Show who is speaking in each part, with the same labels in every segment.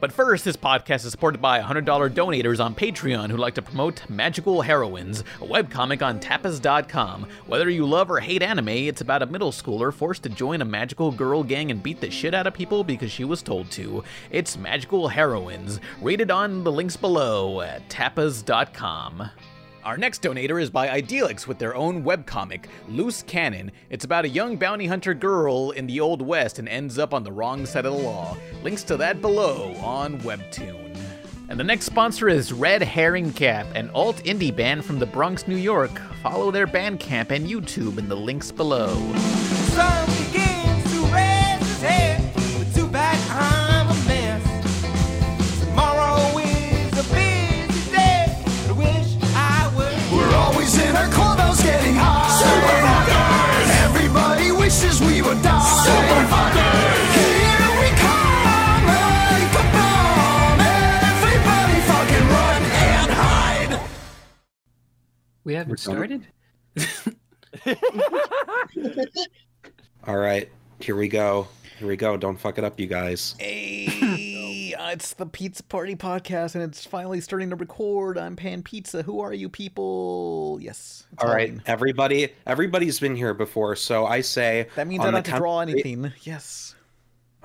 Speaker 1: But first, this podcast is supported by $100 donators on Patreon who like to promote Magical Heroines, a webcomic on tapas.com. Whether you love or hate anime, it's about a middle schooler forced to join a magical girl gang and beat the shit out of people because she was told to. It's Magical Heroines, rated on the links below at tapas.com. Our next donator is by Idealix with their own webcomic, Loose Cannon. It's about a young bounty hunter girl in the Old West and ends up on the wrong side of the law. Links to that below on Webtoon. And the next sponsor is Red Herring Cap, an alt indie band from the Bronx, New York. Follow their Bandcamp and YouTube in the links below.
Speaker 2: Sun begins to raise his head. But too bad I'm a mess. Tomorrow is a busy day. I wish I were.
Speaker 3: We're always in our clubhouse getting high. Super fuckers! Everybody wishes we would die. Super fuckers! Here we come, like a bomb. Everybody fucking run and hide.
Speaker 4: We haven't started?
Speaker 5: All right, here we go. Here we go. Don't fuck it up, you guys.
Speaker 1: Hey, uh, it's the Pizza Party Podcast, and it's finally starting to record. I'm Pan Pizza. Who are you people? Yes. it's
Speaker 5: All right,
Speaker 1: mine.
Speaker 5: everybody. Everybody's been here before, so I say
Speaker 1: That means
Speaker 5: on
Speaker 1: I don't
Speaker 5: the
Speaker 1: have to
Speaker 5: count-
Speaker 1: draw anything. Yes.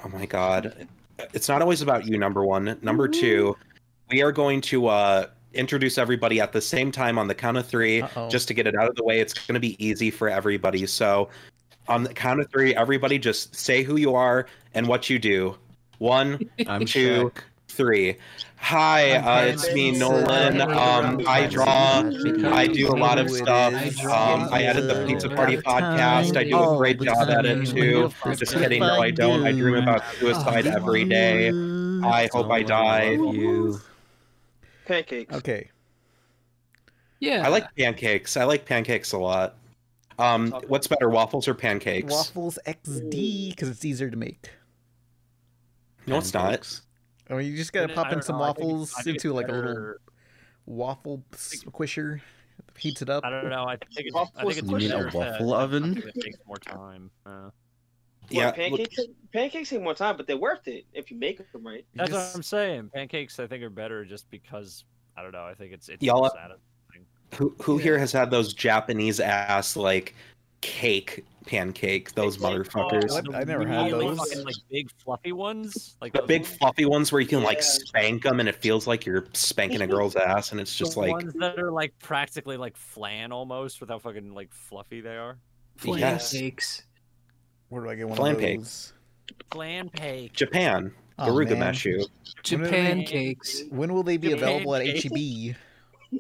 Speaker 5: Oh my god, it's not always about you. Number one, number two, we are going to uh, introduce everybody at the same time on the count of 3
Speaker 1: Uh-oh.
Speaker 5: just to get it out of the way. It's going to be easy for everybody. So, on the count of three, everybody just say who you are and what you do. One,
Speaker 6: I'm
Speaker 5: two, three. Hi, uh, it's me, Nolan. Um, I draw. I do a lot of stuff. Um, I edit the Pizza
Speaker 1: uh,
Speaker 5: Party podcast. I do
Speaker 1: Oh,
Speaker 5: a great job at it too. Just kidding. No, I don't. I dream about suicide every day. I hope I die.
Speaker 7: Pancakes.
Speaker 1: Okay.
Speaker 4: Yeah.
Speaker 5: I like pancakes. I like pancakes a lot. Um, what's better, waffles or pancakes?
Speaker 1: Waffles XD because it's easier to make.
Speaker 5: No, it's not.
Speaker 1: I mean, you just gotta pop in some waffles into like a little
Speaker 6: better-
Speaker 1: waffle squisher, heats it up.
Speaker 6: I don't know. I think it's. I
Speaker 7: Waffles
Speaker 6: think it's
Speaker 7: You mean a
Speaker 6: better to-
Speaker 8: waffle
Speaker 6: I
Speaker 8: oven?
Speaker 6: think It takes more time. Uh,
Speaker 5: Yeah,
Speaker 7: yeah,
Speaker 5: look-
Speaker 7: pancakes. Pancakes take more time, but they're worth it if you make them right.
Speaker 6: that's what
Speaker 1: Yes.
Speaker 6: I'm saying. Pancakes, I think, are better just because I don't know. I think it's it's
Speaker 5: Y'all-
Speaker 6: more satis-
Speaker 5: Who who here has had those Japanese ass like cake pancake? Those motherfuckers.
Speaker 1: What? I never had
Speaker 6: really
Speaker 1: those.
Speaker 6: Fucking, like big fluffy ones, like
Speaker 5: The
Speaker 6: those
Speaker 5: big
Speaker 6: ones-
Speaker 5: fluffy ones where you can like
Speaker 7: Yeah.
Speaker 5: spank them and it feels like you're spanking a girl's ass and it's just
Speaker 6: the
Speaker 5: like
Speaker 6: ones that are like practically like flan almost, with how fucking like fluffy they are.
Speaker 4: Flan
Speaker 5: yes.
Speaker 4: cakes.
Speaker 1: Where do I get one
Speaker 5: Flan
Speaker 1: of
Speaker 5: cake.
Speaker 1: those?
Speaker 6: Flan cake.
Speaker 5: Japan,
Speaker 1: Aw, Oh, man.
Speaker 5: Garugamashu.
Speaker 4: Japan cakes.
Speaker 1: When will they be
Speaker 6: Japan
Speaker 1: available at E
Speaker 6: cake.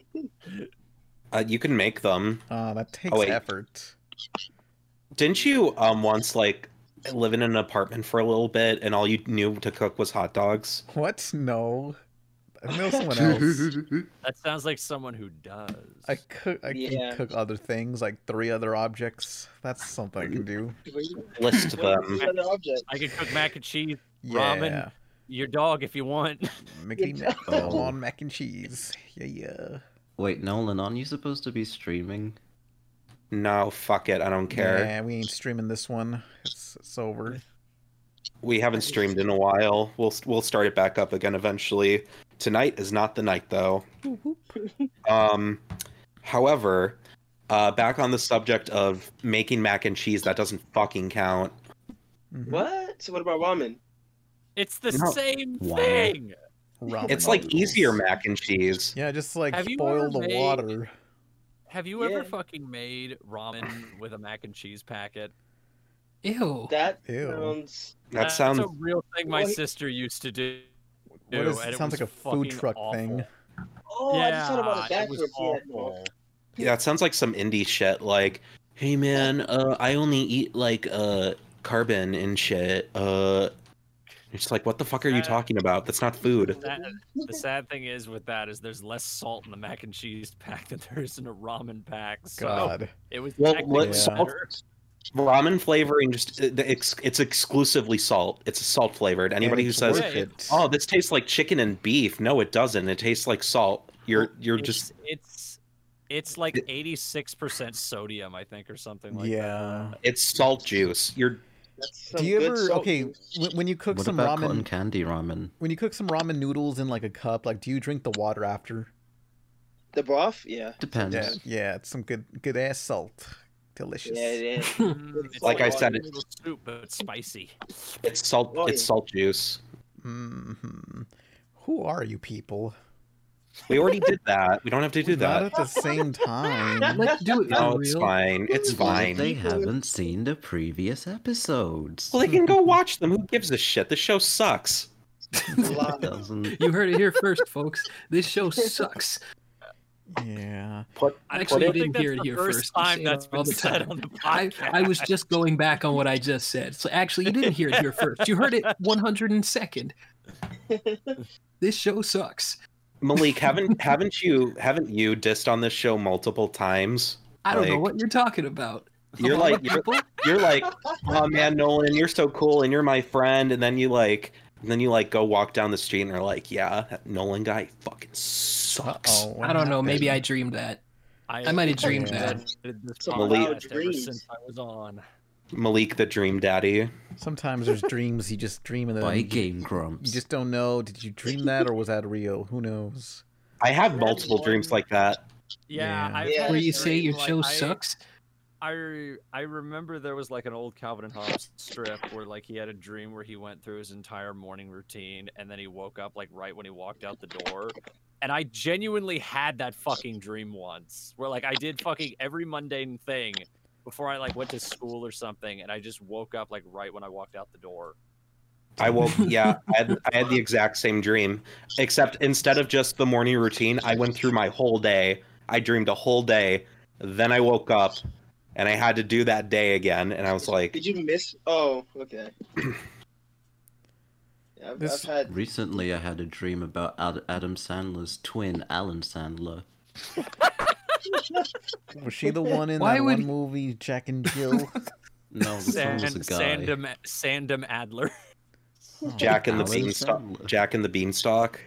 Speaker 1: HEB?
Speaker 5: Uh, you can make them.
Speaker 1: Uh, that takes
Speaker 5: wait.
Speaker 1: effort.
Speaker 5: Didn't you um once like live in an apartment for a little bit and all you knew to cook was hot dogs?
Speaker 1: What? No. I know someone else.
Speaker 6: That sounds like someone who does.
Speaker 1: I cook. I
Speaker 7: Yeah.
Speaker 1: can cook other things, like three other objects. That's something I can do.
Speaker 5: List them.
Speaker 7: Another object.
Speaker 6: I could cook mac and cheese.
Speaker 1: Yeah.
Speaker 6: Ramen. Your dog, if you want.
Speaker 1: Mickey Mac
Speaker 8: Oh.
Speaker 1: on mac and cheese. Yeah, yeah.
Speaker 8: Wait, Nolan, aren't you supposed to be streaming?
Speaker 5: No, fuck it. I don't care.
Speaker 1: Nah, we ain't streaming this one. It's, it's over.
Speaker 5: We haven't streamed in a while. We'll we'll start it back up again eventually. Tonight is not the night though. Um, however, uh, back on the subject of making mac and cheese, that doesn't fucking count.
Speaker 1: Mhm.
Speaker 7: What? So what about ramen?
Speaker 6: It's the
Speaker 5: No.
Speaker 6: same
Speaker 8: Wow.
Speaker 6: thing.
Speaker 1: Ramen
Speaker 5: It's like
Speaker 1: noodles.
Speaker 5: easier mac and cheese.
Speaker 1: Yeah, just like
Speaker 6: Have you
Speaker 1: boil
Speaker 6: ever
Speaker 1: the
Speaker 6: made- Oh,
Speaker 1: water.
Speaker 6: Have you ever
Speaker 7: Yeah.
Speaker 6: fucking made ramen with a mac and cheese packet?
Speaker 4: Ew.
Speaker 7: That
Speaker 1: Ew.
Speaker 7: sounds.
Speaker 5: That sounds
Speaker 6: That's a real thing my
Speaker 7: Well, he-
Speaker 6: sister used to do.
Speaker 1: What is,
Speaker 6: and
Speaker 1: it
Speaker 6: it
Speaker 1: sounds
Speaker 6: was
Speaker 1: like a food
Speaker 6: fucking
Speaker 1: truck
Speaker 6: awful.
Speaker 1: thing.
Speaker 7: Oh,
Speaker 6: yeah,
Speaker 7: I just thought about it
Speaker 6: it
Speaker 7: backwards.
Speaker 6: was awful.
Speaker 5: yeah, it sounds like some indie shit. Like, hey man, uh, I only eat like uh carbon and shit. Uh, it's like, what the fuck are you
Speaker 6: Uh,
Speaker 5: talking about? That's not food.
Speaker 6: That- the sad thing is with that is there's less salt in the mac and cheese pack than there is in a ramen pack. So
Speaker 1: God.
Speaker 6: it was
Speaker 5: Well,
Speaker 6: technically
Speaker 5: what- salt-
Speaker 6: better.
Speaker 5: Ramen flavoring just it- it's it's exclusively salt. It's salt flavored. Anybody
Speaker 1: And
Speaker 5: who
Speaker 1: it's
Speaker 5: says,
Speaker 1: worth it.
Speaker 5: "Oh, this tastes like chicken and beef," no, it doesn't. It tastes like salt. You're you're
Speaker 6: it's,
Speaker 5: just
Speaker 6: it's it's like 86% sodium, I think, or something like that.
Speaker 1: yeah.
Speaker 5: it's salt juice. You're
Speaker 7: That's some
Speaker 9: Do you
Speaker 7: good
Speaker 9: ever
Speaker 7: soap.
Speaker 9: okay when, when you cook
Speaker 8: what
Speaker 9: some
Speaker 8: about
Speaker 9: ramen?
Speaker 8: cotton candy ramen?
Speaker 9: When you cook some ramen noodles in like a cup, like do you drink the water after?
Speaker 7: The broth, yeah,
Speaker 8: Depends.
Speaker 9: Yeah, yeah, it's some good good ass salt, delicious.
Speaker 7: yeah, it is.
Speaker 6: It's
Speaker 5: Like I said,
Speaker 6: water
Speaker 5: it's-
Speaker 6: noodle soup, but it's spicy.
Speaker 5: It's salt.
Speaker 7: Oh,
Speaker 5: it's
Speaker 7: yeah.
Speaker 5: salt juice.
Speaker 9: hmm Who are you people?
Speaker 5: We already did that. We don't have to do
Speaker 9: Not
Speaker 5: that.
Speaker 9: at the same time.
Speaker 4: Let's do it
Speaker 5: No,
Speaker 4: for
Speaker 5: it's
Speaker 4: real.
Speaker 5: fine. It's
Speaker 8: What if
Speaker 5: fine.
Speaker 8: They haven't seen the previous episodes.
Speaker 5: Well, they can go watch them. Who gives a shit? The show sucks.
Speaker 8: Doesn't-
Speaker 4: You heard it here first, folks. This show sucks.
Speaker 9: Yeah.
Speaker 5: Put,
Speaker 4: Actually, you
Speaker 5: put it,
Speaker 4: didn't
Speaker 6: that's
Speaker 4: hear it
Speaker 6: the
Speaker 4: here
Speaker 6: first
Speaker 4: first. You
Speaker 6: time
Speaker 4: say it
Speaker 6: that's
Speaker 4: all
Speaker 6: been
Speaker 4: the
Speaker 6: said
Speaker 4: time.
Speaker 6: on the
Speaker 4: I,
Speaker 6: podcast.
Speaker 4: I was just going back on what I just said. So actually, you didn't hear it here first. You heard it 102nd. This show sucks.
Speaker 5: Malik, haven't haven't you haven't you dissed on this show multiple times?
Speaker 4: I don't know
Speaker 5: Like-
Speaker 4: what you're talking about.
Speaker 5: You're
Speaker 4: Of all
Speaker 5: like-
Speaker 4: the people,
Speaker 5: You're like, oh man, Nolan, you're so cool, and you're my friend, and then you like, and then you like go walk down the street, and they're like, yeah, that Nolan guy fucking sucks.
Speaker 1: Oh,
Speaker 9: Uh-oh, what
Speaker 4: I don't know.
Speaker 9: happened?
Speaker 4: Maybe I dreamed that.
Speaker 6: I,
Speaker 4: I might have dreamed
Speaker 9: Yeah.
Speaker 4: that.
Speaker 6: This
Speaker 7: Some
Speaker 5: Malik-
Speaker 6: podcast ever
Speaker 7: dreams.
Speaker 6: since I was on.
Speaker 5: Malik, the dream daddy.
Speaker 9: Sometimes there's dreams you just dream and then
Speaker 8: By
Speaker 9: you,
Speaker 8: Game Grumps.
Speaker 9: you just don't know. Did you dream that or was that real? Who knows?
Speaker 5: I have multiple dreams like that.
Speaker 6: Yeah,
Speaker 9: Yeah.
Speaker 6: I've
Speaker 7: Yeah.
Speaker 6: had
Speaker 4: Where
Speaker 6: a
Speaker 4: you say
Speaker 6: dream,
Speaker 4: your
Speaker 6: like,
Speaker 4: show
Speaker 6: I-
Speaker 4: sucks?
Speaker 6: I I remember there was like an old Calvin and Hobbes strip where like he had a dream where he went through his entire morning routine and then he woke up like right when he walked out the door. And I genuinely had that fucking dream once where like I did fucking every mundane thing before I like went to school or something and I just woke up like right when I walked out the door.
Speaker 5: I woke, yeah, I had, I had the exact same dream, except instead of just the morning routine, I went through my whole day. I dreamed a whole day, then I woke up, and I had to do that day again, and I was like,
Speaker 7: Did you miss? Oh, okay. Yeah, I've,
Speaker 9: This-
Speaker 7: I've had.
Speaker 8: Recently, I had a dream about Ad- Adam Sandler's twin, Alan Sandler.
Speaker 9: Was she the one in
Speaker 4: Why
Speaker 9: that
Speaker 4: would
Speaker 9: one
Speaker 4: he-
Speaker 9: movie, Jack and Jill?
Speaker 8: No, the
Speaker 6: Sand,
Speaker 8: song was a guy.
Speaker 6: Sandom Sandom Adler.
Speaker 5: Jack and the
Speaker 8: Alan
Speaker 5: Beanstalk.
Speaker 6: um,
Speaker 8: Sandler.
Speaker 5: Jack and the Beanstalk.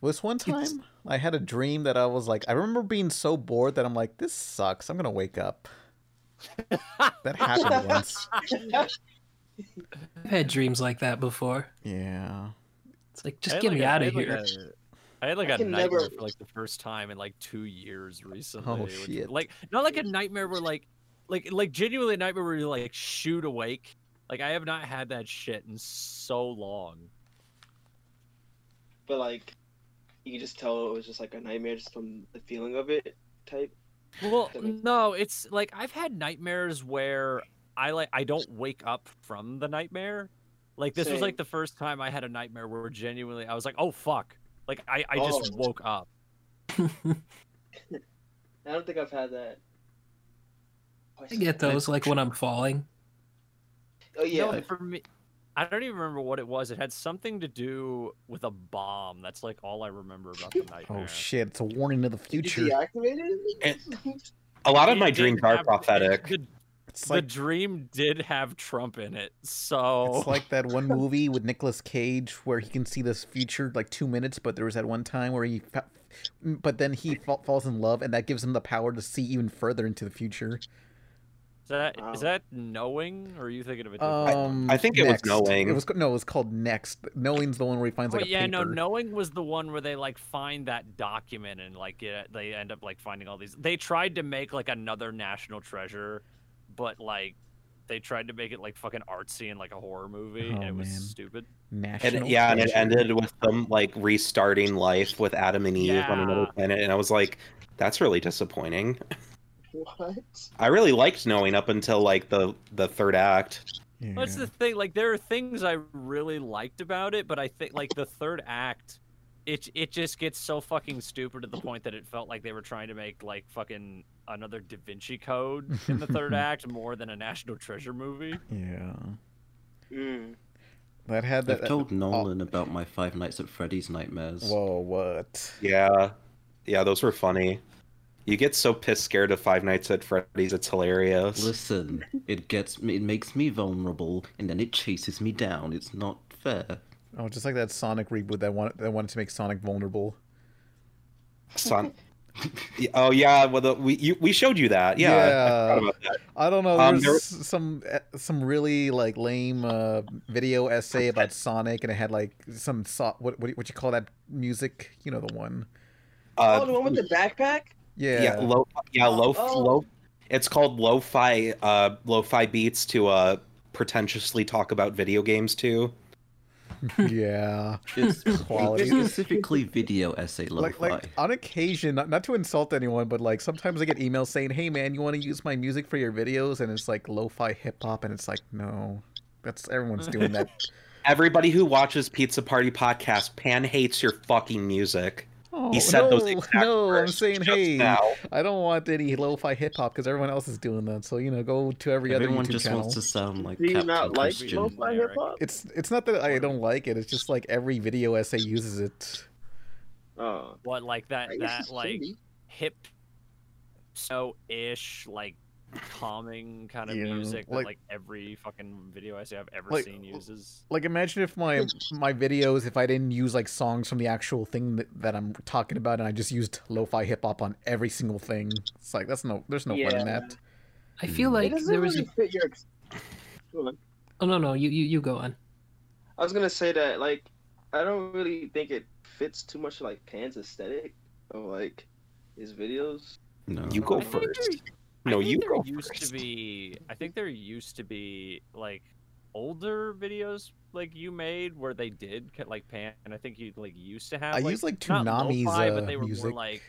Speaker 9: was one time I had a dream that I was like, I remember being so bored that I'm like, this sucks. I'm gonna wake up. that happened once.
Speaker 4: I've had dreams like that before.
Speaker 9: Yeah.
Speaker 4: It's like,
Speaker 6: I
Speaker 4: just
Speaker 6: had,
Speaker 4: get
Speaker 6: like,
Speaker 4: me
Speaker 6: a-
Speaker 4: out
Speaker 6: I
Speaker 4: of
Speaker 6: had, like,
Speaker 4: here.
Speaker 6: a- I had like
Speaker 7: I
Speaker 6: a
Speaker 7: can
Speaker 6: nightmare
Speaker 7: never-
Speaker 6: for like the first time in like two years recently.
Speaker 8: Oh,
Speaker 6: which-
Speaker 9: shit.
Speaker 6: Like not like a nightmare where like like like genuinely a nightmare where you like shoot awake. Like I have not had that shit in so long.
Speaker 7: But like, you could just tell it was just like a nightmare just from the feeling of it type.
Speaker 6: Well,
Speaker 7: That makes-
Speaker 6: no, it's like I've had nightmares where I like I don't wake up from the nightmare. Like this was
Speaker 7: Same.
Speaker 6: like the first time I had a nightmare where genuinely I was like, oh fuck. Like I, I just
Speaker 7: Oh.
Speaker 6: woke up.
Speaker 7: I don't think I've had that. Oh,
Speaker 4: I get those, like when I'm falling.
Speaker 7: Oh yeah.
Speaker 6: No, for me, I don't even remember what it was. It had something to do with a bomb. That's like all I remember about the nightmare.
Speaker 9: Oh shit! It's a warning of the
Speaker 7: Did uh, you
Speaker 9: future.
Speaker 6: Eh.
Speaker 7: deactivate it?
Speaker 5: A lot of
Speaker 6: It
Speaker 5: my
Speaker 6: did
Speaker 5: dreams are
Speaker 6: have-
Speaker 5: prophetic.
Speaker 6: The,
Speaker 9: It's
Speaker 6: the
Speaker 9: like
Speaker 6: dream did have Trump in it, so
Speaker 9: it's like that one movie with Nicolas Cage where he can see this future like two minutes, but there was that one time where he, fa- but then he fa- falls in love, and that gives him the power to see even further into the future.
Speaker 6: is that is
Speaker 7: Wow.
Speaker 6: that knowing, or are you thinking of a different?
Speaker 9: Um,
Speaker 5: I think it was
Speaker 9: Next.
Speaker 5: Knowing.
Speaker 9: It was no, it was called Next. Knowing's the one where he finds
Speaker 6: Oh,
Speaker 9: like a
Speaker 6: yeah, no.
Speaker 9: paper.
Speaker 6: Knowing was the one where they like find that document and like get, they end up like finding all these. They tried to make like another national treasure, but like they tried to make it like fucking artsy and like a horror movie, and
Speaker 9: Oh,
Speaker 6: it was
Speaker 9: man.
Speaker 6: stupid.
Speaker 9: National.
Speaker 5: And yeah, and it
Speaker 9: treasure.
Speaker 5: ended with them like restarting life with Adam and Eve on another
Speaker 6: Yeah.
Speaker 5: planet, and I was like, that's really disappointing.
Speaker 7: What?
Speaker 5: I really liked knowing up until like the the third act.
Speaker 9: Yeah.
Speaker 6: That's the thing. Like there are things I really liked about it, but I think like the third act, it it just gets so fucking stupid to the point that it felt like they were trying to make like fucking another Da Vinci Code in the third act more than a National Treasure movie.
Speaker 9: Yeah.
Speaker 7: Mm.
Speaker 9: That had that.
Speaker 8: I've told Nolan about my Five Nights at Freddy's nightmares.
Speaker 9: Whoa, what?
Speaker 5: Yeah, yeah, those were funny. You get so piss scared of Five Nights at Freddy's, it's hilarious.
Speaker 8: Listen, it gets me, it makes me vulnerable, and then it chases me down. It's not fair.
Speaker 9: Oh, just like that Sonic reboot that wanted that wanted to make Sonic vulnerable.
Speaker 5: Son- Yeah, Oh yeah, well the, we you, we showed you that. Yeah, I
Speaker 9: Yeah.
Speaker 5: forgot about that.
Speaker 9: I don't know.
Speaker 5: Um,
Speaker 9: There's
Speaker 5: there-
Speaker 9: some eh, some really like lame uh, video essay about Sonic, and it had like some so- what what what you call that music? You know the one.
Speaker 5: Uh,
Speaker 7: oh, the one with the backpack.
Speaker 9: Yeah.
Speaker 5: yeah, lo, yeah, lo,
Speaker 7: Oh.
Speaker 5: lo, it's called lo-fi, uh, lo-fi beats to uh pretentiously talk about video games too.
Speaker 9: yeah.
Speaker 8: It's
Speaker 9: Quality.
Speaker 8: specifically video essay lo-fi.
Speaker 9: Like like on occasion, not, not to insult anyone, but like sometimes I get emails saying, "Hey man, you want to use my music for your videos?" And it's like lo-fi hip hop, and it's like no. That's everyone's doing that.
Speaker 5: Everybody who watches Pizza Party podcast, Pan hates your fucking music.
Speaker 9: Oh,
Speaker 5: He said those
Speaker 9: no,
Speaker 5: exact
Speaker 9: no, I'm
Speaker 5: words
Speaker 9: saying,
Speaker 5: just
Speaker 9: hey,
Speaker 5: now.
Speaker 1: Oh.
Speaker 9: I don't want any lo-fi hip hop because everyone else is doing that. So you know, go to every
Speaker 8: Everyone
Speaker 9: other YouTube
Speaker 8: just
Speaker 9: channel.
Speaker 8: wants to sound like
Speaker 7: Do you
Speaker 8: Captain
Speaker 7: not like
Speaker 8: Christian.
Speaker 7: lo-fi hip hop?
Speaker 9: It's it's not that I don't like it. It's just like every video essay uses it.
Speaker 7: Oh,
Speaker 6: What like that
Speaker 7: I guess
Speaker 6: that
Speaker 7: it's
Speaker 6: like
Speaker 7: shady.
Speaker 6: hip so ish like calming kind of
Speaker 9: Yeah,
Speaker 6: music that
Speaker 9: like-
Speaker 6: like every fucking video I see I've ever
Speaker 9: Like,
Speaker 6: seen uses.
Speaker 9: Like imagine if my my videos, if I didn't use like songs from the actual thing that, that I'm talking about, and I just used lo-fi hip hop on every single thing. It's like that's no, there's no fun in
Speaker 7: Yeah.
Speaker 9: that.
Speaker 4: I feel
Speaker 7: it
Speaker 4: like
Speaker 7: doesn't
Speaker 4: there was.
Speaker 7: really
Speaker 4: A,
Speaker 7: fit your. ex- Hold on.
Speaker 4: oh no, no, you you you go on.
Speaker 7: I was gonna say that like I don't really think it fits too much like Pan's aesthetic of like his videos.
Speaker 8: No.
Speaker 5: You go
Speaker 6: I think there-
Speaker 5: first.
Speaker 6: I
Speaker 5: No,
Speaker 6: think
Speaker 5: you
Speaker 6: there
Speaker 5: go
Speaker 6: used
Speaker 5: first.
Speaker 6: to be I think there used to be like older videos like you made where they did ca- like pan and I think you like used to have
Speaker 9: I
Speaker 6: like,
Speaker 9: use like
Speaker 6: not
Speaker 9: Toonami's
Speaker 6: lo-fi,
Speaker 9: uh,
Speaker 6: but they were
Speaker 9: music.
Speaker 6: more like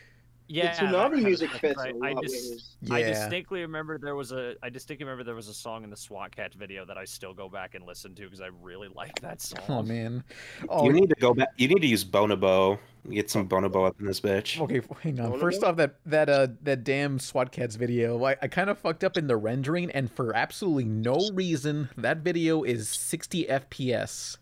Speaker 6: yeah
Speaker 7: the
Speaker 6: that kind
Speaker 7: tsunami
Speaker 6: of
Speaker 7: music
Speaker 6: stuff,
Speaker 7: fits
Speaker 6: right?
Speaker 7: a
Speaker 6: I
Speaker 7: lot with
Speaker 6: just-
Speaker 7: his.
Speaker 9: yeah,
Speaker 6: I distinctly remember there was a I distinctly remember there was a song in the SWAT Cat video that I still go back and listen to because I really like that song.
Speaker 9: oh man. Oh,
Speaker 5: You need to go back. You need to use Bonobo. Get some Bonobo up in this bitch.
Speaker 9: Okay, f- hang on.
Speaker 7: Wanna
Speaker 9: First
Speaker 7: go?
Speaker 9: off, that that uh that damn SWAT cats video, I, I kind of fucked up in the rendering, and for absolutely no reason, that video is 60 FPS.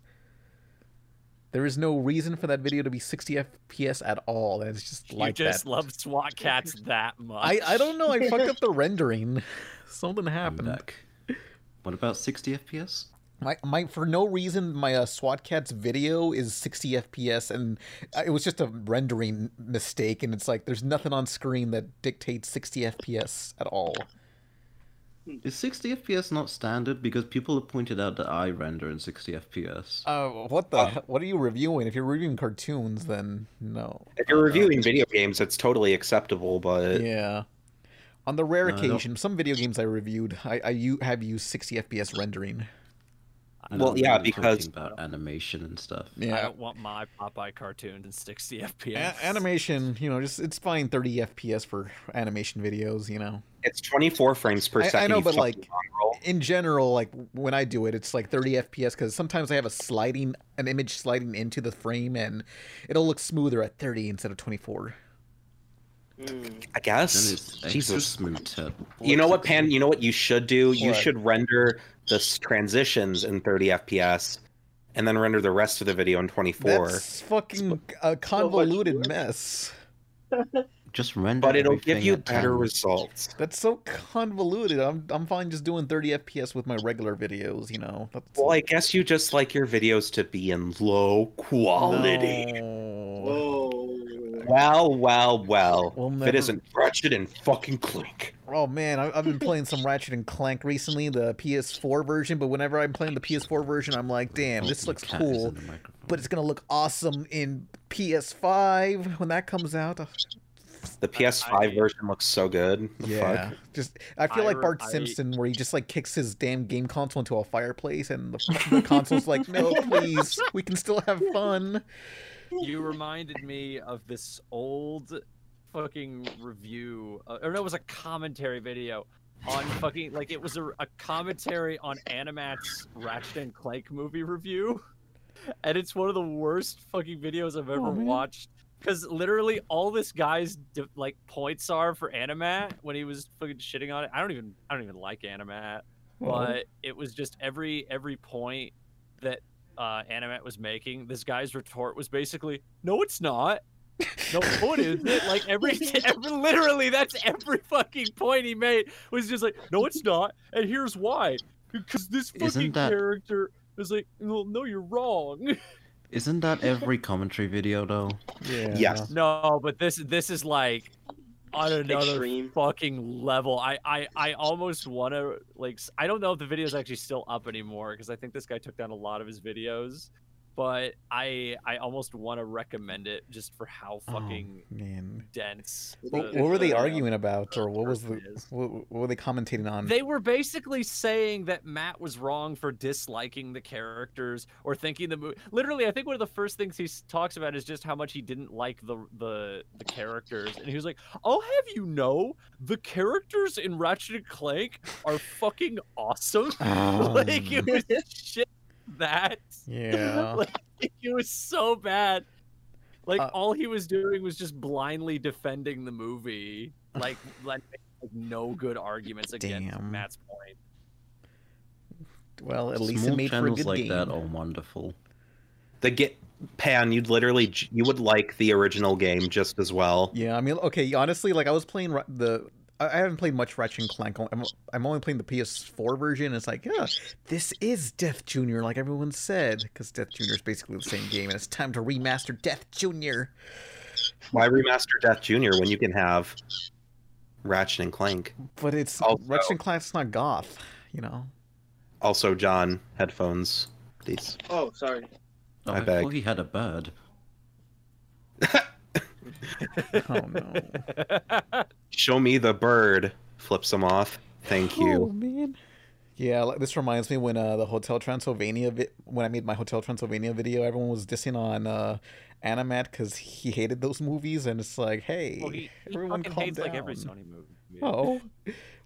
Speaker 9: There is no reason for that video to be 60 FPS at all. and It's just
Speaker 6: you
Speaker 9: like
Speaker 6: just
Speaker 9: that.
Speaker 6: love SWAT Cats that much.
Speaker 9: I I don't know. I fucked up the rendering. Something
Speaker 8: I'm
Speaker 9: happened.
Speaker 8: back. What about 60 FPS?
Speaker 9: My my for no reason my uh, SWAT cats video is 60 FPS, and uh, it was just a rendering mistake. And it's like there's nothing on screen that dictates 60 FPS at all.
Speaker 8: Is 60 FPS not standard? Because people have pointed out that I render in 60 FPS.
Speaker 9: Oh, what the? he- what are you reviewing? If you're reviewing cartoons, then no.
Speaker 5: If you're reviewing video games, it's totally acceptable, but
Speaker 9: Yeah. On the rare
Speaker 8: No, I don't-
Speaker 9: occasion, some video games I reviewed, I, I u- have used 60 FPS rendering.
Speaker 8: I
Speaker 5: well,
Speaker 8: don't
Speaker 5: yeah,
Speaker 8: know, talking
Speaker 5: because-
Speaker 8: about animation and stuff.
Speaker 6: I don't want my Popeye cartoon in 60 FPS.
Speaker 9: A- animation, you know, just it's fine 30 FPS for animation videos, you know.
Speaker 5: it's 24 frames per
Speaker 9: I- I
Speaker 5: second.
Speaker 9: know,
Speaker 5: you
Speaker 9: but,
Speaker 5: fucking
Speaker 9: like,
Speaker 5: mongrel.
Speaker 9: In general, like when I do it, it's like 30 FPS because sometimes I have a sliding, an image sliding into the frame, and it'll look smoother at 30 instead of 24.
Speaker 7: Mm.
Speaker 5: I
Speaker 8: Then
Speaker 5: guess.
Speaker 8: it's extra
Speaker 5: Jesus.
Speaker 8: smooth to-
Speaker 5: You know what, Pan? You know what you should do? You
Speaker 9: What?
Speaker 5: should render the s- transitions in 30 FPS, and then render the rest of the video in 24.
Speaker 9: That's fucking a
Speaker 7: much
Speaker 9: convoluted
Speaker 7: work.
Speaker 9: mess.
Speaker 8: Just render.
Speaker 5: But it'll give
Speaker 8: everything
Speaker 5: you
Speaker 8: at
Speaker 5: better
Speaker 8: 10.
Speaker 5: results.
Speaker 9: That's so convoluted. I'm I'm fine just doing 30 FPS with my regular videos, you know. That's
Speaker 5: Well, I guess you just like your videos to be in low quality.
Speaker 9: No.
Speaker 7: Whoa.
Speaker 5: Well, well, well.
Speaker 9: We'll
Speaker 5: If it
Speaker 9: never-
Speaker 5: isn't Ratchet and fucking Clink.
Speaker 9: Oh man, I, I've been playing some Ratchet and Clank recently, the PS4 version. But whenever I'm playing the PS4 version, I'm like, damn, this
Speaker 8: My
Speaker 9: looks
Speaker 8: cat is
Speaker 9: cool.
Speaker 8: in the microphone.
Speaker 9: But it's gonna look awesome in PS5 when that comes out. Ugh,
Speaker 5: The PS5
Speaker 6: I-
Speaker 5: version looks so good. The
Speaker 9: Yeah,
Speaker 5: fuck?
Speaker 9: just I feel
Speaker 6: I
Speaker 9: like
Speaker 6: re-
Speaker 9: Bart
Speaker 6: I-
Speaker 9: Simpson, where he just like kicks his damn game console into a fireplace, and the, the console's like, no, please, we can still have fun.
Speaker 6: you reminded me of this old fucking review uh, or no it was a commentary video on fucking like it was a, a commentary on animat's ratchet and clank movie review and it's one of the worst fucking videos i've
Speaker 8: Oh,
Speaker 6: ever watched because literally all this guy's d- like points are for animat when he was fucking shitting on it i don't even i don't even like animat but it was just every every point that uh, Animat was making. This guy's retort was basically, "No, it's not. No, what is it? Like every, every literally, that's every fucking point he made was just like, "No, it's not," and here's why: because this
Speaker 8: Isn't
Speaker 6: fucking
Speaker 8: that-
Speaker 6: character is like, "Well, no, you're wrong."
Speaker 8: Isn't that every commentary video though?
Speaker 9: Yeah.
Speaker 5: Yes.
Speaker 6: No, but this this is like on another
Speaker 7: Extreme.
Speaker 6: fucking level. I I I almost want to like s- I don't know if the video's actually still up anymore because I think this guy took down a lot of his videos, but I I almost want to recommend it just for how fucking
Speaker 9: Man.
Speaker 6: dense.
Speaker 9: What,
Speaker 6: the-
Speaker 9: what were they
Speaker 6: the-
Speaker 9: arguing about, or what was the
Speaker 6: It is.
Speaker 9: what, what were they commentating on?
Speaker 6: They were basically saying that Matt was wrong for disliking the characters or thinking the movie. Literally, I think one of the first things he s- talks about is just how much he didn't like the the the characters, and he was like, "I'll have you know, the characters in Ratchet and Clank are fucking awesome." like it was shit that
Speaker 9: yeah.
Speaker 6: like it was so bad. Like
Speaker 9: Uh,
Speaker 6: all he was doing was just blindly defending the movie, like like, like no good arguments against
Speaker 9: Damn.
Speaker 6: Matt's point.
Speaker 9: well, at least
Speaker 8: Small
Speaker 9: it made for a
Speaker 8: channels
Speaker 9: good
Speaker 8: like
Speaker 9: game.
Speaker 8: that are wonderful.
Speaker 5: The get pan, you'd literally j- you would like the original game just as well.
Speaker 9: Yeah, I mean, okay, honestly, like I was playing Ra- the. I I haven't played much Ratchet and Clank. I'm, I'm only playing the PS4 version. it's like, yeah, this is Death Junior, like everyone said, because Death Junior is basically the same game, and it's time to remaster Death Junior.
Speaker 5: Why remaster Death Junior when you can have Ratchet and Clank?
Speaker 9: But it's
Speaker 5: Also-
Speaker 9: Ratchet and Clank's not goth, you know.
Speaker 5: Also, John headphones. These.
Speaker 7: Oh, sorry.
Speaker 8: Oh,
Speaker 5: I
Speaker 8: I,
Speaker 5: beg.
Speaker 8: thought he had a bird.
Speaker 9: Oh no.
Speaker 5: Show me the bird. Flips them off. Thank
Speaker 9: Oh
Speaker 5: you.
Speaker 9: man. Yeah, like, this reminds me when uh, the Hotel Transylvania vi- when I made my Hotel Transylvania video, everyone was dissing on uh, Animat because he hated those movies, and it's like, hey,
Speaker 6: Well, he, he
Speaker 9: everyone
Speaker 6: fucking
Speaker 9: calm
Speaker 6: hates like every
Speaker 9: down.
Speaker 6: Sony movie.
Speaker 9: Oh.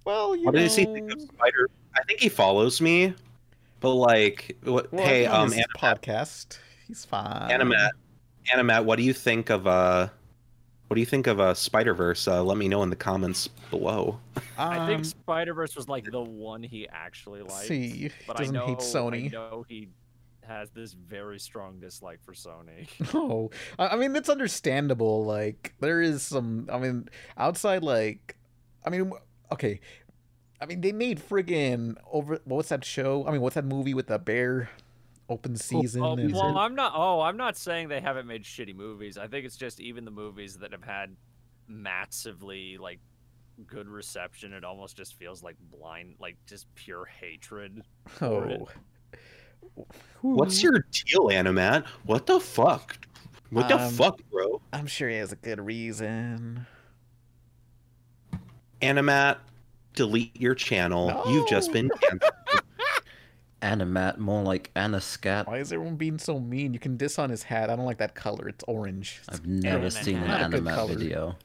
Speaker 9: Well, you
Speaker 5: What
Speaker 9: know.
Speaker 5: does he think of Spider? I think he follows me, but like, what,
Speaker 9: Well,
Speaker 5: hey,
Speaker 9: it's on
Speaker 5: um,
Speaker 9: his
Speaker 5: An-
Speaker 9: podcast. He's fine.
Speaker 5: Animat, Animat, what do you think of uh, what do you think of uh, Spider Verse? Uh, let me know in the comments below.
Speaker 6: I think
Speaker 9: Um,
Speaker 6: Spider Verse was like the one he actually liked.
Speaker 9: see,
Speaker 6: but
Speaker 9: doesn't
Speaker 6: I know,
Speaker 9: hate
Speaker 6: I
Speaker 9: Sony.
Speaker 6: know he has this very strong dislike for Sony.
Speaker 9: No, Oh, I I mean it's understandable. Like there is some. I mean, outside like, I mean, okay, I mean they made friggin' over. What's that show? I mean, what's that movie with the bear? Open season.
Speaker 6: Oh,
Speaker 9: and-
Speaker 6: well, I'm not. Oh, I'm not saying they haven't made shitty movies. I think it's just even the movies that have had massively like good reception, it almost just feels like blind, like just pure hatred. for it.
Speaker 9: oh. Hmm.
Speaker 5: What's your deal, Animat? What the fuck? What the
Speaker 9: Um,
Speaker 5: fuck, bro?
Speaker 9: I'm sure he has a good reason.
Speaker 5: Animat, delete your channel. You've just been canceled.
Speaker 8: Animat, more like Anascat.
Speaker 9: Why is everyone being so mean? You can diss on his hat. I don't like that color. It's orange. It's-
Speaker 8: I've never
Speaker 6: Animat.
Speaker 8: seen
Speaker 9: Not a
Speaker 8: an
Speaker 9: good
Speaker 8: Animat
Speaker 9: color.
Speaker 8: video.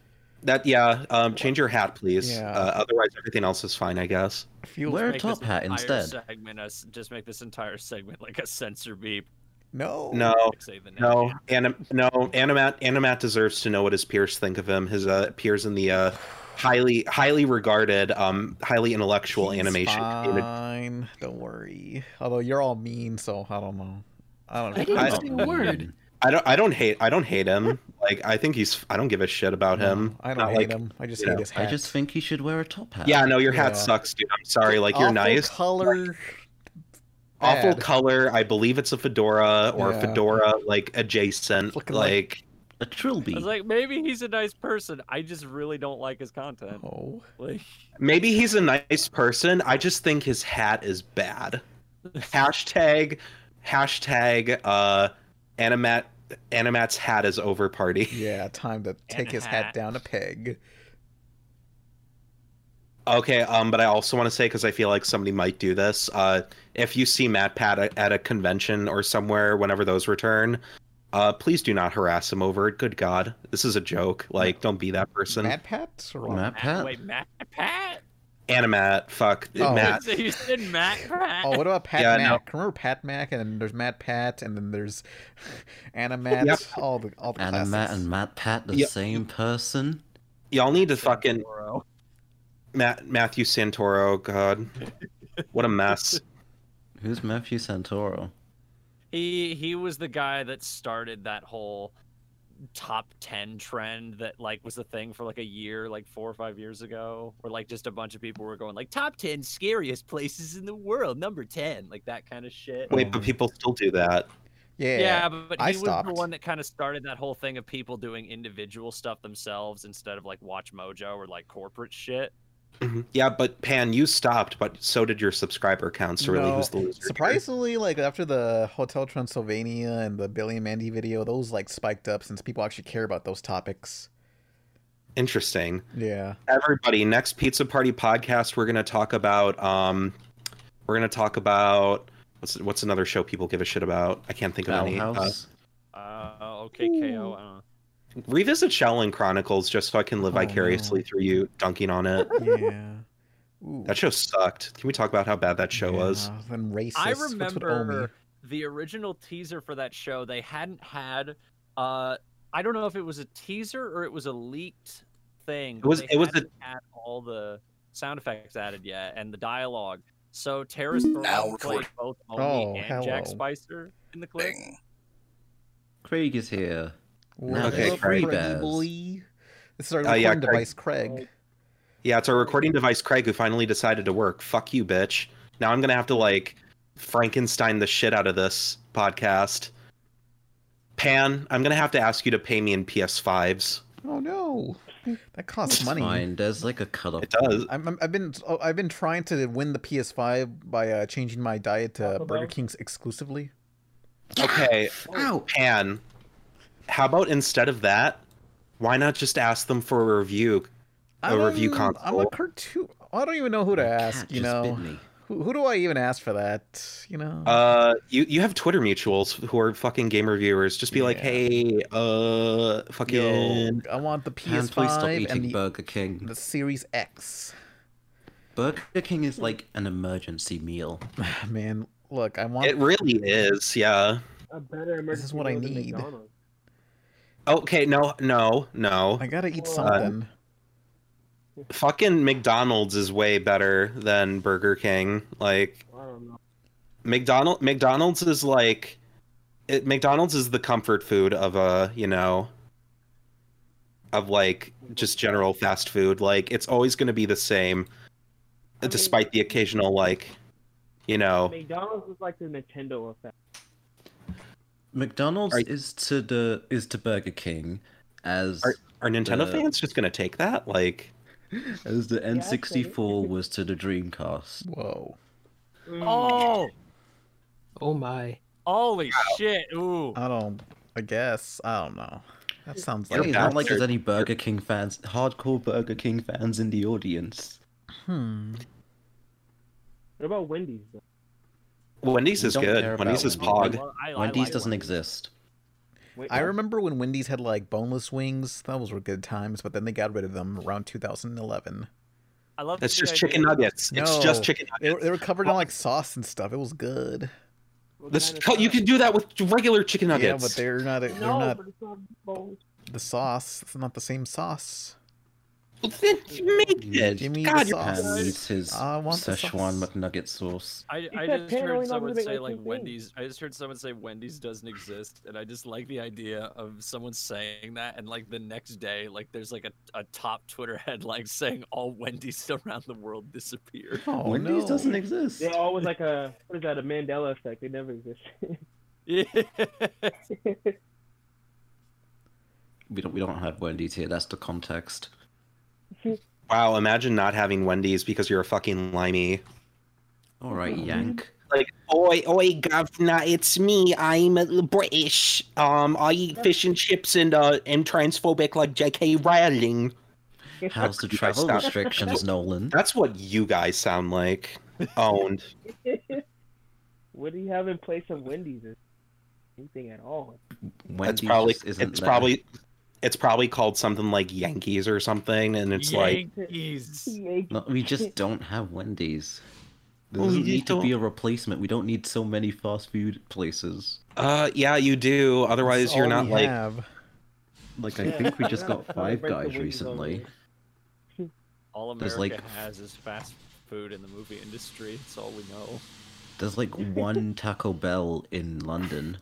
Speaker 5: that. Yeah, um, change your hat, please.
Speaker 9: Yeah.
Speaker 5: Uh, otherwise, everything else is fine, I guess.
Speaker 9: it feels
Speaker 8: Wear a
Speaker 6: Make
Speaker 8: top
Speaker 6: this
Speaker 8: hat
Speaker 6: entire
Speaker 8: instead.
Speaker 6: Segment us just make this entire segment like a censor beep.
Speaker 9: no.
Speaker 5: No,
Speaker 6: Say the name.
Speaker 5: no, anim- no. Animat, Animat deserves to know what his peers think of him. His uh, peers in the uh, highly, highly regarded, um, highly intellectual
Speaker 9: He's
Speaker 5: animation. community.
Speaker 9: Fine. Don't worry. Although you're all mean, so I don't know. I don't know.
Speaker 4: I didn't
Speaker 5: I-
Speaker 4: say a word.
Speaker 5: I don't, I don't hate, I don't hate him. like, I think he's, I don't give a shit about him.
Speaker 9: I don't
Speaker 5: Not
Speaker 9: hate
Speaker 5: like-
Speaker 9: him. I just
Speaker 5: you
Speaker 9: hate
Speaker 5: know,
Speaker 9: his
Speaker 8: I
Speaker 9: hat.
Speaker 8: just think he should wear a top hat.
Speaker 5: Yeah, no, your hat
Speaker 9: Yeah.
Speaker 5: sucks, dude. I'm sorry. Like, you're
Speaker 9: Awful
Speaker 5: nice.
Speaker 9: Color.
Speaker 5: awful
Speaker 9: Bad.
Speaker 5: color. I believe it's a fedora or
Speaker 9: Yeah.
Speaker 5: fedora like adjacent.
Speaker 9: Looking
Speaker 5: like,
Speaker 8: A trilby.
Speaker 6: I was like, maybe he's a nice person. I just really don't like his content.
Speaker 9: Oh.
Speaker 6: Like,
Speaker 5: maybe he's a nice person. I just think his hat is bad. hashtag hashtag uh animat animat's hat is over party.
Speaker 9: Yeah, time to take his hat.
Speaker 6: hat.
Speaker 9: down a peg.
Speaker 5: Okay, um, but I also want to say because I feel like somebody might do this. Uh, if you see MatPat at- at a convention or somewhere, whenever those return. Uh, please do not harass him over it. Good God, this is a joke. Like, don't be that person.
Speaker 9: Mad Pat? Or
Speaker 8: Matt Pat?
Speaker 6: wait, Matt Pat?
Speaker 5: Animat, fuck,
Speaker 9: Oh.
Speaker 5: Matt.
Speaker 6: So you said Matt Pat?
Speaker 9: Oh, what about Pat
Speaker 5: Yeah, no.
Speaker 9: Mac? Remember Pat Mac? And then there's Matt Pat, and then there's Animat.
Speaker 5: Yep.
Speaker 9: All the all the classics.
Speaker 8: Animat and Matt Pat the
Speaker 5: Yeah.
Speaker 8: same person?
Speaker 5: Y'all need to fucking Matt Matthew Santoro. God, what a mess.
Speaker 8: Who's Matthew Santoro?
Speaker 6: He he was the guy that started that whole top 10 trend that like was the thing for like a year like 4 or 5 years ago where like just a bunch of people were going like top 10 scariest places in the world number 10 like that kind of shit
Speaker 5: Wait, but people still do that.
Speaker 9: Yeah.
Speaker 6: Yeah, but, but
Speaker 10: I
Speaker 6: he was
Speaker 10: stopped.
Speaker 6: the one that kind of started that whole thing of people doing individual stuff themselves instead of like Watch Mojo or like corporate shit.
Speaker 5: Mm-hmm. Yeah, but Pan, you stopped, but so did your subscriber count. So really,
Speaker 9: No.
Speaker 5: who's the loser? here?
Speaker 9: Surprisingly, like after the Hotel Transylvania and the Billy and Mandy video, those like spiked up since people actually care about those topics.
Speaker 5: Interesting.
Speaker 9: Yeah.
Speaker 5: Everybody, next pizza party podcast, we're gonna talk about. Um, we're gonna talk about what's what's another show people give a shit about. I can't think of
Speaker 8: Owl
Speaker 5: any. Uh,
Speaker 8: House.
Speaker 6: Uh, okay, KO. I don't know.
Speaker 5: revisit Shaolin Chronicles just so I can live
Speaker 9: Oh, no.
Speaker 5: vicariously through you dunking on it.
Speaker 9: Yeah. Ooh.
Speaker 5: that show sucked. Can we talk about how bad that show was?
Speaker 9: Yeah, Them racist.
Speaker 6: I
Speaker 9: What's with Omi?
Speaker 6: remember the original teaser for that show. They hadn't had. Uh, I don't know if it was a teaser or it was a leaked thing. but
Speaker 5: was-
Speaker 6: they
Speaker 5: it was the-
Speaker 6: hadn't had all the sound effects added yet and the dialogue. So Terrace Burrell played both Omi
Speaker 9: Oh,
Speaker 6: and Jack
Speaker 9: hello.
Speaker 6: Spicer in the clip.
Speaker 8: Craig is here.
Speaker 9: Well,
Speaker 5: Okay,
Speaker 9: hello,
Speaker 5: Craig.
Speaker 9: Craigie boy. This is our
Speaker 5: Uh,
Speaker 9: recording
Speaker 5: yeah, Craig.
Speaker 9: device, Craig.
Speaker 5: Yeah, it's our recording device, Craig, who finally decided to work. Fuck you, bitch. Now I'm gonna have to like Frankenstein the shit out of this podcast. Pan, I'm gonna have to ask you to pay me in PS5s.
Speaker 9: Oh no, that costs money.
Speaker 8: Fine. There's like a cutoff.
Speaker 5: It does.
Speaker 9: I'm, I'm, I've been oh, I've been trying to win the PS5 by uh, changing my diet to Burger King's exclusively.
Speaker 5: Okay,
Speaker 8: Ow!
Speaker 5: Pan. How about instead of that, why not just ask them for a review? A
Speaker 9: I'm-
Speaker 5: review console.
Speaker 9: I'm a cartoon. I don't even know who to ask.
Speaker 8: Cat
Speaker 9: You
Speaker 8: just
Speaker 9: know,
Speaker 8: bit me.
Speaker 9: who, who do I even ask for that? You know.
Speaker 5: Uh, you you have Twitter mutuals who are fucking game reviewers. Just be like,
Speaker 9: Yeah.
Speaker 5: hey, uh,
Speaker 9: Yo,
Speaker 5: fucking.
Speaker 9: I want the
Speaker 8: Pan, please stop
Speaker 9: PS5
Speaker 8: eating
Speaker 9: and the,
Speaker 8: Burger King.
Speaker 9: the Series X.
Speaker 8: Burger King is like an emergency meal.
Speaker 9: Man, look, I want.
Speaker 5: It really is, yeah.
Speaker 10: A better
Speaker 9: This is what I
Speaker 10: emergency meal than
Speaker 9: need.
Speaker 10: McDonald's.
Speaker 5: Okay, no, no, no.
Speaker 9: I gotta eat
Speaker 5: Uh,
Speaker 9: something.
Speaker 5: Fucking McDonald's is way better than Burger King. Like
Speaker 10: I don't know.
Speaker 5: McDonald McDonald's is like it, McDonald's is the comfort food of a, you know, of like just general fast food. Like it's always going to be the same
Speaker 10: mean-
Speaker 5: despite the occasional like you know,
Speaker 10: McDonald's is like the Nintendo effect.
Speaker 8: McDonald's
Speaker 5: Are-
Speaker 8: is to the is to Burger King as
Speaker 5: Are- are Nintendo
Speaker 8: the-
Speaker 5: fans just going to take that? Like
Speaker 8: as the N64 was to the Dreamcast.
Speaker 9: Whoa.
Speaker 6: Oh,
Speaker 4: Oh my.
Speaker 6: holy shit! Ooh,
Speaker 9: I don't. I guess I don't know. That sounds
Speaker 8: Hey,
Speaker 9: like.
Speaker 8: it's not like
Speaker 5: bastard.
Speaker 8: there's any Burger King fans, hardcore Burger King fans in the audience.
Speaker 9: Hmm.
Speaker 10: What about Wendy's? Though?
Speaker 5: Wendy's
Speaker 8: We
Speaker 5: is
Speaker 8: don't care
Speaker 5: good.
Speaker 8: about
Speaker 5: Wendy's is
Speaker 8: Wendy's.
Speaker 5: pog.
Speaker 6: Well, I- I
Speaker 8: Wendy's
Speaker 6: like
Speaker 8: doesn't
Speaker 6: Wendy's.
Speaker 8: exist.
Speaker 10: Wait,
Speaker 9: I
Speaker 10: what?
Speaker 9: remember when Wendy's had like boneless wings. Those were good times, but then they got rid of them around 2011.
Speaker 6: I love.
Speaker 5: It's
Speaker 6: the
Speaker 5: just
Speaker 6: idea-
Speaker 5: chicken nuggets. It's
Speaker 9: No.
Speaker 5: just chicken
Speaker 9: They
Speaker 5: nuggets.
Speaker 9: were, they were covered in like sauce and stuff. It was good.
Speaker 10: What
Speaker 5: This
Speaker 10: kind of
Speaker 5: co- you
Speaker 10: salad?
Speaker 5: can do that with regular chicken nuggets.
Speaker 9: Yeah, but they're not. They're
Speaker 10: No,
Speaker 9: not
Speaker 10: but it's not bold.
Speaker 9: the sauce. It's not the same sauce.
Speaker 5: Well, then you make it.
Speaker 9: Give me the
Speaker 5: God, you're
Speaker 9: sauce.
Speaker 8: Pan needs his
Speaker 9: I want the
Speaker 8: Szechuan
Speaker 9: sauce.
Speaker 8: McNugget sauce.
Speaker 6: I, I
Speaker 10: said
Speaker 6: just
Speaker 10: Pan
Speaker 6: heard
Speaker 10: only knows
Speaker 6: someone
Speaker 10: how to make, like,
Speaker 6: say like
Speaker 10: two things.
Speaker 6: Wendy's. I just heard someone say Wendy's doesn't exist, and I just like the idea of someone saying that, and like the next day, like there's like a, a top Twitter headline saying all Wendy's around the world disappear.
Speaker 9: Oh
Speaker 8: Wendy's
Speaker 9: no.
Speaker 8: doesn't exist.
Speaker 10: They're always like a what is that? A Mandela effect. They never exist.
Speaker 6: Yeah.
Speaker 8: We don't we don't have Wendy's here. That's the context.
Speaker 5: Wow, imagine not having Wendy's because you're a fucking limey.
Speaker 8: All right,
Speaker 6: Mm-hmm.
Speaker 8: Yank.
Speaker 5: Like, oi, oi, governor, it's me. I'm British. Um, I eat fish and chips and uh, am transphobic like J.K. Rowling.
Speaker 8: How's the
Speaker 5: You guys
Speaker 8: travel
Speaker 5: stop.
Speaker 8: restrictions, Nolan?
Speaker 5: That's what you guys sound like. Owned.
Speaker 10: what do you have in place of Wendy's? Is anything at all?
Speaker 5: That's
Speaker 8: Wendy's
Speaker 5: probably.
Speaker 8: just
Speaker 5: It's
Speaker 8: isn't there.
Speaker 5: probably. It's probably called something like Yankees or something, and it's like
Speaker 6: Yankees.
Speaker 8: No, we just don't have Wendy's. There
Speaker 5: Oh,
Speaker 8: doesn't
Speaker 5: you
Speaker 8: need to
Speaker 5: don't-
Speaker 8: be a replacement. We don't need so many fast food places.
Speaker 5: Uh, yeah, you do.
Speaker 9: That's
Speaker 5: Otherwise, you're
Speaker 9: all
Speaker 5: not
Speaker 9: we
Speaker 5: like.
Speaker 9: have.
Speaker 8: Like I think we just got
Speaker 10: Yeah,
Speaker 8: Five
Speaker 10: break the
Speaker 8: Guys
Speaker 10: Wendy's
Speaker 8: recently.
Speaker 10: over.
Speaker 6: All
Speaker 8: There's,
Speaker 6: America
Speaker 8: like,
Speaker 6: has is fast food in the movie industry. It's all we know.
Speaker 8: There's like one Taco Bell in London.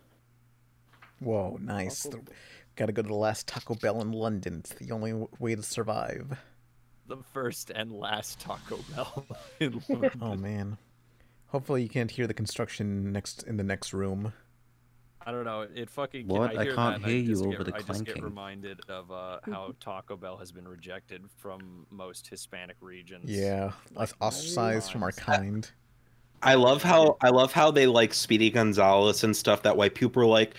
Speaker 9: Whoa, nice.
Speaker 10: Taco
Speaker 9: The- gotta go to the last Taco Bell in London. It's the only w- way to survive.
Speaker 6: The first and last Taco Bell. in London.
Speaker 9: Oh man. Hopefully you can't hear the construction next in the next room.
Speaker 6: I don't know. It fucking.
Speaker 8: What?
Speaker 6: I,
Speaker 8: I
Speaker 6: hear
Speaker 8: can't
Speaker 6: that and
Speaker 8: hear you
Speaker 6: just
Speaker 8: over
Speaker 6: get,
Speaker 8: the
Speaker 6: I just get
Speaker 8: clanking.
Speaker 6: reminded of uh, how Taco Bell has been rejected from most Hispanic regions.
Speaker 9: Yeah, us ostracized from our kind.
Speaker 5: I love how I love how they like Speedy Gonzalez and stuff. That white people are like,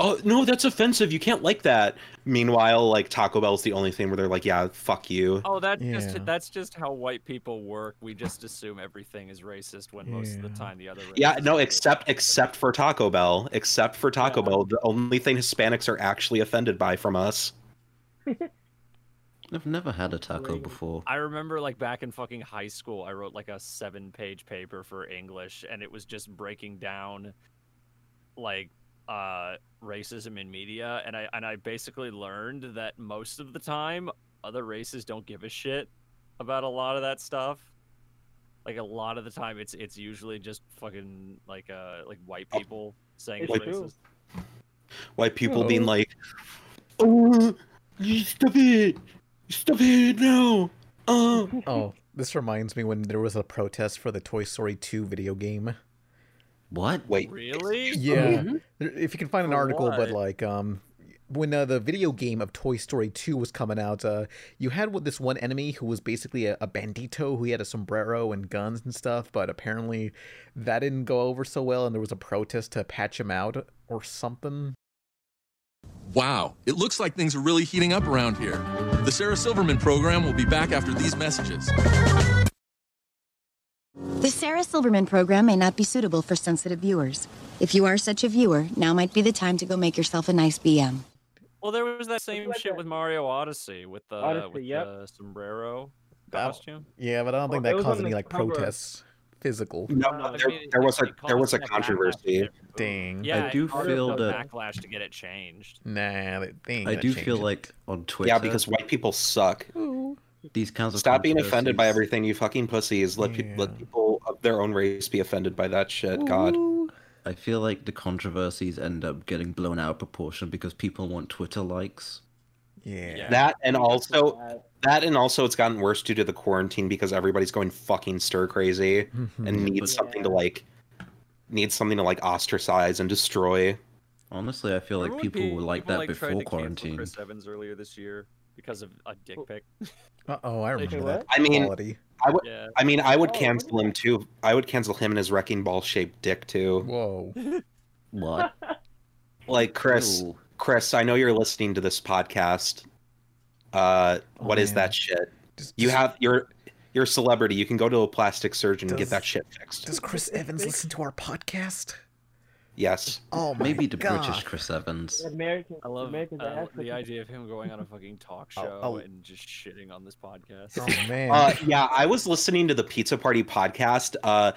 Speaker 5: "Oh no, that's offensive. You can't like that." Meanwhile, like Taco Bell's the only thing where they're like, "Yeah, fuck you."
Speaker 6: Oh, that's
Speaker 9: Yeah.
Speaker 6: just that's just how white people work. We just assume everything is racist when most of the
Speaker 9: Yeah.
Speaker 6: time the other. race
Speaker 5: Yeah,
Speaker 6: is
Speaker 5: no,
Speaker 6: racist.
Speaker 5: except except for Taco Bell, except for Taco
Speaker 6: Yeah.
Speaker 5: Bell, the only thing Hispanics are actually offended by from us.
Speaker 8: I've never had a taco before.
Speaker 6: I remember like back in fucking high school, I wrote like a seven page paper for English and it was just breaking down like uh racism in media and I and I basically learned that most of the time other races don't give a shit about a lot of that stuff. Like a lot of the time it's it's usually just fucking like uh like white people saying it's
Speaker 10: Oh, It's true.
Speaker 6: racist.
Speaker 5: White people
Speaker 9: Oh.
Speaker 5: being like, "Oh, you stop it, stop it now." Uh.
Speaker 9: Oh, this reminds me when there was a protest for the Toy Story 2 video game.
Speaker 8: What?
Speaker 5: Wait,
Speaker 6: Really?
Speaker 9: Yeah, There- if you can find an
Speaker 10: Oh,
Speaker 6: For
Speaker 9: article, but
Speaker 6: what?
Speaker 9: like um, when uh, the video game of Toy Story 2 was coming out, uh, you had with this one enemy who was basically a, a bandito who had a sombrero and guns and stuff, but apparently that didn't go over so well, and there was a protest to patch him out or something.
Speaker 11: Wow, it looks like things are really heating up around here. The Sarah Silverman program will be back after these messages.
Speaker 12: The Sarah Silverman program may not be suitable for sensitive viewers. If you are such a viewer, now might be the time to go make yourself a nice BM.
Speaker 6: Well, there was that same
Speaker 10: like
Speaker 6: shit
Speaker 10: that.
Speaker 6: with Mario Odyssey with the
Speaker 10: Odyssey,
Speaker 6: with
Speaker 10: yep.
Speaker 6: the sombrero
Speaker 9: That-
Speaker 6: costume.
Speaker 9: Yeah, but I don't
Speaker 10: Well,
Speaker 9: think
Speaker 10: it
Speaker 9: that
Speaker 10: was
Speaker 9: caused
Speaker 10: on the
Speaker 9: any like
Speaker 10: cover.
Speaker 9: protests physical.
Speaker 5: No,
Speaker 6: No, I
Speaker 5: there,
Speaker 6: mean,
Speaker 5: there
Speaker 6: it-
Speaker 5: was a
Speaker 6: it caused
Speaker 5: there was a
Speaker 6: backlash.
Speaker 5: controversy.
Speaker 9: Dang.
Speaker 6: Yeah,
Speaker 8: do
Speaker 6: it caused
Speaker 8: feel
Speaker 6: a
Speaker 8: that-
Speaker 6: backlash to get it changed.
Speaker 9: Nah, they, they ain't
Speaker 8: I
Speaker 9: gonna
Speaker 8: do
Speaker 9: change
Speaker 8: feel
Speaker 9: it.
Speaker 8: like on Twitter,
Speaker 5: Yeah, because white people suck.
Speaker 8: these kinds of
Speaker 5: Stop being offended by
Speaker 8: controversies-
Speaker 5: everything, you fucking pussies. Let peop
Speaker 9: Yeah.
Speaker 5: let people of their own race be offended by that shit. God.
Speaker 8: I feel like the controversies end up getting blown out of proportion because people want Twitter likes.
Speaker 9: yeah.
Speaker 5: That and also that and also it's gotten worse due to the quarantine because everybody's going fucking stir crazy
Speaker 9: Hmm,
Speaker 5: and needs something to like needs something to like ostracize and destroy.
Speaker 8: Honestly, I feel like
Speaker 6: Remember when
Speaker 8: people
Speaker 6: pe-
Speaker 8: were like
Speaker 6: people,
Speaker 8: that
Speaker 6: tried to
Speaker 8: before
Speaker 6: cancel
Speaker 8: quarantine.
Speaker 6: Chris Evans earlier this year because of a dick pic.
Speaker 9: Uh oh, I remember
Speaker 10: what?
Speaker 9: that.
Speaker 5: I mean-
Speaker 9: Quality.
Speaker 6: Yeah.
Speaker 5: I mean, I would
Speaker 10: Oh,
Speaker 5: cancel him too. I would cancel him and his wrecking ball shaped dick too.
Speaker 9: Whoa.
Speaker 8: What?
Speaker 5: Like Chris,
Speaker 8: Ew.
Speaker 5: Chris, I know you're listening to this podcast. Uh, what is
Speaker 9: Oh, man.
Speaker 5: that shit?
Speaker 9: Just-
Speaker 5: You
Speaker 9: just-
Speaker 5: have you're you're a celebrity. You can go to a plastic surgeon and
Speaker 9: Does-
Speaker 5: get that shit fixed.
Speaker 9: Does Chris Evans listen to our podcast?
Speaker 5: yes.
Speaker 9: Oh my
Speaker 8: Maybe the
Speaker 9: God.
Speaker 8: British Chris Evans.
Speaker 10: American,
Speaker 6: I love
Speaker 10: Americans
Speaker 6: uh,
Speaker 10: are
Speaker 6: the idea of him going on a Oh, fucking talk show
Speaker 9: I'll-
Speaker 6: and just shitting on this podcast.
Speaker 9: Oh man.
Speaker 5: Uh, yeah, I was listening to the Pizza Party podcast, uh,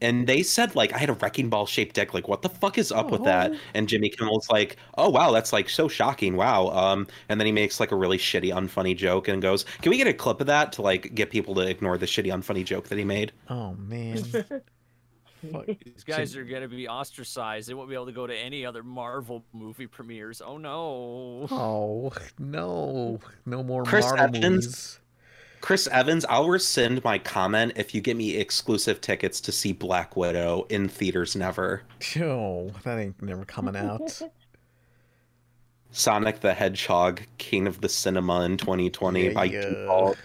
Speaker 5: and they said like I had a wrecking ball shaped dick. Like, what the fuck is up with that? And Jimmy Kimmel's like, "Oh wow, that's like so shocking. Wow." Um, and then he makes like a really shitty, unfunny joke and goes, "Can we get a clip of that to like get people to ignore the shitty, unfunny joke that he made?"
Speaker 9: oh man. Fuck.
Speaker 6: These guys are gonna be ostracized. They won't be able to go to any other Marvel movie premieres. Oh no!
Speaker 9: Oh no. No more
Speaker 5: Chris
Speaker 9: Marvel
Speaker 5: Evans?
Speaker 9: movies.
Speaker 5: Chris Evans, I'll rescind my comment if you get me exclusive tickets to see Black Widow in theaters. Never.
Speaker 9: Oh, that ain't never coming out.
Speaker 5: Sonic the Hedgehog, King of the Cinema in 2020
Speaker 9: Yeah,
Speaker 5: by
Speaker 9: yeah.
Speaker 5: default.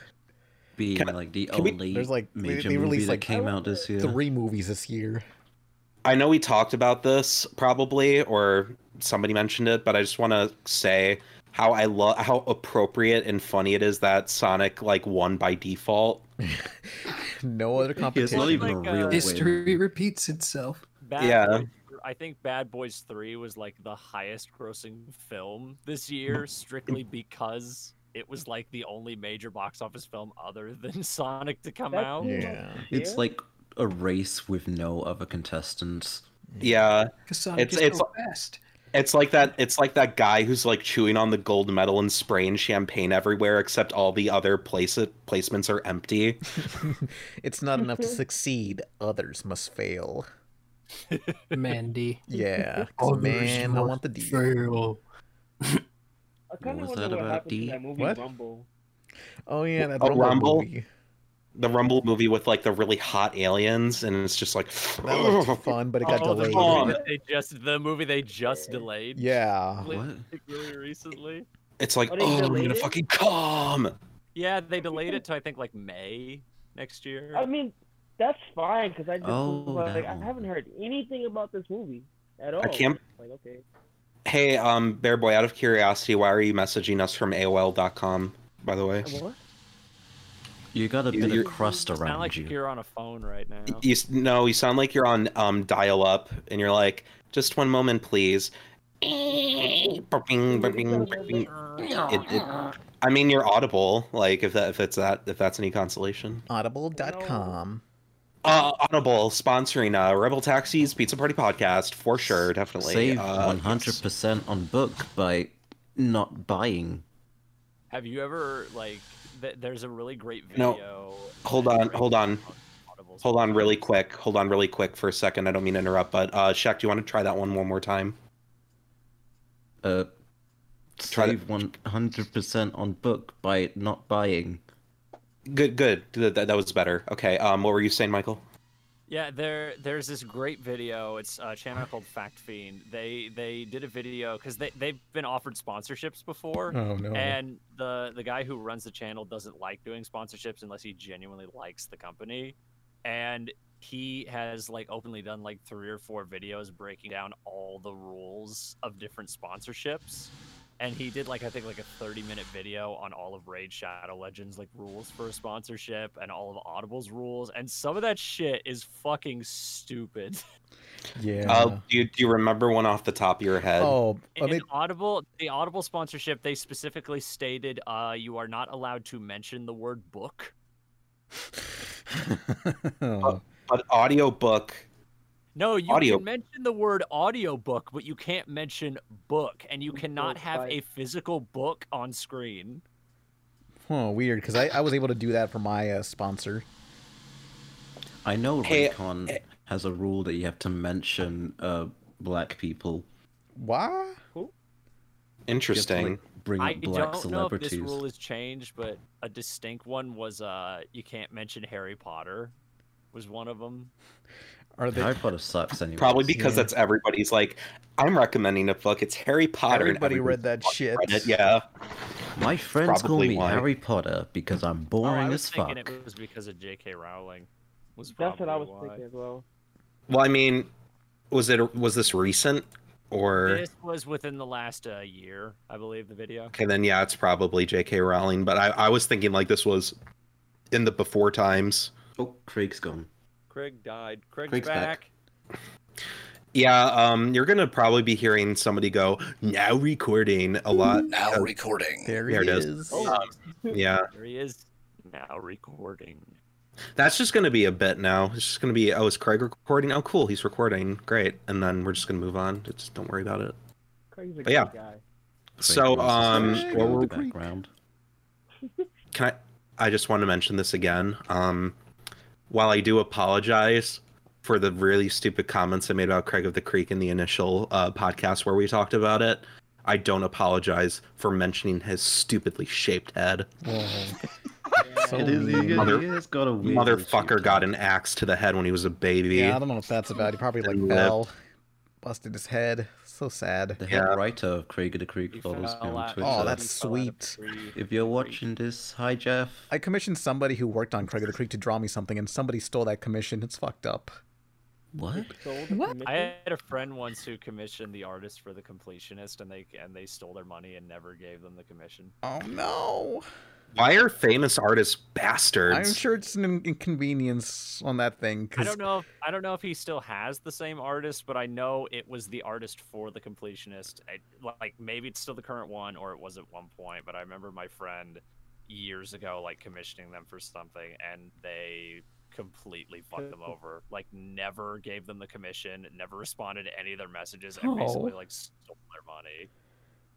Speaker 8: Being
Speaker 5: Can I-
Speaker 8: like the
Speaker 5: can we-
Speaker 8: only
Speaker 9: There's like- they-
Speaker 8: major
Speaker 9: they
Speaker 8: movie
Speaker 9: released,
Speaker 8: that
Speaker 9: like,
Speaker 8: came out this year.
Speaker 9: Three movies this year.
Speaker 5: I know we talked about this probably, or somebody mentioned it, but I just want to say how I love how appropriate and funny it is that Sonic like won by default.
Speaker 9: No other
Speaker 8: Yeah, it's
Speaker 9: competition.
Speaker 8: not even
Speaker 6: Like,
Speaker 8: a
Speaker 6: uh,
Speaker 8: real win.
Speaker 4: History repeats itself.
Speaker 6: Bad
Speaker 5: Yeah.
Speaker 6: Boys, I think Bad Boys Three was like the highest grossing film this
Speaker 5: Mm-hmm.
Speaker 6: year, strictly because it was like the only major box office film other than Sonic to come
Speaker 10: That's
Speaker 6: out.
Speaker 9: yeah.
Speaker 8: It's like a race with no other contestants.
Speaker 5: Yeah,
Speaker 4: Because Sonic
Speaker 5: It's-
Speaker 4: is
Speaker 5: it's-
Speaker 4: so fast.
Speaker 5: it's like that. It's like that guy who's like chewing on the gold medal and spraying champagne everywhere, except all the other place placements are empty.
Speaker 9: It's not enough to succeed. Others must fail.
Speaker 4: Mandy.
Speaker 9: Yeah. 'cause, Oh, man, I want the D.
Speaker 4: deal.
Speaker 10: I kind
Speaker 8: What
Speaker 10: of
Speaker 8: was
Speaker 10: wonder
Speaker 8: that
Speaker 10: what
Speaker 8: about,
Speaker 10: happened
Speaker 8: D?
Speaker 10: to that movie
Speaker 9: What?
Speaker 10: Rumble.
Speaker 9: Oh yeah, that
Speaker 5: Oh,
Speaker 9: Rumble
Speaker 5: Rumble?
Speaker 9: movie.
Speaker 5: the Rumble movie with like the really hot aliens, and it's just like
Speaker 9: That looked fun, but it got
Speaker 6: Oh, the
Speaker 9: delayed.
Speaker 6: movie that they just the movie they just delayed.
Speaker 9: Yeah.
Speaker 6: Really- Really recently.
Speaker 5: it's like
Speaker 6: Oh, they
Speaker 5: oh, we're
Speaker 6: delayed
Speaker 5: gonna
Speaker 6: it?
Speaker 5: fucking come.
Speaker 6: Yeah, they delayed it to I think like May next year.
Speaker 2: Um,
Speaker 10: I mean, that's fine because I just
Speaker 5: Oh,
Speaker 10: like
Speaker 5: that
Speaker 10: I
Speaker 5: one.
Speaker 10: haven't heard anything about this movie at all.
Speaker 5: can't-
Speaker 10: Like okay,
Speaker 5: Hey, um, Bear Boy, out of curiosity, why are you messaging us from AOL.com? By the way,
Speaker 10: what?
Speaker 8: You got a
Speaker 5: You-
Speaker 8: bit
Speaker 5: you're-
Speaker 8: of crust
Speaker 6: Sound
Speaker 8: around
Speaker 6: like
Speaker 8: you.
Speaker 6: you're on a phone right now.
Speaker 5: You s- no, you sound like you're on um dial up, and you're like, just one moment, please. Burping, burping, burping. It- it- I mean, you're audible. Like if that if it's that if that's any consolation.
Speaker 9: Audible.com.
Speaker 5: Uh, audible sponsoring uh, Rebel Taxis Pizza Party podcast for sure, definitely.
Speaker 8: Save
Speaker 5: uh,
Speaker 8: one hundred percent on book by not buying.
Speaker 6: Have you ever like? Th- there's a really great
Speaker 5: No.
Speaker 6: video.
Speaker 5: Hold on, hold on. Hold on really quick. Hold on really quick for a second. I don't mean to interrupt, but uh Shaq, do you want to try that one one more time?
Speaker 8: Uh
Speaker 5: Try to-
Speaker 8: save one hundred percent on book by not buying.
Speaker 5: Good good. Th- That, that was better. Okay. Um what were you saying, Michael?
Speaker 6: Yeah, there there's this great video. It's a channel called Fact Fiend. They they did a video because they they've been offered sponsorships before.
Speaker 9: Oh, no.
Speaker 6: And the the guy who runs the channel doesn't like doing sponsorships unless he genuinely likes the company, and he has like openly done like three or four videos breaking down all the rules of different sponsorships. And he did like I think like a 30 minute video on all of Raid Shadow Legends like rules for a sponsorship and all of Audible's rules and some of that shit is fucking stupid.
Speaker 9: Yeah.
Speaker 5: Uh, do you, do you remember one off the top of your head?
Speaker 9: Oh,
Speaker 6: In Audible, the Audible sponsorship, they specifically stated uh, you are not allowed to mention the word book.
Speaker 5: but, but audiobook
Speaker 6: No, you
Speaker 5: Audio-
Speaker 6: can mention the word audiobook, but you can't mention book, and you cannot have a physical book on screen.
Speaker 9: Oh, weird, because I, I was able to do that for my uh, sponsor.
Speaker 8: I know
Speaker 9: Hey, eh.
Speaker 8: Raycon has a rule that you have to mention uh black people.
Speaker 9: Why?
Speaker 5: Interesting.
Speaker 8: bring
Speaker 6: I
Speaker 8: up black
Speaker 6: don't know if this
Speaker 8: celebrities.
Speaker 6: rule is changed, but a distinct one was uh, you can't mention Harry Potter, was one of them.
Speaker 9: Are
Speaker 8: Harry Potter sucks anyway.
Speaker 5: Probably because that's everybody's like, I'm recommending a book. It's Harry Potter. and
Speaker 9: Everybody read
Speaker 5: everybody's
Speaker 9: that shit.
Speaker 5: read it, Yeah.
Speaker 8: my friends call
Speaker 5: probably
Speaker 8: me
Speaker 5: why.
Speaker 8: Harry Potter because I'm
Speaker 6: Oh, I
Speaker 8: boring
Speaker 6: was
Speaker 8: as fuck.
Speaker 6: thinking it was because of J.K. Rowling. Was
Speaker 10: that's what I
Speaker 6: probably
Speaker 10: was
Speaker 6: why.
Speaker 10: thinking as well.
Speaker 5: Well, I mean, was it was this recent or
Speaker 6: This was within the last uh, year, I believe, the video.
Speaker 5: okay? Then yeah, it's probably J.K. Rowling. But I, I was thinking like this was in the before times.
Speaker 8: Oh, Craig's gone.
Speaker 6: Craig died. Craig's,
Speaker 5: Craig's
Speaker 6: back.
Speaker 5: back. Yeah, um, you're gonna probably be hearing somebody go now recording a lot. Now
Speaker 8: recording.
Speaker 9: There,
Speaker 5: it is. Um, yeah,
Speaker 6: There he is now recording.
Speaker 5: that's just gonna be a bit now. It's just gonna be oh, is Craig recording? Oh, cool, he's recording. Great, and then we're just gonna move on. Just don't worry about it.
Speaker 10: Craig's a
Speaker 5: But yeah.
Speaker 10: good guy.
Speaker 5: So, um, what
Speaker 8: in
Speaker 5: were-
Speaker 8: the background.
Speaker 5: can I? I just want to mention this again. Um, while I do apologize for the really stupid comments I made about Craig of the Creek in the initial uh, podcast where we talked about it, I don't apologize for mentioning his stupidly shaped head.
Speaker 9: So
Speaker 8: it is.
Speaker 9: mean.
Speaker 8: He,
Speaker 5: Mother-
Speaker 8: has got a weird.
Speaker 5: Motherfucker got an axe to the head when he was a baby.
Speaker 9: Yeah, I don't know what that's about. He probably like
Speaker 5: Lip.
Speaker 9: fell, busted his head. So sad.
Speaker 8: The head writer of Craig of the Creek follows me
Speaker 6: fell
Speaker 8: on
Speaker 6: out-
Speaker 8: Twitter.
Speaker 9: Oh, that's sweet.
Speaker 8: If you're watching this, hi Jeff.
Speaker 9: I commissioned somebody who worked on Craig of the Creek to draw me something, and somebody stole that commission. It's fucked up.
Speaker 8: What?
Speaker 10: What?
Speaker 6: I had a friend once who commissioned the artist for the completionist, and they and they stole their money and never gave them the commission.
Speaker 9: Oh no!
Speaker 5: Why are famous artists bastards?
Speaker 9: I'm sure it's an in- inconvenience on that thing.
Speaker 6: I
Speaker 9: 'cause-
Speaker 6: don't know. If, I don't know if he still has the same artist, but I know it was the artist for the completionist. I, like maybe it's still the current one, or it was at one point. But I remember my friend years ago, like commissioning them for something, and they completely fucked them
Speaker 9: Oh.
Speaker 6: over. Like never gave them the commission, never responded to any of their messages, and basically
Speaker 9: Oh.
Speaker 6: like stole their money.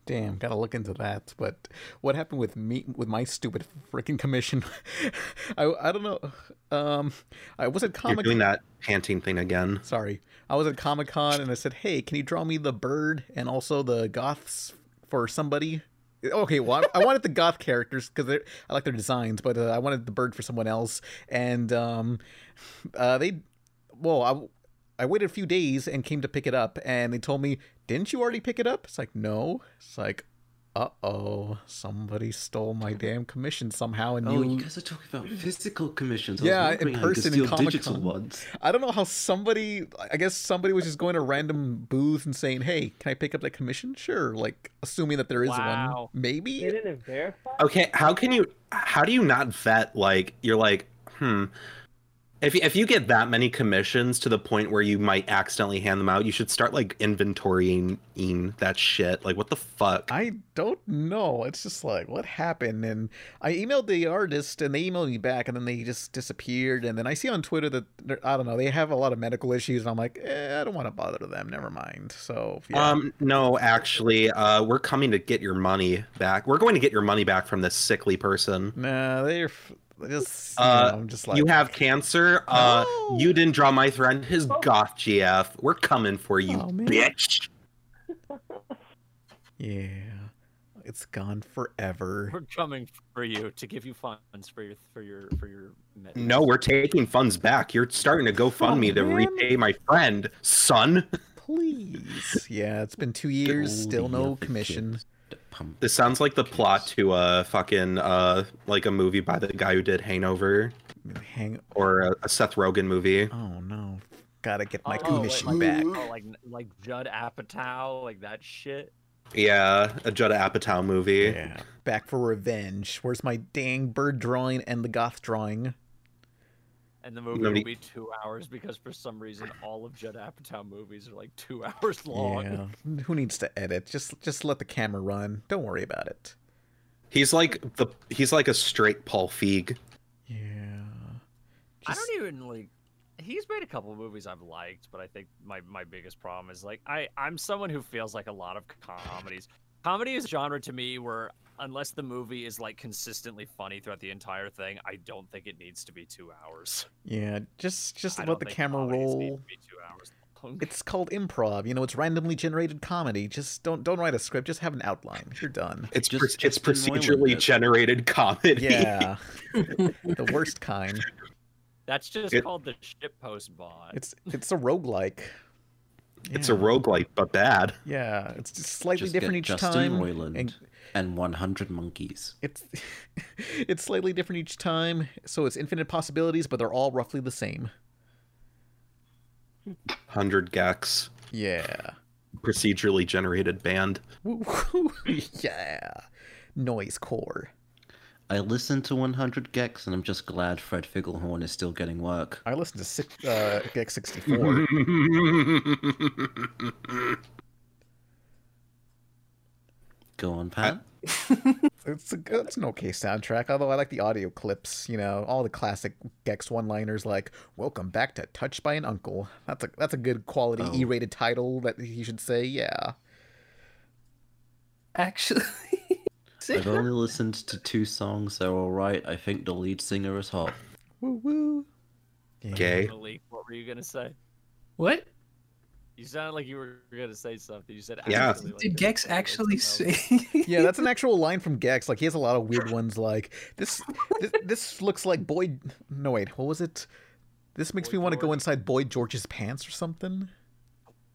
Speaker 9: Damn, gotta look into that. But what happened with me with my stupid freaking commission? I I don't know. Um, I was at
Speaker 5: You're
Speaker 9: Comic.
Speaker 5: doing that panting thing again.
Speaker 9: Sorry, I was at Comic Con and I said, "Hey, can you draw me the bird and also the goths for somebody?" Okay, well, I, I wanted the goth characters because I like their designs, but uh, I wanted the bird for someone else, and um, uh, they, well, I, I waited a few days and came to pick it up, and they told me, "Didn't you already pick it up?" It's like, no. It's like, uh oh, somebody stole my damn commission somehow, and
Speaker 8: Oh,
Speaker 9: you.
Speaker 8: you guys are talking about physical commissions. I was
Speaker 9: yeah, in
Speaker 8: wondering how you could
Speaker 9: person
Speaker 8: steal
Speaker 9: in Comic
Speaker 8: digital
Speaker 9: Con.
Speaker 8: ones.
Speaker 9: I don't know how somebody. I guess somebody was just going to random booth and saying, "Hey, can I pick up that commission?" Sure, like assuming that there is
Speaker 10: Wow.
Speaker 9: one, maybe.
Speaker 10: They didn't verify.
Speaker 5: Okay, how can you? How do you not vet? Like you're like, hmm. If you- if you get that many commissions to the point where you might accidentally hand them out, you should start like inventorying that shit. Like what the fuck?
Speaker 9: I don't know. It's just like what happened, and I emailed the artist, and they emailed me back, and then they just disappeared. And then I see on Twitter that they're- I don't know. They have a lot of medical issues, and I'm like, eh, I don't want to bother them. Never mind. So yeah.
Speaker 5: Um, no, actually, uh, we're coming to get your money back. We're going to get your money back from this sickly person.
Speaker 9: nah, they're f- they just. you
Speaker 5: Uh,
Speaker 9: know, I'm just like
Speaker 5: you have cancer. Uh, you didn't draw my thread. His
Speaker 9: Oh.
Speaker 5: goth GF. We're coming for you, bitch.
Speaker 9: Yeah, it's gone forever.
Speaker 6: We're coming for you to give you funds for your for your for your. Med-
Speaker 5: No, we're taking funds back. You're starting to GoFundMe to repay my friend, son.
Speaker 9: Please. Yeah, it's been two years, still no commission.
Speaker 5: This sounds like the plot to a fucking uh, like a movie by the guy who did Hangover,
Speaker 9: Hang
Speaker 5: or a, a Seth Rogen movie.
Speaker 9: Oh no, gotta get my
Speaker 6: Oh, like-
Speaker 9: commission
Speaker 6: like,
Speaker 9: back.
Speaker 6: oh, like like Judd Apatow, like that shit.
Speaker 5: Yeah, a Judd Apatow movie.
Speaker 9: Yeah. Back for revenge. Where's my dang bird drawing and the goth drawing?
Speaker 6: And the movie
Speaker 9: Nobody-
Speaker 6: will be two hours because for some reason all of Judd Apatow movies are like two hours long.
Speaker 9: Yeah. Who needs to edit? Just just let the camera run. Don't worry about it.
Speaker 5: He's like the he's like a straight Paul Feig.
Speaker 6: I don't even like. He's made a couple of movies I've liked, but I think my, my biggest problem is like I I'm someone who feels like a lot of comedies. Comedy is a genre to me where unless the movie is like consistently funny throughout the entire thing, I don't think it needs to be two hours.
Speaker 9: Yeah, just just
Speaker 6: I
Speaker 9: let
Speaker 6: don't
Speaker 9: the
Speaker 6: think
Speaker 9: camera
Speaker 6: comedies need
Speaker 9: roll.
Speaker 6: to be two hours long.
Speaker 9: It's called improv. You know, it's randomly generated comedy. Just don't don't write a script. Just have an outline. You're done.
Speaker 5: It's
Speaker 9: just,
Speaker 5: pro- it's procedurally generated comedy.
Speaker 9: Yeah. the worst kind.
Speaker 6: That's just
Speaker 5: It-
Speaker 6: called the shitpost bot.
Speaker 9: It's it's a roguelike.
Speaker 5: It's a roguelite, but bad.
Speaker 9: Yeah, it's just slightly
Speaker 8: Just
Speaker 9: different
Speaker 8: get
Speaker 9: each
Speaker 8: Justin
Speaker 9: time.
Speaker 8: Roiland and... 100 monkeys.
Speaker 9: It's it's slightly different each time, so it's infinite possibilities, but they're all roughly the same.
Speaker 5: Hundred Gex.
Speaker 9: Yeah.
Speaker 5: Procedurally generated band.
Speaker 9: Woo, woo, yeah. Noise core.
Speaker 8: I listened to 100 Gex, and I'm just glad Fred Figglehorn is still getting work.
Speaker 9: I listened to six, uh, Gex 64.
Speaker 8: Go on, Pat.
Speaker 9: it's a good, it's an okay soundtrack. Although I like the audio clips, you know, all the classic Gex one-liners like "Welcome back to Touched by an Uncle." That's a that's a good quality
Speaker 4: Oh.
Speaker 9: E-rated title that he should say. Yeah.
Speaker 4: Actually,
Speaker 8: I've only listened to two songs. They're all right. I think the lead singer is hot.
Speaker 9: Woo woo.
Speaker 8: Gay.
Speaker 6: Malik, what were you gonna say?
Speaker 4: What?
Speaker 6: You sounded like you were gonna say something. You said actually, like,
Speaker 4: Did Gex actually say?
Speaker 9: yeah, that's an actual line from Gex. Like he has a lot of weird ones. Like this, this, this looks like Boyd. No wait, what was it? This makes me want to go inside Boyd George's pants or something.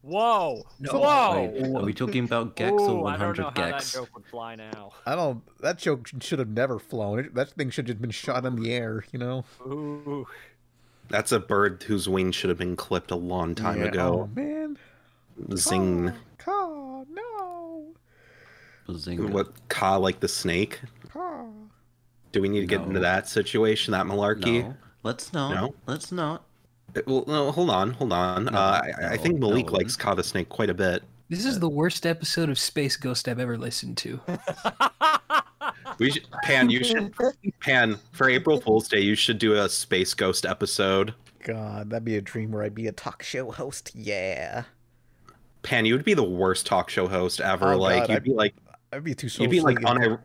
Speaker 6: Whoa!
Speaker 8: Wait, are we talking about Gex or
Speaker 6: Oh. Ooh, I don't
Speaker 8: 100
Speaker 6: know how that
Speaker 8: Gex?
Speaker 6: joke would fly now.
Speaker 9: I don't. That joke sh- should have never flown. It- That thing should have been shot in the air. You know.
Speaker 6: Ooh.
Speaker 5: That's a bird whose wings should have been clipped a long time
Speaker 9: Yeah,
Speaker 5: ago.
Speaker 9: Oh man.
Speaker 5: Zing.
Speaker 9: Caw, no.
Speaker 5: What Ka like the snake?
Speaker 9: Caw.
Speaker 5: Do we need to get into that situation, that malarkey?
Speaker 8: No, let's not.
Speaker 5: No?
Speaker 8: Let's not.
Speaker 5: Uh, Well, no, hold on, hold on. uh, I, I think Malik likes Ka the snake quite a bit.
Speaker 4: This is the worst episode of Space Ghost I've ever listened to.
Speaker 5: We should, Pan, you should Pan for April Fool's Day. You should do a space ghost episode.
Speaker 9: God, that'd be a dream where I'd be a talk show host. Yeah.
Speaker 5: Pan, you would be the worst talk show host ever.
Speaker 9: Oh,
Speaker 5: like
Speaker 9: God,
Speaker 5: you'd
Speaker 9: I'd-
Speaker 5: be like
Speaker 9: I'd be too.
Speaker 5: you'd be like
Speaker 9: socially
Speaker 5: on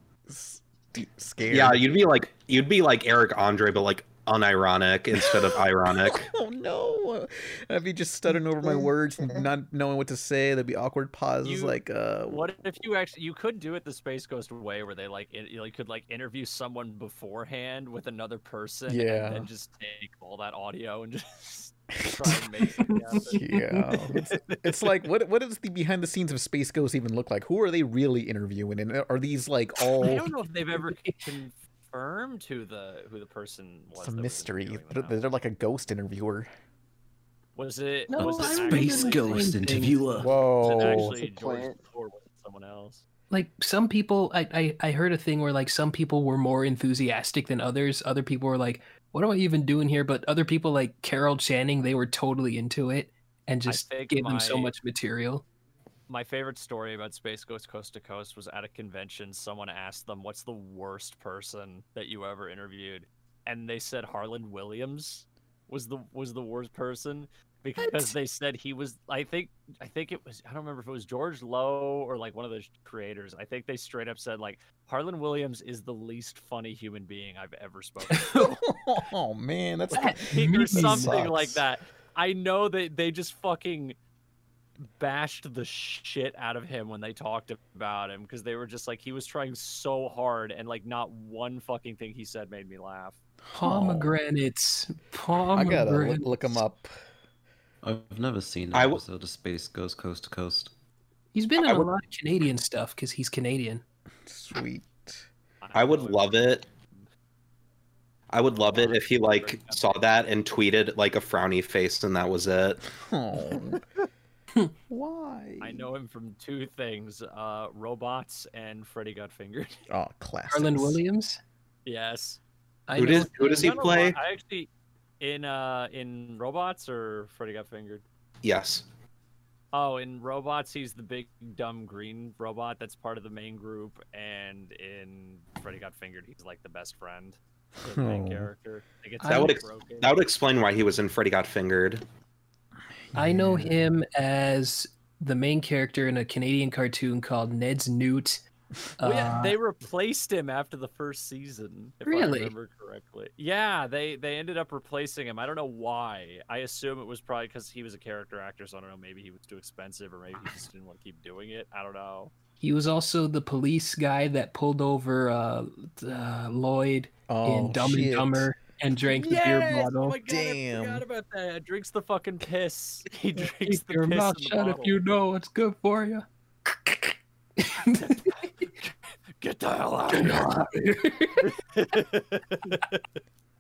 Speaker 5: a
Speaker 9: scared.
Speaker 5: yeah, you'd be like you'd be like Eric Andre, but like unironic instead of ironic.
Speaker 9: Oh no! I'd be just stuttering over my words, and not knowing what to say. There'd be awkward pauses, like uh,
Speaker 6: What if you actually you could do it the Space Ghost way, where they like in, you like, could like interview someone beforehand with another person,
Speaker 9: Yeah.
Speaker 6: and then just take all that audio and just try and make it happen.
Speaker 9: Yeah, it's, it's like what what does the behind the scenes of Space Ghost even look like? Who are they really interviewing? And are these like
Speaker 6: I
Speaker 9: all
Speaker 6: don't know if they've ever confirmed who the who the person was.
Speaker 9: it's a
Speaker 6: that was
Speaker 9: mystery? They're, they're like a ghost interviewer.
Speaker 6: Was it
Speaker 4: No,
Speaker 6: was it
Speaker 4: I
Speaker 6: actually-
Speaker 4: remember Ghost
Speaker 6: was it
Speaker 4: interviewer.
Speaker 9: Whoa!
Speaker 6: actually George or was it someone else?
Speaker 4: like some people I, I i heard a thing where like some people were more enthusiastic than others other people were like what am i even doing here but other people like carol channing they were totally into it and
Speaker 6: I
Speaker 4: just
Speaker 6: think
Speaker 4: gave them so
Speaker 6: my-
Speaker 4: much material
Speaker 6: My favorite story about Space Ghost Coast to Coast was at a convention. Someone asked them, "What's the worst person that you ever interviewed?" And they said Harlan Williams was the was the worst person because they said he was. I think I think it was. I don't remember if it was George Lowe or like one of those creators. I think they straight up said like Harlan Williams is the least funny human being I've ever spoken. to."
Speaker 9: Oh man, that's
Speaker 6: or
Speaker 9: that
Speaker 6: something
Speaker 9: sucks.
Speaker 6: like that. I know that they just fucking bashed the shit out of him when they talked about him because they were just like he was trying so hard and like not one fucking thing he said made me laugh.
Speaker 4: pomegranates
Speaker 9: I
Speaker 4: pomegranates
Speaker 9: gotta look, look him up.
Speaker 8: I've never seen an episode of Space Goes Coast to Coast.
Speaker 4: he's been in a lot of canadian stuff because he's canadian
Speaker 9: sweet
Speaker 5: I would love it. I would love it if he like saw that and tweeted like a frowny face and that was it.
Speaker 9: Oh, Why?
Speaker 6: I know him from two things: uh, robots and Freddy Got Fingered.
Speaker 9: Oh, classic.
Speaker 4: harlan williams
Speaker 6: Yes.
Speaker 4: I Who know- does- who
Speaker 6: He's
Speaker 4: does he
Speaker 6: done a lot-
Speaker 4: play?
Speaker 6: I actually in uh in robots or Freddy Got Fingered.
Speaker 5: Yes.
Speaker 6: Oh, in robots, he's the big dumb green robot that's part of the main group, and in Freddy Got Fingered, he's like the best friend, the main
Speaker 5: Oh.
Speaker 6: character. They get
Speaker 5: That would ex-
Speaker 6: broken.
Speaker 5: that would explain why he was in Freddy Got Fingered.
Speaker 4: I know him as the main character in a Canadian cartoon called Ned's Newt.
Speaker 6: Well, yeah,
Speaker 4: Uh,
Speaker 6: they replaced him after the first season, if
Speaker 4: Really?
Speaker 6: I remember correctly. Yeah, they they ended up replacing him. I don't know why. I assume it was probably because he was a character actor, so I don't know. Maybe he was too expensive, or maybe he just didn't want to keep doing it. I don't know.
Speaker 4: He was also the police guy that pulled over uh, uh, Lloyd
Speaker 9: Oh,
Speaker 4: in Dumb
Speaker 9: shit.
Speaker 4: and Dumber and drank the
Speaker 6: Yes!
Speaker 4: beer
Speaker 6: Oh
Speaker 4: bottle.
Speaker 6: my god, I forgot about that. Drinks the fucking piss. He drinks
Speaker 4: Keep
Speaker 6: the
Speaker 4: your
Speaker 6: piss
Speaker 4: mouth
Speaker 6: in the
Speaker 4: shut if
Speaker 6: bottle.
Speaker 4: you know what's good for you.
Speaker 6: Get the hell out of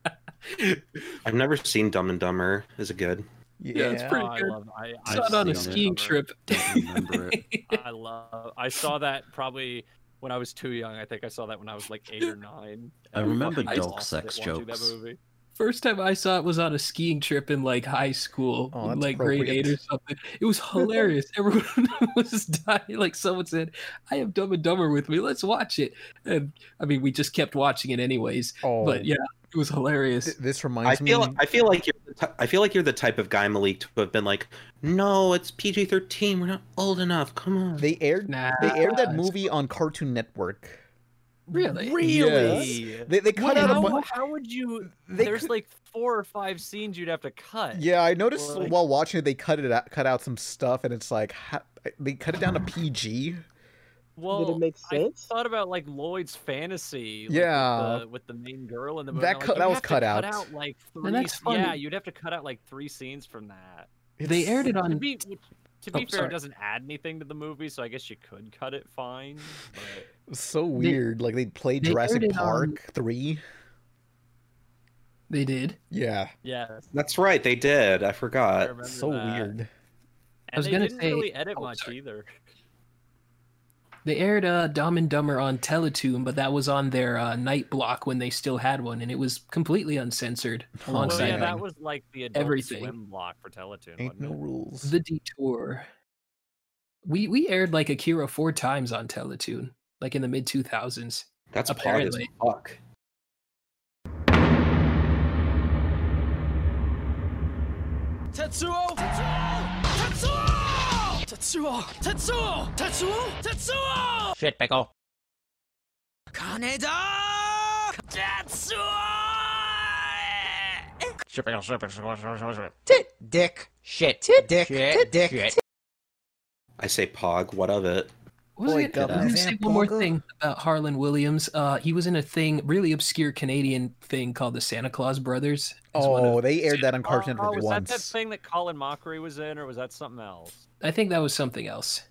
Speaker 5: I've never seen Dumb and Dumber. Is it good?
Speaker 4: Yeah, it's pretty
Speaker 6: Oh, I
Speaker 4: good.
Speaker 6: love- I-
Speaker 4: I
Speaker 5: I've
Speaker 4: saw it on a
Speaker 5: seen it.
Speaker 4: skiing trip.
Speaker 6: I love. I saw that probably when I was too young. I think I saw that when I was like eight or nine.
Speaker 8: I
Speaker 6: and
Speaker 8: remember
Speaker 6: fucking
Speaker 8: dog
Speaker 6: lost it
Speaker 8: sex
Speaker 6: watching
Speaker 8: jokes.
Speaker 6: That movie.
Speaker 4: First time I saw it was on a skiing trip in like high school,
Speaker 9: Oh, that's
Speaker 4: like grade
Speaker 9: appropriate.
Speaker 4: eight or something. It was hilarious. Everyone was dying. Like someone said, "I have Dumb and Dumber with me. Let's watch it." And I mean, we just kept watching it anyways.
Speaker 9: Oh.
Speaker 4: But yeah, it was hilarious.
Speaker 9: this
Speaker 5: I
Speaker 9: reminds
Speaker 5: feel
Speaker 9: me.
Speaker 5: I feel like you're the ty- I feel like you're the type of guy Malik to have been like, no, it's PG thirteen. We're not old enough. Come on.
Speaker 9: They aired they aired that movie on Cartoon Network.
Speaker 4: Really?
Speaker 9: Yes. They, they cut out a
Speaker 6: how,
Speaker 9: bunch.
Speaker 6: how would you?
Speaker 9: they
Speaker 6: there's like four or five scenes you'd have to cut.
Speaker 9: Yeah, I noticed
Speaker 6: Like,
Speaker 9: while watching it, they cut it out, cut out some stuff, and it's like ha- they cut it down to PG.
Speaker 6: well,
Speaker 10: make
Speaker 6: I thought about like Lloyd's fantasy. like,
Speaker 9: Yeah.
Speaker 6: with the, with the main girl in the movie.
Speaker 9: That
Speaker 6: I'm
Speaker 9: cut-
Speaker 6: like,
Speaker 9: that
Speaker 6: "You'd
Speaker 9: was
Speaker 6: have to
Speaker 9: cut
Speaker 6: Cut
Speaker 9: out."
Speaker 6: out like three.
Speaker 4: And that's
Speaker 6: Yeah,
Speaker 4: funny.
Speaker 6: you'd have to cut out like three scenes from that.
Speaker 4: They aired it
Speaker 6: To
Speaker 4: on.
Speaker 6: be, to be
Speaker 4: Oh,
Speaker 6: fair,
Speaker 4: sorry.
Speaker 6: it doesn't add anything to the movie, so I guess you could cut it fine. But
Speaker 9: It was so weird. like they played
Speaker 4: they aired
Speaker 9: Jurassic
Speaker 4: it on-
Speaker 9: Park three.
Speaker 4: They did.
Speaker 9: Yeah,
Speaker 6: yeah,
Speaker 5: That's right. They did. I
Speaker 6: I
Speaker 5: forgot.
Speaker 6: remember
Speaker 9: so
Speaker 6: that.
Speaker 9: weird.
Speaker 6: And
Speaker 4: was
Speaker 6: they
Speaker 4: gonna
Speaker 6: didn't
Speaker 4: say- oh,
Speaker 6: really edit much either.
Speaker 4: They aired uh, Dumb and Dumber on Teletoon, but that was on their uh, night block when they still had one, and it was completely uncensored.
Speaker 6: Oh
Speaker 4: alongside
Speaker 6: yeah, that
Speaker 4: Dumb-
Speaker 6: was like the adult
Speaker 4: Everything.
Speaker 6: swim block for Teletoon.
Speaker 9: Ain't
Speaker 6: wasn't
Speaker 9: no rules.
Speaker 4: The Detour. We we aired like Akira four times on Teletoon, like in the mid two thousands.
Speaker 5: That's hard as
Speaker 4: apparently.
Speaker 5: fuck.
Speaker 2: Tetsuo! Tetsuo! Tetsuo! Tetsuo! Tetsuo! Tetsuo!
Speaker 1: Shit, pickle.
Speaker 2: Kaneda! Tetsuo!
Speaker 13: Tit dick shit. Tit dick shit, dick. Shit.
Speaker 5: I say pog. What of it?
Speaker 4: What was I gonna- I was gonna say one more thing about Harlan Williams. Uh, he was in a thing, really obscure Canadian thing called the Santa Claus Brothers. It's one
Speaker 9: Oh,
Speaker 4: of-
Speaker 9: they aired that on Cartoon
Speaker 6: Oh,
Speaker 9: Network
Speaker 6: was
Speaker 9: once.
Speaker 6: that that thing that Colin Mockery was in, or was that something else?
Speaker 4: I think that was something else.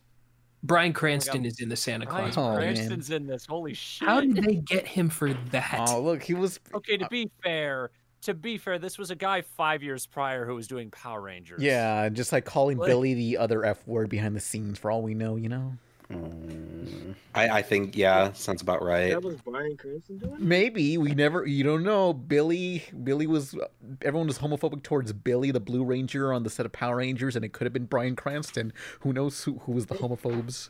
Speaker 4: Brian Cranston is in the Santa
Speaker 6: Bryan
Speaker 9: Oh,
Speaker 4: Claus. Brothers.
Speaker 6: Cranston's in this. Holy shit!
Speaker 4: How did they get him for that?
Speaker 9: Oh, look, he was.
Speaker 6: Okay, to be fair, to be fair, this was a guy five years prior who was doing Power Rangers.
Speaker 9: Yeah, just like calling
Speaker 6: Like-
Speaker 9: Billy the other F word behind the scenes for all we know, you know?
Speaker 5: I, I think yeah, sounds about right.
Speaker 7: That was Brian Cranston doing.
Speaker 9: Maybe we never you don't know. Billy Billy was everyone was homophobic towards Billy the Blue Ranger on the set of Power Rangers and it could have been Brian Cranston. Who knows who who was the homophobes?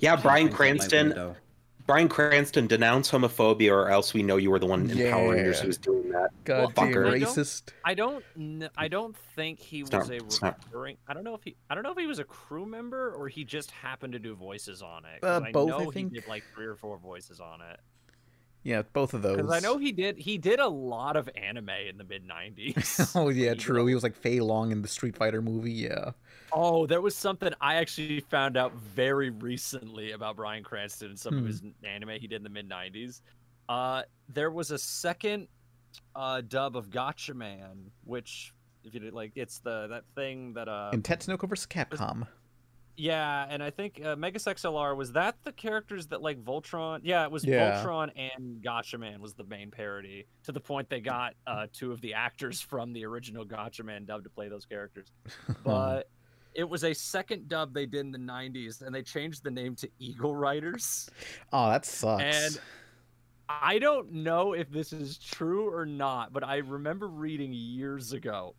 Speaker 5: Yeah, Brian
Speaker 9: hangs out my
Speaker 5: Cranston.
Speaker 9: window.
Speaker 5: Brian Cranston denounce homophobia, or else we know you were the one in Power Rangers
Speaker 9: Yeah.
Speaker 5: who was doing that.
Speaker 9: God
Speaker 5: Fucker.
Speaker 9: damn uh, racist.
Speaker 6: I don't. kn- I don't think he
Speaker 5: It's
Speaker 6: was
Speaker 5: not-
Speaker 6: a
Speaker 5: it's not-
Speaker 6: recurring. I don't know if he. I don't know if he was a crew member or he just happened to do voices on it.
Speaker 9: Uh,
Speaker 6: 'cause
Speaker 9: both, I
Speaker 6: know
Speaker 9: think.
Speaker 6: He did like three or four voices on it.
Speaker 9: Yeah, both of those.
Speaker 6: Because I know he did. He did a lot of anime in the mid '90s.
Speaker 9: Oh yeah, true. He was like Fei Long in the Street Fighter movie, yeah.
Speaker 6: Oh, there was something I actually found out very recently about Brian Cranston and some of
Speaker 9: Hmm.
Speaker 6: his n- anime he did in the mid '90s. Uh, there was a second uh, dub of Gotcha Man, which, if you did, like, it's the that thing that uh,
Speaker 9: in Tetsunoko vs. Capcom.
Speaker 6: yeah, and I think uh, Megas XLR was that the characters that like Voltron. Yeah, it was
Speaker 9: Yeah.
Speaker 6: Voltron and Gotcha Man was the main parody. To the point they got uh, two of the actors from the original Gotcha Man dub to play those characters.
Speaker 9: Hmm.
Speaker 6: But it was a second dub they did in the '90s, and they changed the name to Eagle Riders.
Speaker 9: Oh, that sucks.
Speaker 6: And I don't know if this is true or not, but I remember reading years ago,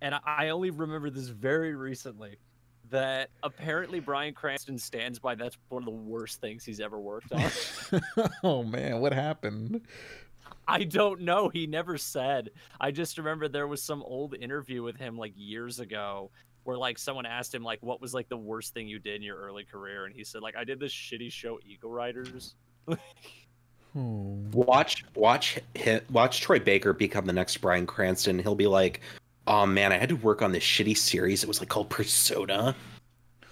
Speaker 6: and I- I only remember this very recently, that apparently Brian Cranston stands by that's one of the worst things he's ever worked on.
Speaker 9: oh man, what happened?
Speaker 6: I don't know. He never said. I just remember there was some old interview with him like years ago where like someone asked him like what was like the worst thing you did in your early career and he said like I did this shitty show Eagle Riders.
Speaker 9: Oh,
Speaker 5: Watch, watch, hi- watch Troy Baker become the next Brian Cranston. He'll be like, "Oh man, I had to work on this shitty series. It was like called Persona."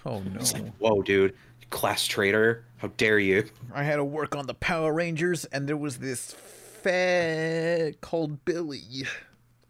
Speaker 9: Oh no.
Speaker 5: It's like, whoa, dude, class traitor! How dare you?
Speaker 9: I had to work on the Power Rangers, and there was this fat called Billy.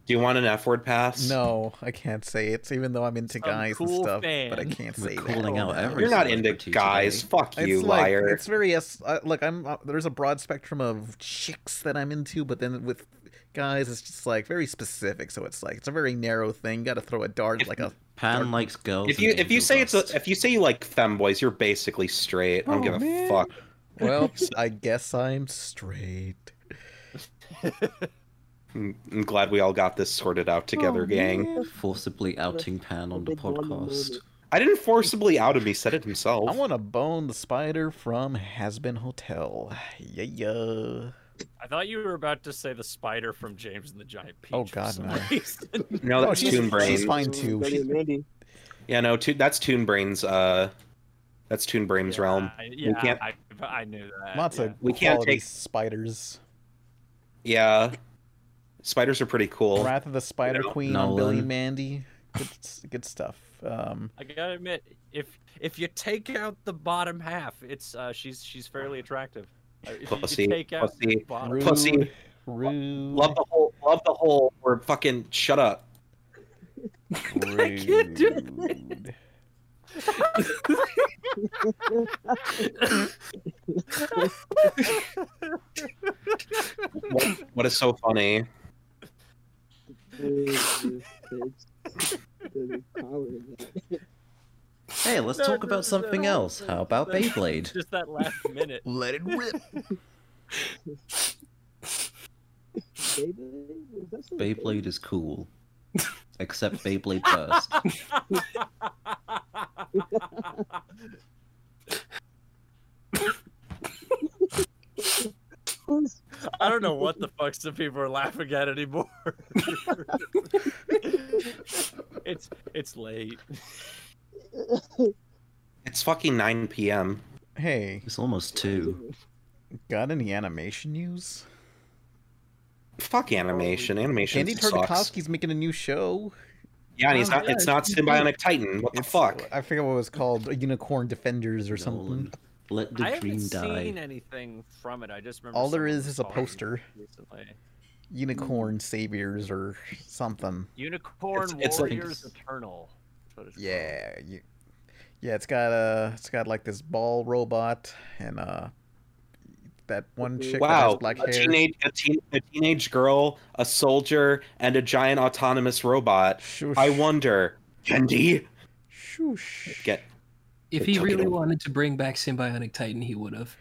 Speaker 5: Do you want an F word pass?
Speaker 9: No, I can't say it, even though I'm into guys
Speaker 5: cool
Speaker 9: and stuff, but I
Speaker 5: fan.
Speaker 9: can't
Speaker 5: We're
Speaker 9: say
Speaker 5: calling
Speaker 9: that.
Speaker 5: out every You're not into celebrity guys. today. Fuck you,
Speaker 9: it's like-
Speaker 5: liar.
Speaker 9: it's very es- uh, look. I'm uh, there's a broad spectrum of chicks that I'm into, but then with guys, it's just like very specific. So it's like it's a very narrow thing. Got to throw a dart like a
Speaker 8: Pan
Speaker 9: dart-
Speaker 8: likes girls.
Speaker 5: If you if you say it's a, if you say you like femboys, you're basically straight. I don't
Speaker 9: Oh,
Speaker 5: give a
Speaker 9: man.
Speaker 5: fuck.
Speaker 9: Well, I guess I'm straight.
Speaker 5: I'm, I'm glad we all got this sorted out together,
Speaker 8: Oh,
Speaker 5: gang.
Speaker 8: man. Forcibly outing Pan on the podcast.
Speaker 5: I didn't forcibly out him. He said it himself.
Speaker 9: I want to bone the spider from Has Been Hotel. Yeah, yeah.
Speaker 5: Oh,
Speaker 6: I thought you were about to say the spider from James and the Giant Peach.
Speaker 9: Oh
Speaker 6: for
Speaker 9: God,
Speaker 6: some
Speaker 9: no.
Speaker 6: reason.
Speaker 5: No, that's
Speaker 9: Oh, she's,
Speaker 5: Toon Brain.
Speaker 9: She's fine too. She's-
Speaker 5: Yeah, no, to, that's Toon Brain's. Uh, that's Toon Brain's realm.
Speaker 6: I-
Speaker 5: we
Speaker 6: yeah,
Speaker 5: can't.
Speaker 6: I, I knew that.
Speaker 9: lots
Speaker 6: yeah.
Speaker 9: of
Speaker 5: We can't
Speaker 9: quality
Speaker 5: take-
Speaker 9: spiders.
Speaker 5: Yeah, spiders are pretty cool.
Speaker 9: Wrath of the Spider
Speaker 5: No.
Speaker 9: Queen on Billy
Speaker 5: Nolan.
Speaker 9: and Mandy. Good, s- good stuff. Um,
Speaker 6: I gotta admit, if if you take out the bottom half, it's uh, she's she's fairly attractive. Uh, If you- you
Speaker 5: Pussy,
Speaker 6: take out the
Speaker 5: pussy,
Speaker 6: bottom-
Speaker 5: pussy. Love the whole. Love the whole. Or fucking shut up.
Speaker 9: I can't do it.
Speaker 5: What, what is so funny?
Speaker 8: Hey, let's
Speaker 6: No,
Speaker 8: talk
Speaker 6: no,
Speaker 8: about something
Speaker 6: no.
Speaker 8: else. How about
Speaker 6: That-
Speaker 8: Beyblade?
Speaker 6: Just that last minute.
Speaker 9: Let it rip.
Speaker 8: Beyblade is cool. Except Beyblade Burst.
Speaker 6: I don't know what the fuck some people are laughing at anymore. it's it's late.
Speaker 5: It's fucking 9 p.m.
Speaker 9: Hey,
Speaker 8: It's almost two.
Speaker 9: got any animation news?
Speaker 5: Fuck animation. Animation
Speaker 9: Oh, Andy Oh,
Speaker 5: sucks.
Speaker 9: Tartakovsky's making a new show.
Speaker 5: Yeah, and he's not. It's not Symbionic Titan. What the fuck?
Speaker 9: I forget what it was called. Unicorn Defenders or something.
Speaker 8: Let
Speaker 6: I haven't seen anything from it. I just remember
Speaker 9: All there
Speaker 6: someone
Speaker 9: is is a
Speaker 6: calling me
Speaker 9: poster.
Speaker 6: Recently.
Speaker 9: Unicorn Saviors or something.
Speaker 6: Unicorn
Speaker 9: It's- it's like-
Speaker 6: Warriors Eternal. That's what it's called.
Speaker 9: Yeah, you, yeah. It's got uh, it's got like this ball robot and uh, that one chick that
Speaker 5: Wow,
Speaker 9: has black
Speaker 5: a
Speaker 9: hair.
Speaker 5: teenage, a, teen, a teenage girl, a soldier, and a giant autonomous robot. I wonder, Kendi, get
Speaker 4: If
Speaker 5: get
Speaker 4: he
Speaker 5: taken
Speaker 4: really
Speaker 5: away.
Speaker 4: wanted to bring back Symbionic Titan, he would have.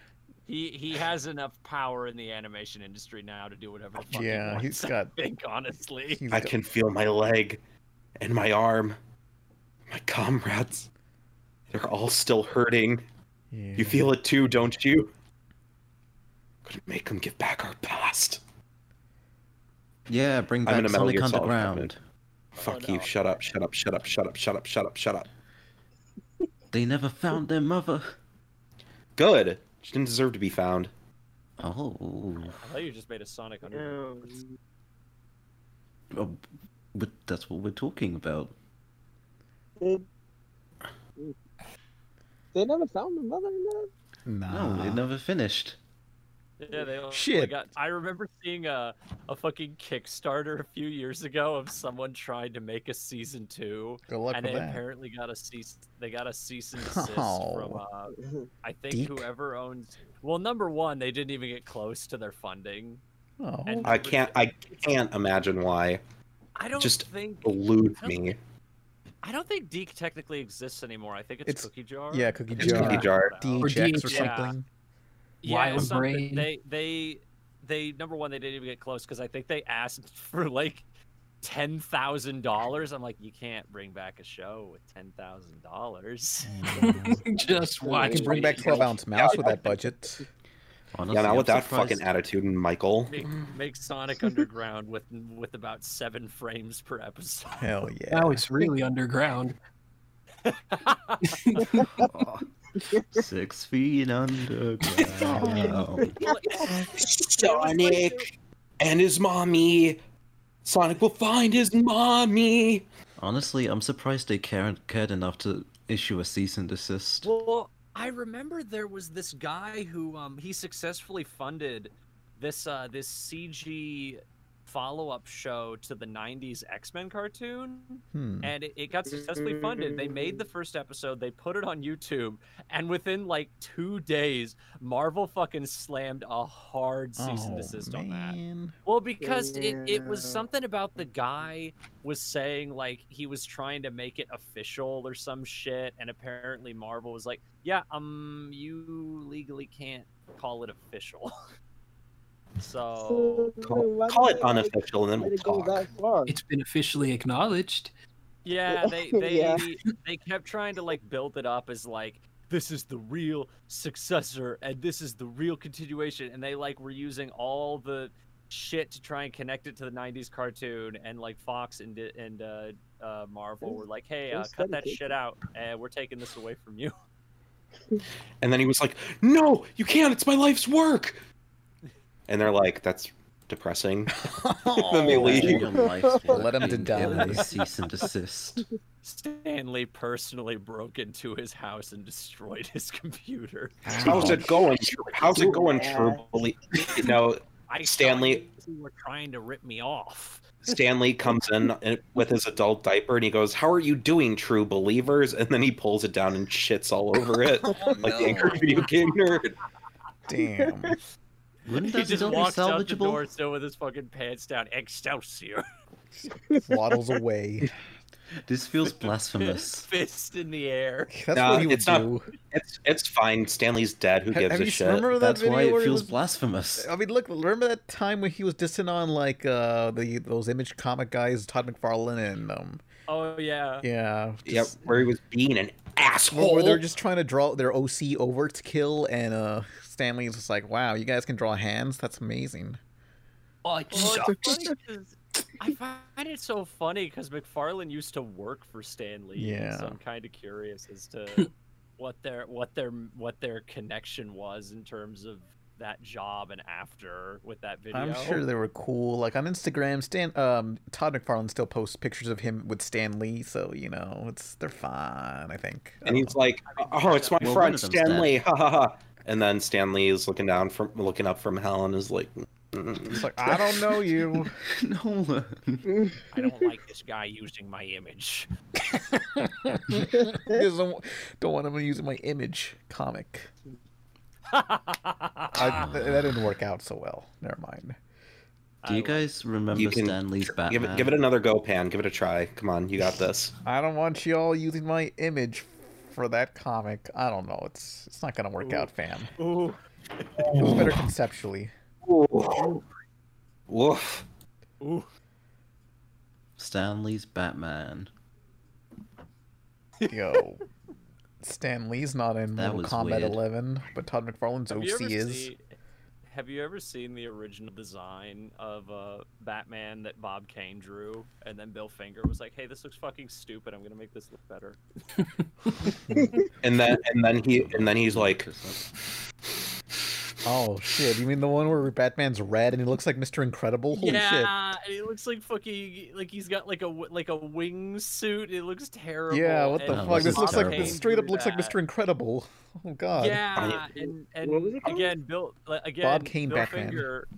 Speaker 6: He he has enough power in the animation industry now to do whatever the fuck
Speaker 4: Yeah,
Speaker 6: he wants.
Speaker 4: he's
Speaker 6: I
Speaker 4: got-
Speaker 6: think, honestly.
Speaker 5: I can feel my leg and my arm. My comrades, they're all still hurting. You feel it too, don't you? Could make them give back our past.
Speaker 8: Yeah, bring
Speaker 5: I'm
Speaker 8: back
Speaker 5: in a Metal
Speaker 8: Sonic
Speaker 5: Gear Solid
Speaker 8: Underground.
Speaker 5: Fuck you! Shut up! Shut up! Shut up! Shut up! Shut up! Shut up! Shut up!
Speaker 8: They never found their mother.
Speaker 5: Good. She didn't deserve to be found.
Speaker 8: Oh,
Speaker 6: I thought you just made a Sonic under.
Speaker 8: Oh, but that's what we're talking about.
Speaker 10: They, they never found the mother in that.
Speaker 8: No, it never finished.
Speaker 6: Yeah, they only
Speaker 8: Shit.
Speaker 6: Got, I remember seeing a, a fucking Kickstarter a few years ago of someone trying to make a season two,
Speaker 9: Good luck
Speaker 6: and
Speaker 9: with
Speaker 6: they
Speaker 9: that.
Speaker 6: apparently got a cease. They got a cease and desist from
Speaker 9: Oh.
Speaker 5: Mm-hmm.
Speaker 6: uh, I think
Speaker 9: Deep.
Speaker 6: whoever owns. Well, number one, they didn't even get close to their funding.
Speaker 9: Oh.
Speaker 6: And
Speaker 5: I
Speaker 6: number
Speaker 5: can't.
Speaker 6: two-
Speaker 5: I can't imagine why.
Speaker 6: I don't
Speaker 5: just oh.
Speaker 6: think-
Speaker 5: elude
Speaker 6: I don't-
Speaker 5: me.
Speaker 6: I don't think Deke technically exists anymore. I think it's,
Speaker 9: It's-
Speaker 6: Cookie Jar.
Speaker 9: yeah, Cookie
Speaker 5: It's Cookie Jar.
Speaker 9: Jar. DHX or something.
Speaker 6: Yeah,
Speaker 4: Wild
Speaker 6: something.
Speaker 4: Brain.
Speaker 6: They they they number one they didn't even get close because I think they asked for like ten thousand dollars. I'm like, you can't bring back a show with ten thousand dollars.
Speaker 4: Just
Speaker 9: I
Speaker 6: watch
Speaker 9: can bring
Speaker 6: me.
Speaker 9: back 12 ounce mouse with that budget.
Speaker 5: yeah, not
Speaker 9: I'm
Speaker 5: with that
Speaker 9: surprised-
Speaker 5: fucking attitude, Michael.
Speaker 6: Make, make Sonic Underground with with about seven frames per episode.
Speaker 9: Hell yeah.
Speaker 4: Now it's really underground.
Speaker 8: Six feet underground.
Speaker 5: Sonic and his mommy. Sonic will find his mommy.
Speaker 8: Honestly, I'm surprised they cared, cared enough to issue a cease and desist.
Speaker 6: Well, I remember there was this guy who um he successfully funded this uh this CG follow-up show to the 90s X-Men cartoon
Speaker 2: Hmm.
Speaker 6: and it, it got successfully funded. They made the first episode, they put it on YouTube, and within like 2 days Marvel fucking slammed a hard cease and
Speaker 2: Oh,
Speaker 6: desist on that. Well, because it, it was something about the guy was saying like he was trying to make it official or some shit, and apparently Marvel was like, "Yeah, um, you legally can't call it official." so
Speaker 5: Call, call it unofficial, and then we'll talk.
Speaker 4: It's been officially acknowledged.
Speaker 6: yeah, they they
Speaker 4: Yeah.
Speaker 6: they kept trying to like build it up as like this is the real successor and this is the real continuation, and they like were using all the shit to try and connect it to the 90s cartoon and like fox and di- and uh, uh marvel were like hey uh,
Speaker 2: There's
Speaker 6: cut that
Speaker 2: dedication.
Speaker 6: shit out and we're taking this away from you
Speaker 5: And then he was like, "No, you can't. It's my life's work." And they're like, "That's depressing." then
Speaker 9: Oh,
Speaker 5: they leave.
Speaker 9: Let him to die.
Speaker 8: cease and desist.
Speaker 6: stanley personally broke into his house and destroyed his computer
Speaker 5: How's it going? How's it going, Truly? You know,
Speaker 6: I
Speaker 5: Stanley.
Speaker 6: you were trying to rip me off
Speaker 5: Stanley comes in uh, with his adult diaper and he goes, "How are you doing, true believers?" And then he pulls it down and shits all over it, like the angry video game nerd.
Speaker 9: Damn.
Speaker 8: Wouldn't
Speaker 6: he
Speaker 8: that
Speaker 6: just
Speaker 8: still be
Speaker 6: walks out the
Speaker 8: salvageable?
Speaker 6: door still with his fucking pants down excelsior
Speaker 9: Waddles away.
Speaker 8: This feels blasphemous.
Speaker 6: fist in the air
Speaker 5: Nah, it's not- It's it's fine. Stanley's dead. Who
Speaker 9: Ha-
Speaker 5: gives
Speaker 9: have
Speaker 5: a
Speaker 9: you s-
Speaker 5: shit?
Speaker 9: remember that That's why video it where he feels was-
Speaker 8: blasphemous.
Speaker 9: I mean, look, remember that time when he was dissing on like uh the those image comic guys, Todd McFarlane and um
Speaker 6: oh yeah
Speaker 9: yeah,
Speaker 5: Yep, where he was being an asshole.
Speaker 9: Or they're just trying to draw their OC over to kill, and uh Stanley's just like, "Wow, you guys can draw hands. That's amazing."
Speaker 6: Oh, it's funny 'cause I find it so funny because McFarlane used to work for Stanley.
Speaker 9: Yeah.
Speaker 6: So I'm kind of curious as to what their what their what their connection was in terms of that job and after with that video.
Speaker 9: I'm sure they were cool. Like on Instagram, Stan um, Todd McFarlane still posts pictures of him with Stan Lee, so you know it's they're fine. I think.
Speaker 5: And he's like, "Oh, it's my
Speaker 9: Well, one
Speaker 5: friend
Speaker 9: of them's
Speaker 5: Stan
Speaker 9: dead.
Speaker 5: Lee." Ha ha ha. And then Stan Lee is looking down from looking up from hell and is like,
Speaker 9: It's like I don't know you.
Speaker 8: no.
Speaker 6: I don't like this guy using my image.
Speaker 9: don't, don't want him using my image comic.
Speaker 6: Ah.
Speaker 9: I, th- that didn't work out so well. Never mind.
Speaker 8: Do you guys remember
Speaker 5: You can
Speaker 8: Stan Lee's Batman?
Speaker 5: "Give it, give it another go, Pan. Give it a try. Come on, you got this."
Speaker 9: I don't want you all using my image for that comic. I don't know. It's it's not gonna work out, fam.
Speaker 6: Ooh.
Speaker 9: It was better conceptually.
Speaker 5: Woof.
Speaker 6: Ooh.
Speaker 8: Stan Lee's Batman.
Speaker 9: Yo. Stan Lee's not in
Speaker 8: That
Speaker 9: Mortal
Speaker 8: was
Speaker 9: Kombat
Speaker 8: weird.
Speaker 9: 11, but Todd McFarlane's
Speaker 6: Have you ever
Speaker 9: OC is.
Speaker 6: seen- have you ever seen the original design of uh, Batman that Bob Kane drew, and then Bill Finger was like, "Hey, this looks fucking stupid. I'm gonna make this look better."
Speaker 5: And then and then he and then he's like,
Speaker 9: Oh shit! You mean the one where Batman's red and he looks like Mr. Incredible? Holy shit!
Speaker 6: yeah, and it looks like fucking like he's got like a w- like a wingsuit. It looks terrible.
Speaker 9: Yeah, what the
Speaker 6: and
Speaker 9: fuck? This
Speaker 6: Bob
Speaker 9: looks like
Speaker 6: Kane
Speaker 9: this straight up
Speaker 6: drew
Speaker 9: looks like
Speaker 6: that.
Speaker 9: Mr. Incredible. Oh god.
Speaker 6: Yeah, and, and again, Bill like, again,
Speaker 9: Kane
Speaker 6: Bill
Speaker 9: Batman.
Speaker 6: Finger,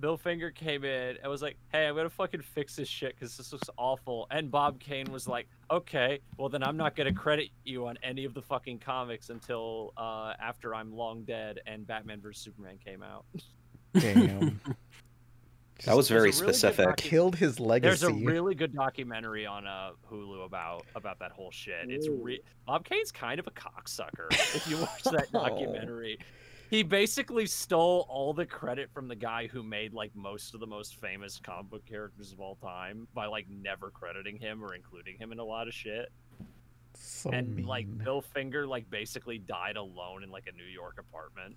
Speaker 6: Bill Finger came in and was like, "Hey, I'm gonna fucking fix this shit because this looks awful." And Bob Kane was like, "Okay, well then I'm not gonna credit you on any of the fucking comics until uh, after I'm long dead and Batman vs Superman came out."
Speaker 9: Damn.
Speaker 5: That was very
Speaker 6: There's a really good
Speaker 5: specific.
Speaker 6: docu-
Speaker 9: Killed his
Speaker 6: There's a
Speaker 9: legacy.
Speaker 6: really good documentary on uh, Hulu about about that whole shit. It's re- Bob Kane's kind of a cocksucker. if you watch that documentary, he basically stole all the credit from the guy who made like most of the most famous comic book characters of all time by like never crediting him or including him in a lot of shit.
Speaker 9: So
Speaker 1: Oh,
Speaker 6: and like Bill Finger like basically died alone in like a New York apartment.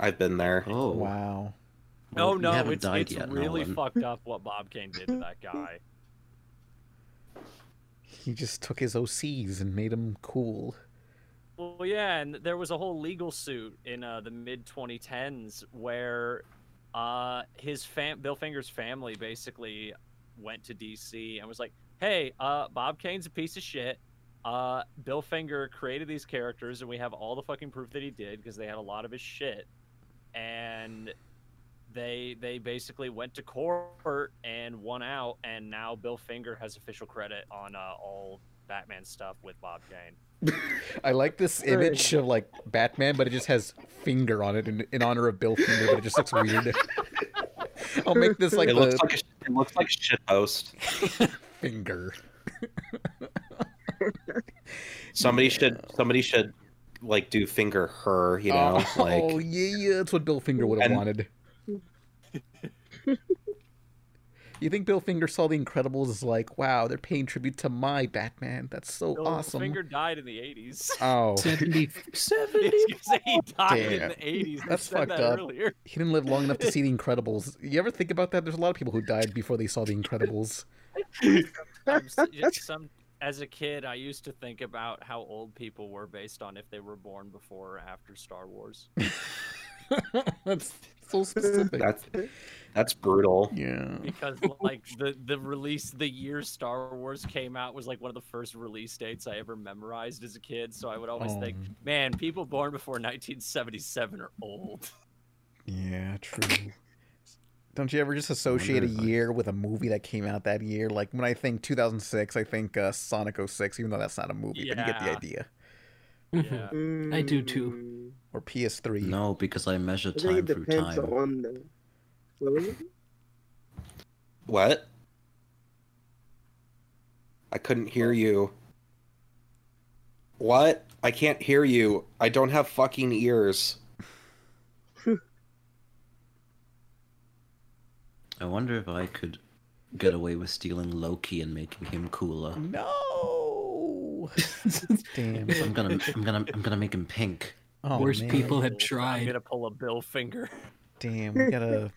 Speaker 5: "I've been there."
Speaker 8: Oh
Speaker 9: wow.
Speaker 6: Oh, No, no, it's, it's really fucked up what Bob Kane did to that guy.
Speaker 9: He just took his OCs and made him cool.
Speaker 6: Well, yeah, and there was a whole legal suit in uh, the mid 2010s where uh, his fam- Bill Finger's family basically went to DC and was like, "Hey, uh, Bob Kane's a piece of shit. Uh, Bill Finger created these characters, and we have all the fucking proof that he did because they had a lot of his shit." And they they basically went to court and won out, and now Bill Finger has official credit on uh, all Batman stuff with Bob Kane.
Speaker 9: I like this image of like Batman, but it just has finger on it in, in honor of Bill Finger, but it just looks weird. I'll make this like
Speaker 5: it
Speaker 9: the
Speaker 5: looks like a, sh- it looks like a shit post.
Speaker 9: finger.
Speaker 5: Somebody should somebody should like do finger her, you know,
Speaker 9: oh,
Speaker 5: like
Speaker 9: oh, yeah, yeah, that's what Bill Finger would have
Speaker 5: And-
Speaker 9: wanted. you think Bill Finger saw the Incredibles as like, wow, they're paying tribute to my Batman. That's so
Speaker 6: Bill
Speaker 9: awesome.
Speaker 6: Finger died in the 80s.
Speaker 9: Oh.
Speaker 4: 70,
Speaker 6: It's 'cause he died in
Speaker 9: Damn.
Speaker 6: the 80s.
Speaker 9: That's
Speaker 6: we said
Speaker 9: fucked
Speaker 6: that
Speaker 9: up.
Speaker 6: Earlier.
Speaker 9: He didn't live long enough to see The Incredibles. You ever think about that? There's a lot of people who died before they saw The Incredibles.
Speaker 6: I'm s- just some, as a kid, I used to think about how old people were based on if they were born before or after Star Wars.
Speaker 9: That's so specific.
Speaker 5: that's that's brutal.
Speaker 9: Yeah.
Speaker 6: Because like the the release the year Star Wars came out was like one of the first release dates I ever memorized as a kid. So I would always think,
Speaker 9: Um.
Speaker 6: man, people born before 1977 are old.
Speaker 9: Yeah, true. Don't you ever just associate a year with a movie that came out that year? Like when I think 2006, I think uh, Sonic 06, even though that's not a movie, but you get the
Speaker 6: Yeah.
Speaker 9: idea.
Speaker 7: Mm.
Speaker 4: I do too.
Speaker 9: Or PS3.
Speaker 8: No, because I measure
Speaker 7: I think
Speaker 8: time
Speaker 7: it
Speaker 8: through
Speaker 7: depends
Speaker 8: time.
Speaker 7: on the. What was it?
Speaker 5: What? I couldn't
Speaker 9: Oh.
Speaker 5: hear you. What? I can't hear you. I don't have fucking ears.
Speaker 8: I wonder if I could get away with stealing Loki and making him cooler.
Speaker 9: No. Damn.
Speaker 8: I'm gonna, I'm gonna, I'm gonna make him pink.
Speaker 9: Oh,
Speaker 4: Worst
Speaker 9: man.
Speaker 4: people have
Speaker 6: I'm
Speaker 4: tried.
Speaker 6: gonna pull a Bill Finger.
Speaker 9: Damn, we gotta.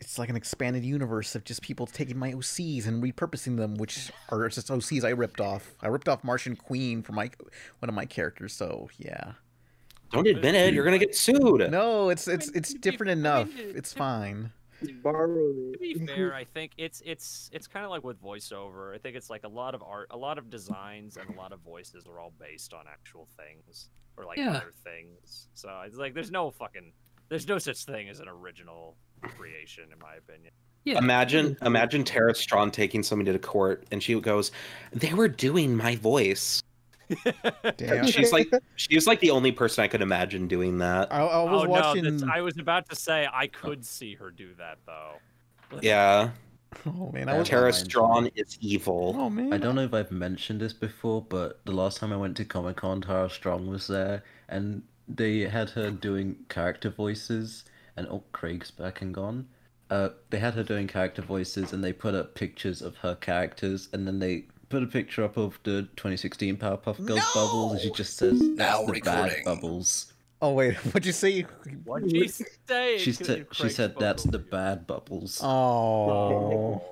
Speaker 9: It's like an expanded universe of just people taking my OCs and repurposing them, which are just OCs I ripped off. I ripped off Martian Queen for my one of my characters, so yeah.
Speaker 5: Don't admit it. You're gonna get sued.
Speaker 9: No, it's it's it's different enough. It's fine.
Speaker 6: To be fair, I think it's it's it's kind of like with voiceover. I think it's like a lot of art, a lot of designs, and a lot of voices are all based on actual things or like
Speaker 4: Yeah.
Speaker 6: other things. So it's like there's no fucking there's no such thing as an original creation, in my opinion.
Speaker 5: Imagine, imagine Tara Strong taking somebody to court, and she goes, "They were doing my voice."
Speaker 9: Damn.
Speaker 5: She's like, she was like the only person I could imagine doing that.
Speaker 9: I, I was
Speaker 6: oh,
Speaker 9: watching.
Speaker 6: No, that's- I was about to say I could see her do that though.
Speaker 5: Yeah.
Speaker 9: Oh man,
Speaker 6: I was-
Speaker 5: Tara Strong is evil.
Speaker 9: Oh, man.
Speaker 8: I don't know if I've mentioned this before, but the last time I went to Comic Con, Tara Strong was there, and they had her doing character voices. And oh, Craig's back and gone. Uh, they had her doing character voices, and they put up pictures of her characters, and then they put a picture up of the 2016 Powerpuff Girls bubbles, and she just says, "That's the bad bubbles."
Speaker 9: Oh wait, what'd you say? What
Speaker 6: did you say?
Speaker 8: She said, "She said that's the bad bubbles."
Speaker 9: Um, Oh.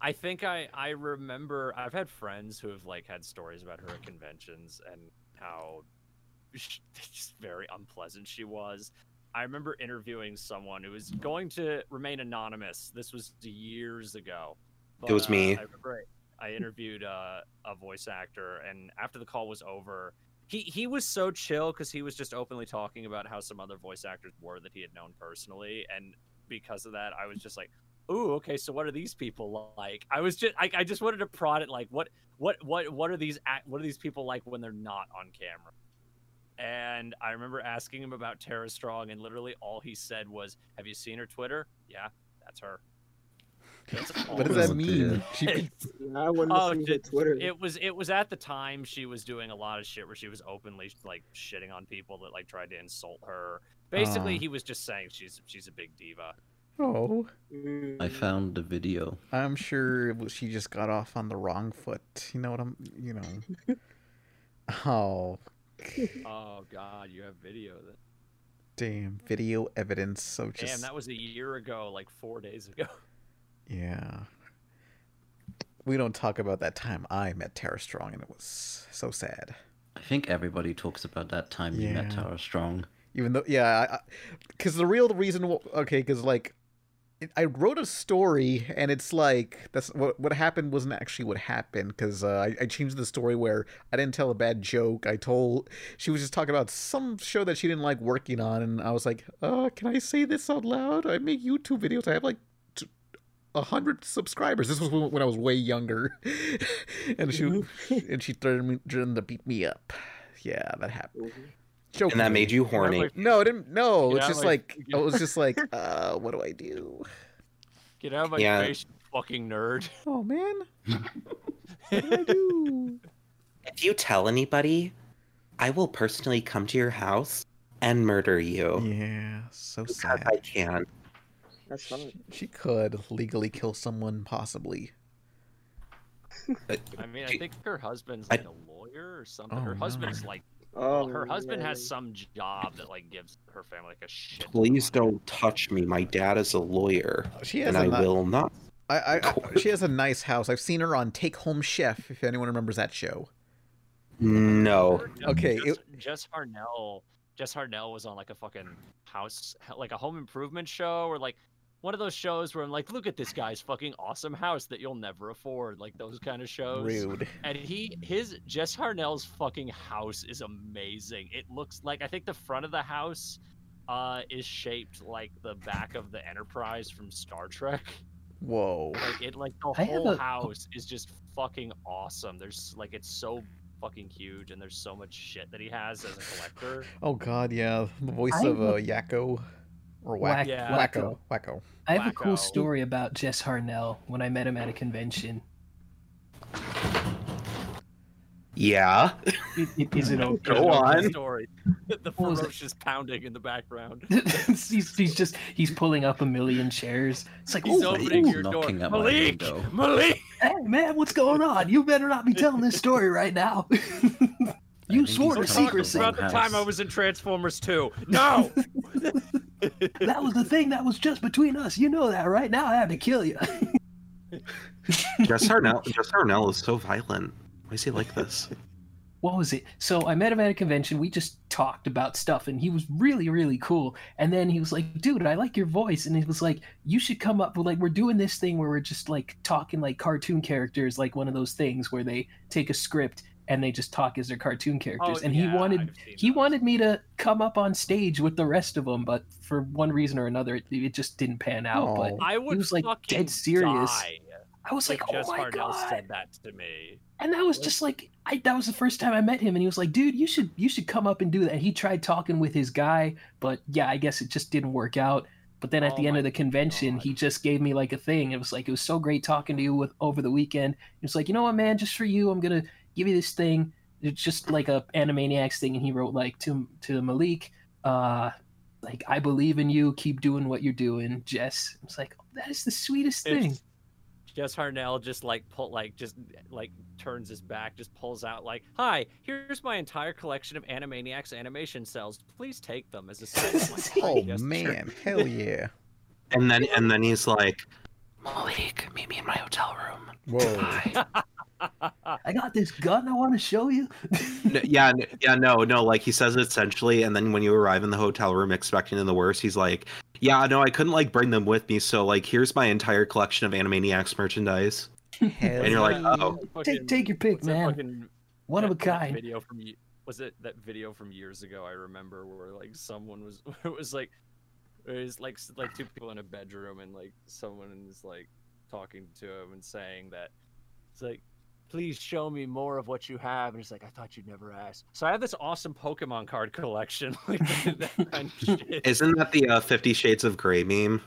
Speaker 6: I think I I remember I've had friends who have like had stories about her at conventions and how sh- just very unpleasant she was. I remember interviewing someone who was going to remain anonymous. This was years ago.
Speaker 5: It was
Speaker 6: uh,
Speaker 5: me.
Speaker 6: I remember I I interviewed uh, a voice actor, and after the call was over, he he was so chill because he was just openly talking about how some other voice actors were that he had known personally, and because of that, I was just like, "Ooh, okay, so what are these people like?" I was just I, I just wanted to prod it like what what what what are these act- what are these people like when they're not on camera? And I remember asking him about Tara Strong, and literally all he said was, "Have you seen her Twitter? Yeah, that's her." That's all
Speaker 9: What does
Speaker 6: he
Speaker 9: that
Speaker 6: said.
Speaker 9: mean? She could-
Speaker 7: I wouldn't
Speaker 6: Oh,
Speaker 7: see
Speaker 6: ju-
Speaker 7: her Twitter.
Speaker 6: It was it was at the time she was doing a lot of shit where she was openly like shitting on people that like tried to insult her. Basically,
Speaker 8: Ah.
Speaker 6: he was just saying she's she's a big diva.
Speaker 9: Oh.
Speaker 8: I found the video.
Speaker 9: I'm sure it was- she just got off on the wrong foot. You know what I'm, you know. Oh,
Speaker 6: oh God, you have video. That...
Speaker 9: damn. Video evidence. So just.
Speaker 6: Damn, that was a year ago, like four days ago.
Speaker 9: Yeah. We don't talk about that time I met Tara Strong and it was so sad.
Speaker 8: I think everybody talks about that time you met
Speaker 9: Yeah.
Speaker 8: Tara Strong.
Speaker 9: Even though, yeah, because the real reason, wh- okay, because like, it- I wrote a story and it's like that's what what happened wasn't actually what happened because uh, I, I changed the story where I didn't tell a bad joke. I told she was just talking about some show that she didn't like working on, and I was like, uh, can I say this out loud? I make YouTube videos. I have like t- a hundred subscribers. This was when, when I was way younger, and she and she threatened me threatened to beat me up. Yeah, that happened.
Speaker 5: And that made you horny.
Speaker 9: No, it didn't. No,
Speaker 6: You
Speaker 9: Oh, it's
Speaker 6: know,
Speaker 9: just
Speaker 6: like-
Speaker 9: like I was just like, uh, what do I do?
Speaker 6: Get out of my
Speaker 9: Yeah.
Speaker 6: face, you fucking nerd.
Speaker 9: Oh man.
Speaker 5: If you tell anybody, I will personally come to your house and murder
Speaker 9: Mm.
Speaker 5: you.
Speaker 9: Yeah, so
Speaker 5: sad. I can.
Speaker 7: That's fine.
Speaker 9: She could legally kill someone, possibly.
Speaker 6: I mean, I think her husband's
Speaker 9: I-
Speaker 6: like a lawyer or something.
Speaker 9: Oh,
Speaker 6: her
Speaker 9: no.
Speaker 6: husband's like,
Speaker 7: Oh,
Speaker 6: her husband
Speaker 7: yeah.
Speaker 6: has some job that like gives her family like a shit.
Speaker 5: Please don't touch me. My dad is a lawyer,
Speaker 9: She has
Speaker 5: and
Speaker 9: a
Speaker 5: I
Speaker 9: nut.
Speaker 5: will not.
Speaker 9: I, I, I she has a nice house. I've seen her on Take Home Chef. If anyone remembers that show.
Speaker 5: No.
Speaker 9: Okay.
Speaker 6: Jess,
Speaker 9: it-
Speaker 6: Jess Harnell. Jess Harnell was on like a fucking house, like a home improvement show, or like one of those shows where I'm like, look at this guy's fucking awesome house that you'll never afford, like those kind of shows.
Speaker 9: Rude.
Speaker 6: And he, his Jess Harnell's fucking house is amazing. It looks like I think the front of the house uh, is shaped like the back of the Enterprise from Star Trek.
Speaker 9: Whoa.
Speaker 6: Like it, like the
Speaker 9: I have
Speaker 6: whole
Speaker 9: a-
Speaker 6: house is just fucking awesome. There's like it's so fucking huge, and there's so much shit that he has as a collector.
Speaker 9: Oh God, yeah, the voice
Speaker 6: I
Speaker 9: of uh,
Speaker 6: would-
Speaker 9: Yakko, or Wack,
Speaker 4: Whack- Yeah.
Speaker 9: Wacko, Wacko.
Speaker 4: I have a cool story about Jess Harnell when I met him at a convention.
Speaker 5: Yeah.
Speaker 4: is it okay?
Speaker 5: Go on.
Speaker 6: Story. The
Speaker 4: What was it?
Speaker 6: ferocious pounding in the background.
Speaker 4: he's, he's just he's pulling up a million chairs. It's like
Speaker 6: He's
Speaker 4: "Ooh,
Speaker 6: opening
Speaker 4: ooh."
Speaker 6: your door. Malik, Malik.
Speaker 4: Hey man, what's going on? You better not be telling this story right now. you swore to
Speaker 6: We're talking
Speaker 4: secrecy.
Speaker 6: about the time I was in Transformers 2. No.
Speaker 4: that was the thing that was just between us. You know that, right? Now I have to kill you.
Speaker 5: Jess Harnell. Jess Harnell is so violent. Why is he like this?
Speaker 4: what was it? So I met him at a convention. We just talked about stuff and he was really really cool and then he was like dude i like your voice and he was like you should come up with like we're doing this thing where we're just like talking like cartoon characters like one of those things where they take a script and they just talk as their cartoon characters
Speaker 6: Oh,
Speaker 4: and
Speaker 6: yeah,
Speaker 4: he wanted he wanted me to come up on stage with the rest of them but for one reason or another it, it just didn't pan out but
Speaker 6: I would
Speaker 4: he was like
Speaker 6: fucking
Speaker 4: dead serious
Speaker 6: die
Speaker 4: I was
Speaker 6: if
Speaker 4: like, "Oh
Speaker 6: Jess
Speaker 4: my
Speaker 6: Harnell
Speaker 4: God."
Speaker 6: said that to me.
Speaker 4: and that was just like I, that was the first time I met him, and he was like, "Dude, you should you should come up and do that." And he tried talking with his guy, but yeah, I guess it just didn't work out. But then at the end of the convention, he just gave me like a thing. It was like it was so great talking to you with over the weekend. He was like, "You know what, man? Just for you, I'm gonna give you this thing. It's just like a Animaniacs thing." And he wrote like to to Malik, uh, like I believe in you. Keep doing what you're doing, Jess. I was like, "That is the sweetest
Speaker 6: It's-
Speaker 4: thing."
Speaker 6: Jess Harnell just like pull like just like turns his back, just pulls out like, "Hi, here's my entire collection of Animaniacs animation cells. Please take them as a sign." of my
Speaker 9: Oh
Speaker 6: gesture."
Speaker 9: man, hell yeah.
Speaker 5: And then and then he's like,
Speaker 4: Malik, meet me in my hotel room.
Speaker 9: Whoa.
Speaker 4: I got this gun I want to show you.
Speaker 5: N- yeah, n- yeah, no, no. Like he says it essentially, and then when you arrive in the hotel room expecting the worst, he's like, "Yeah, no, I couldn't like bring them with me, so like here's my entire collection of Animaniacs merchandise." and you're like, "Oh,
Speaker 4: Take, take your pick, man. One of a
Speaker 6: That- that
Speaker 4: kind.
Speaker 6: Video from ye- was it that video from years ago? I remember where like someone was it was like it was like s- like two people in a bedroom and like someone is like talking to him and saying that it's like please show me more of what you have and it's like I thought you'd never ask. So I have this awesome Pokemon card collection. Like that kind of shit.
Speaker 5: isn't that the uh, Fifty Shades of Grey meme?"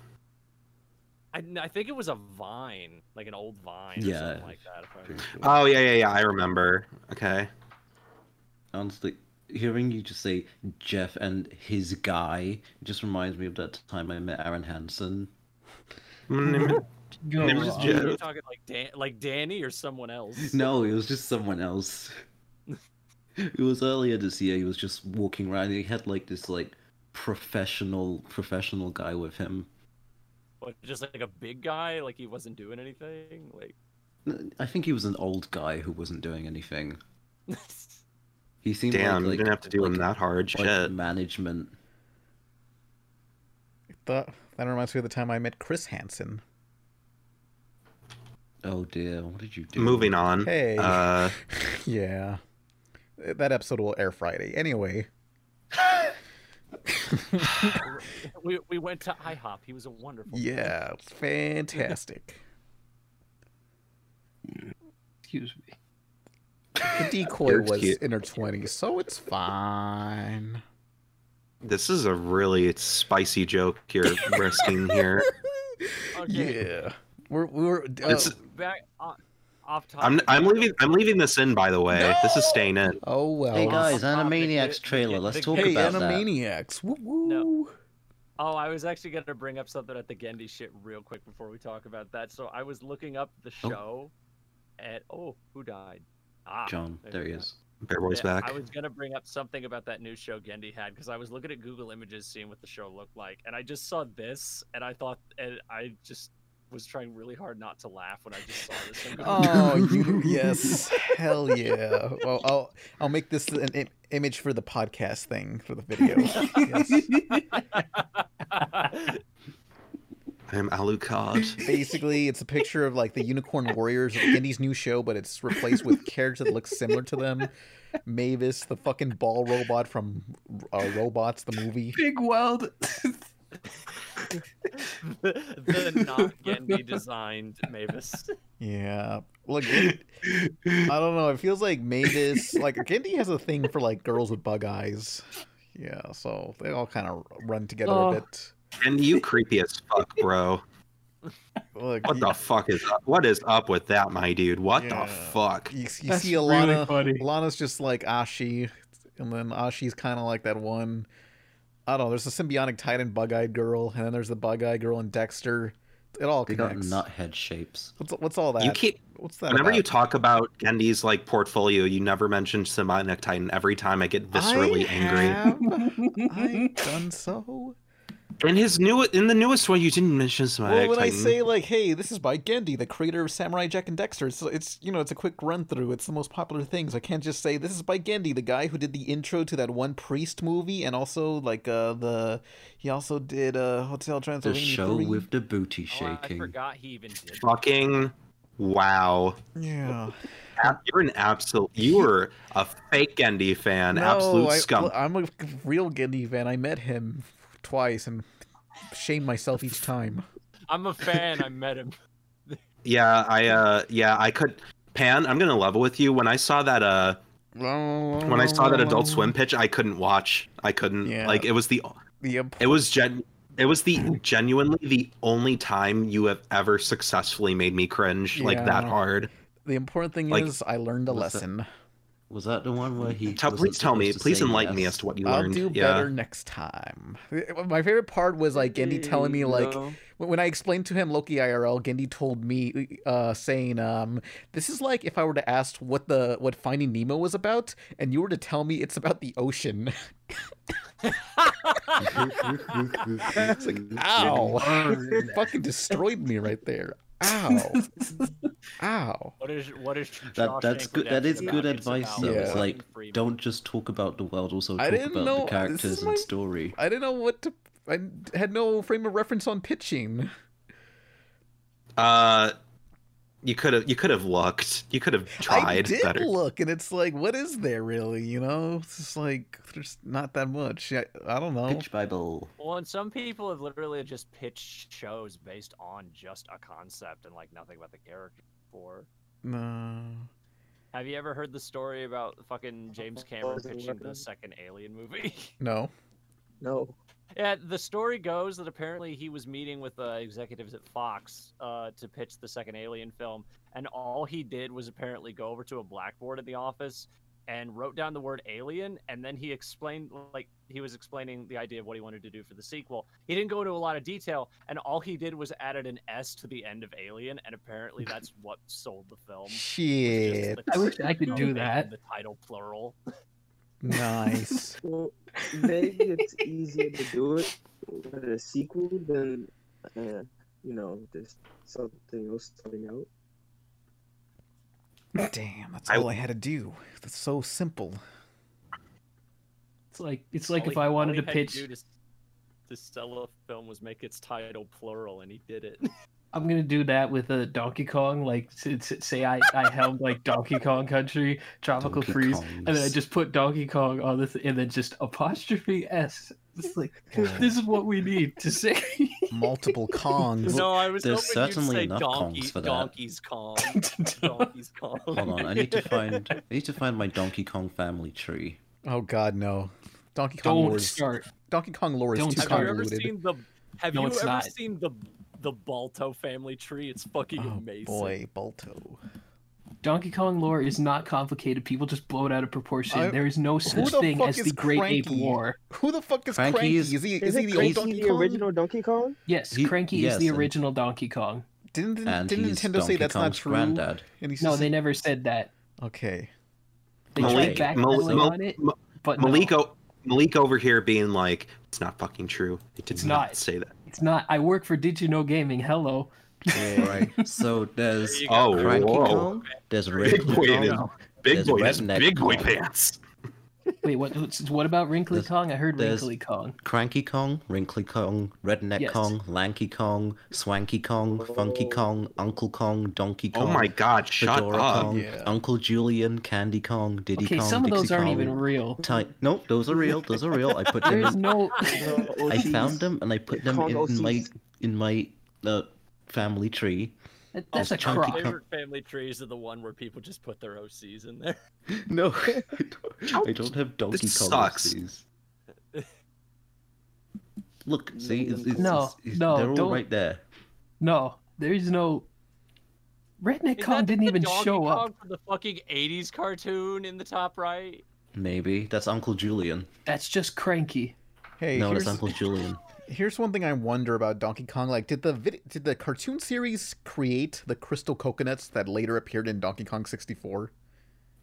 Speaker 6: I, I think it was a vine, like an old vine or
Speaker 5: Yeah.
Speaker 6: something like that. if I remember.
Speaker 5: Oh yeah, yeah, yeah. I remember. Okay.
Speaker 8: Honestly, hearing you just say Jeff and his guy just reminds me of that time I met Aaron Hansen.
Speaker 5: Mm,
Speaker 6: Are you
Speaker 8: Name is
Speaker 6: talking- are you
Speaker 8: Jeff.
Speaker 6: talking like Dan- like Danny or someone else?
Speaker 8: No, it was just someone else. it was earlier this year. He was just walking around. He had like this like professional professional guy with him.
Speaker 6: What, just like a big guy, like he wasn't doing anything. Like
Speaker 8: I think he was an old guy who wasn't doing anything. He seemed
Speaker 5: Damn,
Speaker 8: like,
Speaker 5: you
Speaker 8: like
Speaker 5: didn't have to do him that hard.
Speaker 8: like
Speaker 5: Shit.
Speaker 8: management.
Speaker 9: That, that reminds me of the time I met Chris Hansen.
Speaker 8: Oh dear, what did you do?
Speaker 5: Moving on.
Speaker 9: Hey.
Speaker 5: Uh,
Speaker 9: yeah. That episode will air Friday. Anyway.
Speaker 6: we we went to IHOP. He was a wonderful. man.
Speaker 9: Yeah, it's fantastic.
Speaker 4: Excuse me.
Speaker 9: The decoy
Speaker 5: You're
Speaker 9: was
Speaker 5: cute.
Speaker 9: in her 20s, so it's fine.
Speaker 5: this is a really spicy joke you're risking here.
Speaker 9: Yeah. We're, we're, uh,
Speaker 5: It's-
Speaker 6: Back o- off topic.
Speaker 5: I'm I'm leaving I'm leaving this in by the way. This is staying in.
Speaker 9: oh, well.
Speaker 8: Hey guys,
Speaker 6: Stop it,
Speaker 8: Animaniacs
Speaker 6: dude.
Speaker 8: trailer. Let's
Speaker 6: Big
Speaker 8: talk
Speaker 9: Hey,
Speaker 8: about that.
Speaker 9: Animaniacs. Woo woo.
Speaker 6: No. Oh, I was actually gonna bring up something at the Gendy shit real quick before we talk about that. So I was looking up the
Speaker 8: Oh.
Speaker 6: show, and oh, who died? Ah,
Speaker 8: John, there he is.
Speaker 5: Bear boys
Speaker 6: Yeah,
Speaker 5: back.
Speaker 6: I was gonna bring up something about that new show Gendy had because I was looking at Google Images, seeing what the show looked like, and I just saw this, and I thought, and I just was trying really hard not to laugh when I just saw this. thing.
Speaker 9: Oh, you, yes. Hell yeah. Well, I'll, I'll make this an im- image for the podcast thing for the video. Yes.
Speaker 5: I'm Alucard.
Speaker 9: Basically, it's a picture of like the Unicorn Warriors of Indy's new show, but it's replaced with characters that look similar to them. Mavis, the fucking ball robot from uh, Robots, the movie.
Speaker 4: Big Weld.
Speaker 6: the, the not Gendy designed Mavis. Oh,
Speaker 9: Yeah. Look, it- I don't know. It feels like Mavis, like Gendy has a thing for like girls with bug eyes. Yeah, so they all kind of run together
Speaker 4: Oh.
Speaker 9: a bit.
Speaker 5: And you creepy as fuck, bro.
Speaker 9: Look,
Speaker 5: What
Speaker 9: you,
Speaker 5: the fuck is up? What is up with that, my dude? What
Speaker 9: Yeah.
Speaker 5: the fuck?
Speaker 9: you, you
Speaker 4: That's
Speaker 9: see
Speaker 4: really
Speaker 9: Alana.
Speaker 4: funny.
Speaker 9: Alana's just like Ashi, and then Ashi's kind of like that one. I don't know. There's a symbiotic Titan bug-eyed girl, and then there's the bug-eyed girl in Dexter. It all
Speaker 8: They got
Speaker 9: connects.
Speaker 8: nut head shapes.
Speaker 9: What's what's all that?
Speaker 5: You keep
Speaker 9: What's that?
Speaker 5: whenever you
Speaker 9: about?
Speaker 5: talk about Gendy's like portfolio, you never mention Symbionic Titan. Every time I get viscerally
Speaker 9: I
Speaker 5: angry.
Speaker 9: Have I done so?
Speaker 5: In his new, in the newest one, you didn't mention Smack.
Speaker 9: Well, when I say like, "Hey, this is by Gendy, the creator of Samurai Jack and Dexter," it's, it's you know, it's a quick run through. It's the most popular things. I can't just say this is by Gendy, the guy who did the intro to that one priest movie, and also like uh the he also did uh Hotel
Speaker 8: The
Speaker 9: Transylvania
Speaker 8: show
Speaker 9: 3.
Speaker 8: with the booty
Speaker 6: I
Speaker 8: shaking.
Speaker 6: forgot he even did.
Speaker 5: fucking wow,
Speaker 9: yeah,
Speaker 5: Ab- you're an absolute, you were a fake Gendy fan, absolute
Speaker 9: I,
Speaker 5: scum.
Speaker 9: I'm a real Gendy fan. I met him twice and shamed myself each time.
Speaker 6: I'm a fan. I met him.
Speaker 5: Yeah, I uh yeah, I could Pan, I'm gonna level with you. When I saw that uh when I saw that adult swim pitch, I couldn't watch. I couldn't
Speaker 9: Yeah.
Speaker 5: like it was the
Speaker 9: The
Speaker 5: it was gen it was the genuinely the only time you have ever successfully made me cringe like that
Speaker 9: Yeah.
Speaker 5: hard.
Speaker 9: The important thing
Speaker 5: Like,
Speaker 9: is, I learned a lesson.
Speaker 8: Was that the one where he?
Speaker 5: Tell-
Speaker 8: wasn't
Speaker 5: please tell me-
Speaker 8: supposed to
Speaker 5: please
Speaker 8: say
Speaker 5: enlighten me
Speaker 8: yes?
Speaker 5: as to what you
Speaker 9: I'll
Speaker 5: learned.
Speaker 9: do
Speaker 5: Yeah.
Speaker 9: better next time. My favorite part was like Gendy telling me like
Speaker 5: No.
Speaker 9: when when I explained to him Loki IRL, Gendy told me uh, saying um this is like if I were to ask what the what Finding Nemo was about and you were to tell me it's about the ocean. it's like
Speaker 8: ah.
Speaker 9: ow, It fucking destroyed me right there. Ow, ow.
Speaker 6: What is what is
Speaker 8: That, that's
Speaker 6: Shawshank
Speaker 8: good. That is
Speaker 6: Redemption
Speaker 8: good
Speaker 6: about? It's
Speaker 8: advice.
Speaker 6: about
Speaker 8: Though. It's
Speaker 9: Yeah.
Speaker 8: like don't just talk about the world. Also
Speaker 9: I
Speaker 8: talk
Speaker 9: didn't
Speaker 8: about
Speaker 9: know-
Speaker 8: the
Speaker 9: this
Speaker 8: characters
Speaker 9: is
Speaker 8: and
Speaker 9: my-
Speaker 8: story.
Speaker 9: I didn't know what to. I had no frame of reference on pitching.
Speaker 5: Uh you could have you could have looked. You could have
Speaker 9: I
Speaker 5: tried
Speaker 9: did
Speaker 5: better.
Speaker 9: look, and it's like, what is there really? You know, it's just like there's not that much. I, I don't know.
Speaker 8: Pitch Bible.
Speaker 6: Well, and some people have literally just pitched shows based on just a concept and like nothing about the character before.
Speaker 9: No.
Speaker 6: Have you ever heard the story about fucking James Cameron pitching the second Alien movie?
Speaker 9: No.
Speaker 6: No. Yeah, the story goes that apparently he was meeting with uh, executives at Fox uh, to pitch the second Alien film, and all he did was apparently go over to a blackboard at the office and wrote down the word alien, and then he explained like he was explaining the idea of what he wanted to do for the sequel. He didn't go into a lot of detail, and all he did was added an S to the end of Alien, and apparently that's what sold the film. was just
Speaker 9: Shit.
Speaker 6: the
Speaker 4: I wish I could
Speaker 6: title
Speaker 4: do
Speaker 6: and
Speaker 4: that.
Speaker 6: The title plural.
Speaker 9: Nice.
Speaker 7: Well, maybe it's easier to do it with a sequel than, uh, you know, just something else starting out.
Speaker 9: Damn, that's all I had to do. That's so simple.
Speaker 4: It's like it's like
Speaker 6: All
Speaker 4: if
Speaker 6: he-
Speaker 4: I
Speaker 6: all
Speaker 4: wanted
Speaker 6: he
Speaker 4: to
Speaker 6: had
Speaker 4: pitch,
Speaker 6: do to, s- to sell a film was make its title plural, and he did it.
Speaker 4: I'm gonna do that with a Donkey Kong. Like s- s- say I I held like Donkey Kong Country, Tropical
Speaker 8: Donkey
Speaker 4: Freeze, and then I
Speaker 8: Kongs.
Speaker 4: just put Donkey Kong on this, and then just apostrophe s. It's like this is what we need to say.
Speaker 9: Multiple Kongs.
Speaker 6: no, I was
Speaker 8: There's
Speaker 6: hoping
Speaker 8: certainly
Speaker 6: you'd say
Speaker 8: enough
Speaker 6: donkey,
Speaker 8: Kongs for that.
Speaker 6: Donkey's Kong. donkey's Kong.
Speaker 8: Hold on, I need to find. I need to find my Donkey Kong family tree.
Speaker 9: Oh God, no. Donkey Kong
Speaker 4: Don't
Speaker 9: lore is-
Speaker 4: start.
Speaker 9: Donkey Kong lore is
Speaker 4: Don't
Speaker 9: too
Speaker 4: start.
Speaker 6: Have you ever
Speaker 9: convoluted.
Speaker 6: seen the? Have
Speaker 4: No,
Speaker 6: you
Speaker 4: it's
Speaker 6: ever
Speaker 4: not.
Speaker 6: seen the the Balto family tree? It's fucking
Speaker 4: Oh,
Speaker 6: amazing.
Speaker 9: Boy, Balto.
Speaker 4: Donkey Kong lore is not complicated. People just blow it out of proportion.
Speaker 9: I-
Speaker 4: there is no
Speaker 9: Who
Speaker 4: such
Speaker 9: the
Speaker 4: thing
Speaker 9: fuck
Speaker 4: as
Speaker 9: is
Speaker 4: the Great Ape
Speaker 9: Cranky?
Speaker 4: War.
Speaker 9: Who the fuck is
Speaker 8: Cranky
Speaker 9: Cranky?
Speaker 8: is-
Speaker 9: Is he is,
Speaker 7: Is
Speaker 9: he
Speaker 7: it
Speaker 9: the old
Speaker 7: crazy
Speaker 9: Donkey
Speaker 7: the
Speaker 9: Kong?
Speaker 7: original Donkey Kong?
Speaker 4: Yes,
Speaker 8: He-
Speaker 4: Cranky
Speaker 8: yes,
Speaker 4: is the
Speaker 8: and-
Speaker 4: original Donkey Kong.
Speaker 9: Didn't,
Speaker 4: Mm,
Speaker 9: didn't
Speaker 8: And he's
Speaker 9: Nintendo say
Speaker 8: Donkey
Speaker 9: that's not
Speaker 8: Kong's
Speaker 9: true?
Speaker 8: granddad.
Speaker 9: And he's
Speaker 4: No,
Speaker 9: just-
Speaker 4: they never said that.
Speaker 9: Okay.
Speaker 4: They
Speaker 5: Malik,
Speaker 4: tried back
Speaker 5: Mal- Mal-
Speaker 4: on it,
Speaker 5: Ma-
Speaker 4: but no,
Speaker 5: Malik, o- Malik over here being like, it's not fucking true. It did
Speaker 4: It's
Speaker 5: not,
Speaker 4: not.
Speaker 5: say that.
Speaker 4: it's not. I work for Did You Know Gaming. Hello.
Speaker 8: All right. So there's
Speaker 5: Oh,
Speaker 8: Cranky
Speaker 5: whoa.
Speaker 8: Kong. There's
Speaker 5: Big
Speaker 8: Red
Speaker 5: boy, in his-
Speaker 8: Kong.
Speaker 5: big
Speaker 8: There's
Speaker 5: boy, in his
Speaker 8: Redneck
Speaker 5: big boy
Speaker 8: Kong.
Speaker 5: pants.
Speaker 4: Wait, what? what's- What about Wrinkly
Speaker 8: There's-
Speaker 4: Kong? I heard
Speaker 8: there's-
Speaker 4: Wrinkly Kong.
Speaker 8: Cranky Kong, Wrinkly Kong, Redneck
Speaker 4: Yes.
Speaker 8: Kong, Lanky Kong, Swanky Kong, Funky Kong, Uncle Kong, Donkey
Speaker 5: Oh
Speaker 8: Kong.
Speaker 5: my God, shut
Speaker 8: Fedora
Speaker 5: up.
Speaker 8: Kong,
Speaker 9: Yeah.
Speaker 8: Uncle Julian, Candy Kong, Diddy
Speaker 4: Okay,
Speaker 8: Kong.
Speaker 4: some of those
Speaker 8: Dixie
Speaker 4: aren't
Speaker 8: Kong,
Speaker 4: even real.
Speaker 8: Ti- nope, those are real. Those are real. I put them.
Speaker 4: There's
Speaker 8: In,
Speaker 4: no.
Speaker 8: I found them and I put them
Speaker 7: Kong
Speaker 8: in my
Speaker 7: OCs.
Speaker 8: in my uh, family tree.
Speaker 4: that- That's a
Speaker 8: Donkey
Speaker 4: crock.
Speaker 8: Kong.
Speaker 6: Favorite family trees are the one where people just put their OCs in there.
Speaker 8: No, I don't, I don't have Donkey
Speaker 5: This
Speaker 8: Kong.
Speaker 5: sucks.
Speaker 8: OCs. Look, see, it's, it's,
Speaker 4: No,
Speaker 8: it's- it's-
Speaker 4: no,
Speaker 8: they're all
Speaker 4: don't-
Speaker 8: right there.
Speaker 4: No, there's no. Redneck
Speaker 6: Is
Speaker 4: Kong
Speaker 6: that
Speaker 4: didn't
Speaker 6: the
Speaker 4: even
Speaker 6: Donkey
Speaker 4: show
Speaker 6: Kong
Speaker 4: up.
Speaker 6: from the fucking '80s cartoon in the top right.
Speaker 8: Maybe that's Uncle Julian.
Speaker 4: That's just cranky.
Speaker 9: Hey,
Speaker 8: no,
Speaker 9: here's,
Speaker 8: it's Uncle Julian.
Speaker 9: here's one thing I wonder about Donkey Kong. Like, did the vid- did the cartoon series create the crystal coconuts that later appeared in Donkey Kong 64?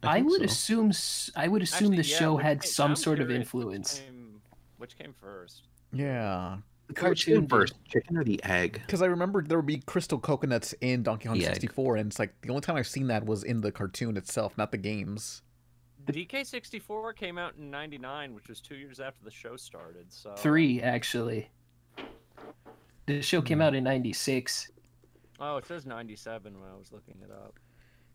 Speaker 4: I,
Speaker 8: think
Speaker 4: would
Speaker 8: so.
Speaker 4: assume. s- I would assume
Speaker 6: Actually,
Speaker 4: the
Speaker 6: yeah,
Speaker 4: show
Speaker 6: which
Speaker 4: had
Speaker 6: came-
Speaker 4: some
Speaker 6: I'm
Speaker 4: sort of
Speaker 6: curious, which
Speaker 4: influence.
Speaker 6: came- Which came first?
Speaker 9: Yeah, the
Speaker 14: cartoon first, chicken or the egg?
Speaker 9: Because I remember there would be crystal coconuts in Donkey Kong
Speaker 14: The egg.
Speaker 9: 64, and it's like the only time I've seen that was in the cartoon itself, not the games.
Speaker 6: DK64 came out in 99, which was two years after the show started. So
Speaker 4: Three, actually. The show
Speaker 8: Hmm.
Speaker 4: came out in 96.
Speaker 6: Oh, it says 97 when I was looking it up.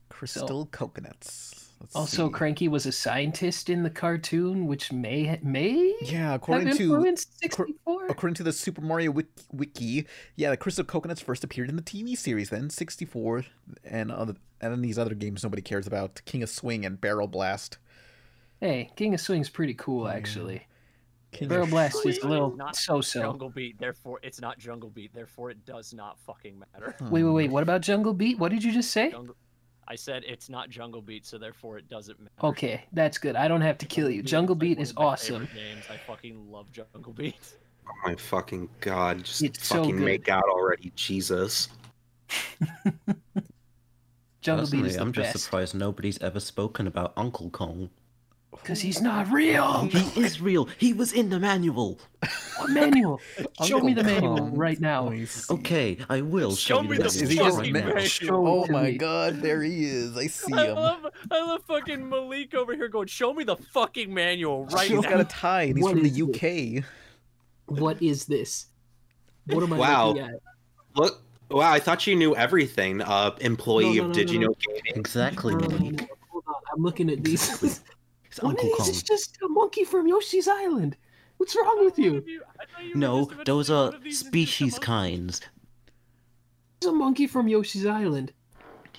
Speaker 9: Crystal coconuts. Let's
Speaker 4: Also,
Speaker 9: see.
Speaker 4: Cranky was a scientist in the cartoon, which may may
Speaker 9: yeah, according
Speaker 4: have
Speaker 9: to
Speaker 4: influenced 64.
Speaker 9: according to the Super Mario Wiki, Wiki, yeah, the crystal coconuts first appeared in the TV series, then 64, and other, and then these other games nobody cares about, King of Swing and Barrel Blast.
Speaker 4: Hey, King of Swing's pretty cool, actually.
Speaker 9: King
Speaker 4: Barrel
Speaker 9: of
Speaker 4: Blast is a
Speaker 6: Swing.
Speaker 4: little
Speaker 6: Not
Speaker 4: so-so.
Speaker 6: Jungle Beat, therefore it's not Jungle Beat, therefore it does not fucking matter.
Speaker 9: Hmm.
Speaker 4: Wait, wait, wait. What about Jungle Beat? What did you just say?
Speaker 6: Jungle- I said it's not Jungle Beat, so therefore it doesn't matter.
Speaker 4: Okay, that's good. I don't have to kill you. Jungle Beat is awesome.
Speaker 6: Favorite Names, I fucking love Jungle Beat.
Speaker 14: Oh my fucking god! Just
Speaker 4: It's so
Speaker 14: fucking
Speaker 4: good.
Speaker 14: make out already, Jesus!
Speaker 4: Jungle Beat
Speaker 8: Personally,
Speaker 4: is the
Speaker 8: I'm just
Speaker 4: best.
Speaker 8: surprised nobody's ever spoken about Uncle Kong.
Speaker 4: Because he's not real.
Speaker 8: He is real. He was in the manual.
Speaker 4: What manual? Show me the
Speaker 8: Uncle
Speaker 4: manual
Speaker 8: Kong.
Speaker 4: right now.
Speaker 8: Okay, I will show,
Speaker 9: Show
Speaker 8: you
Speaker 9: me
Speaker 8: the
Speaker 9: the
Speaker 8: manual
Speaker 9: fucking
Speaker 8: right now.
Speaker 9: manual. Show Oh it to my me. god, there he is. I see
Speaker 6: I
Speaker 9: him.
Speaker 6: love, I love fucking Malik over here going, show me the fucking manual right
Speaker 9: He's
Speaker 6: now.
Speaker 9: got a tie, and he's
Speaker 6: What
Speaker 9: from
Speaker 6: is
Speaker 9: the UK.
Speaker 4: What is this?
Speaker 6: What am I
Speaker 14: Wow.
Speaker 6: looking at?
Speaker 14: Look, wow! I thought you knew everything. Uh, employee
Speaker 4: No, no,
Speaker 14: of
Speaker 4: no,
Speaker 14: Did
Speaker 4: no,
Speaker 14: You
Speaker 4: no.
Speaker 14: Know Gaming.
Speaker 8: Exactly.
Speaker 4: Hold on, I'm looking at these. One
Speaker 8: Uncle
Speaker 4: of
Speaker 8: Kong.
Speaker 4: these is just a monkey from Yoshi's Island. What's wrong with you?
Speaker 8: No, those are species kinds.
Speaker 4: It's a monkey from Yoshi's Island.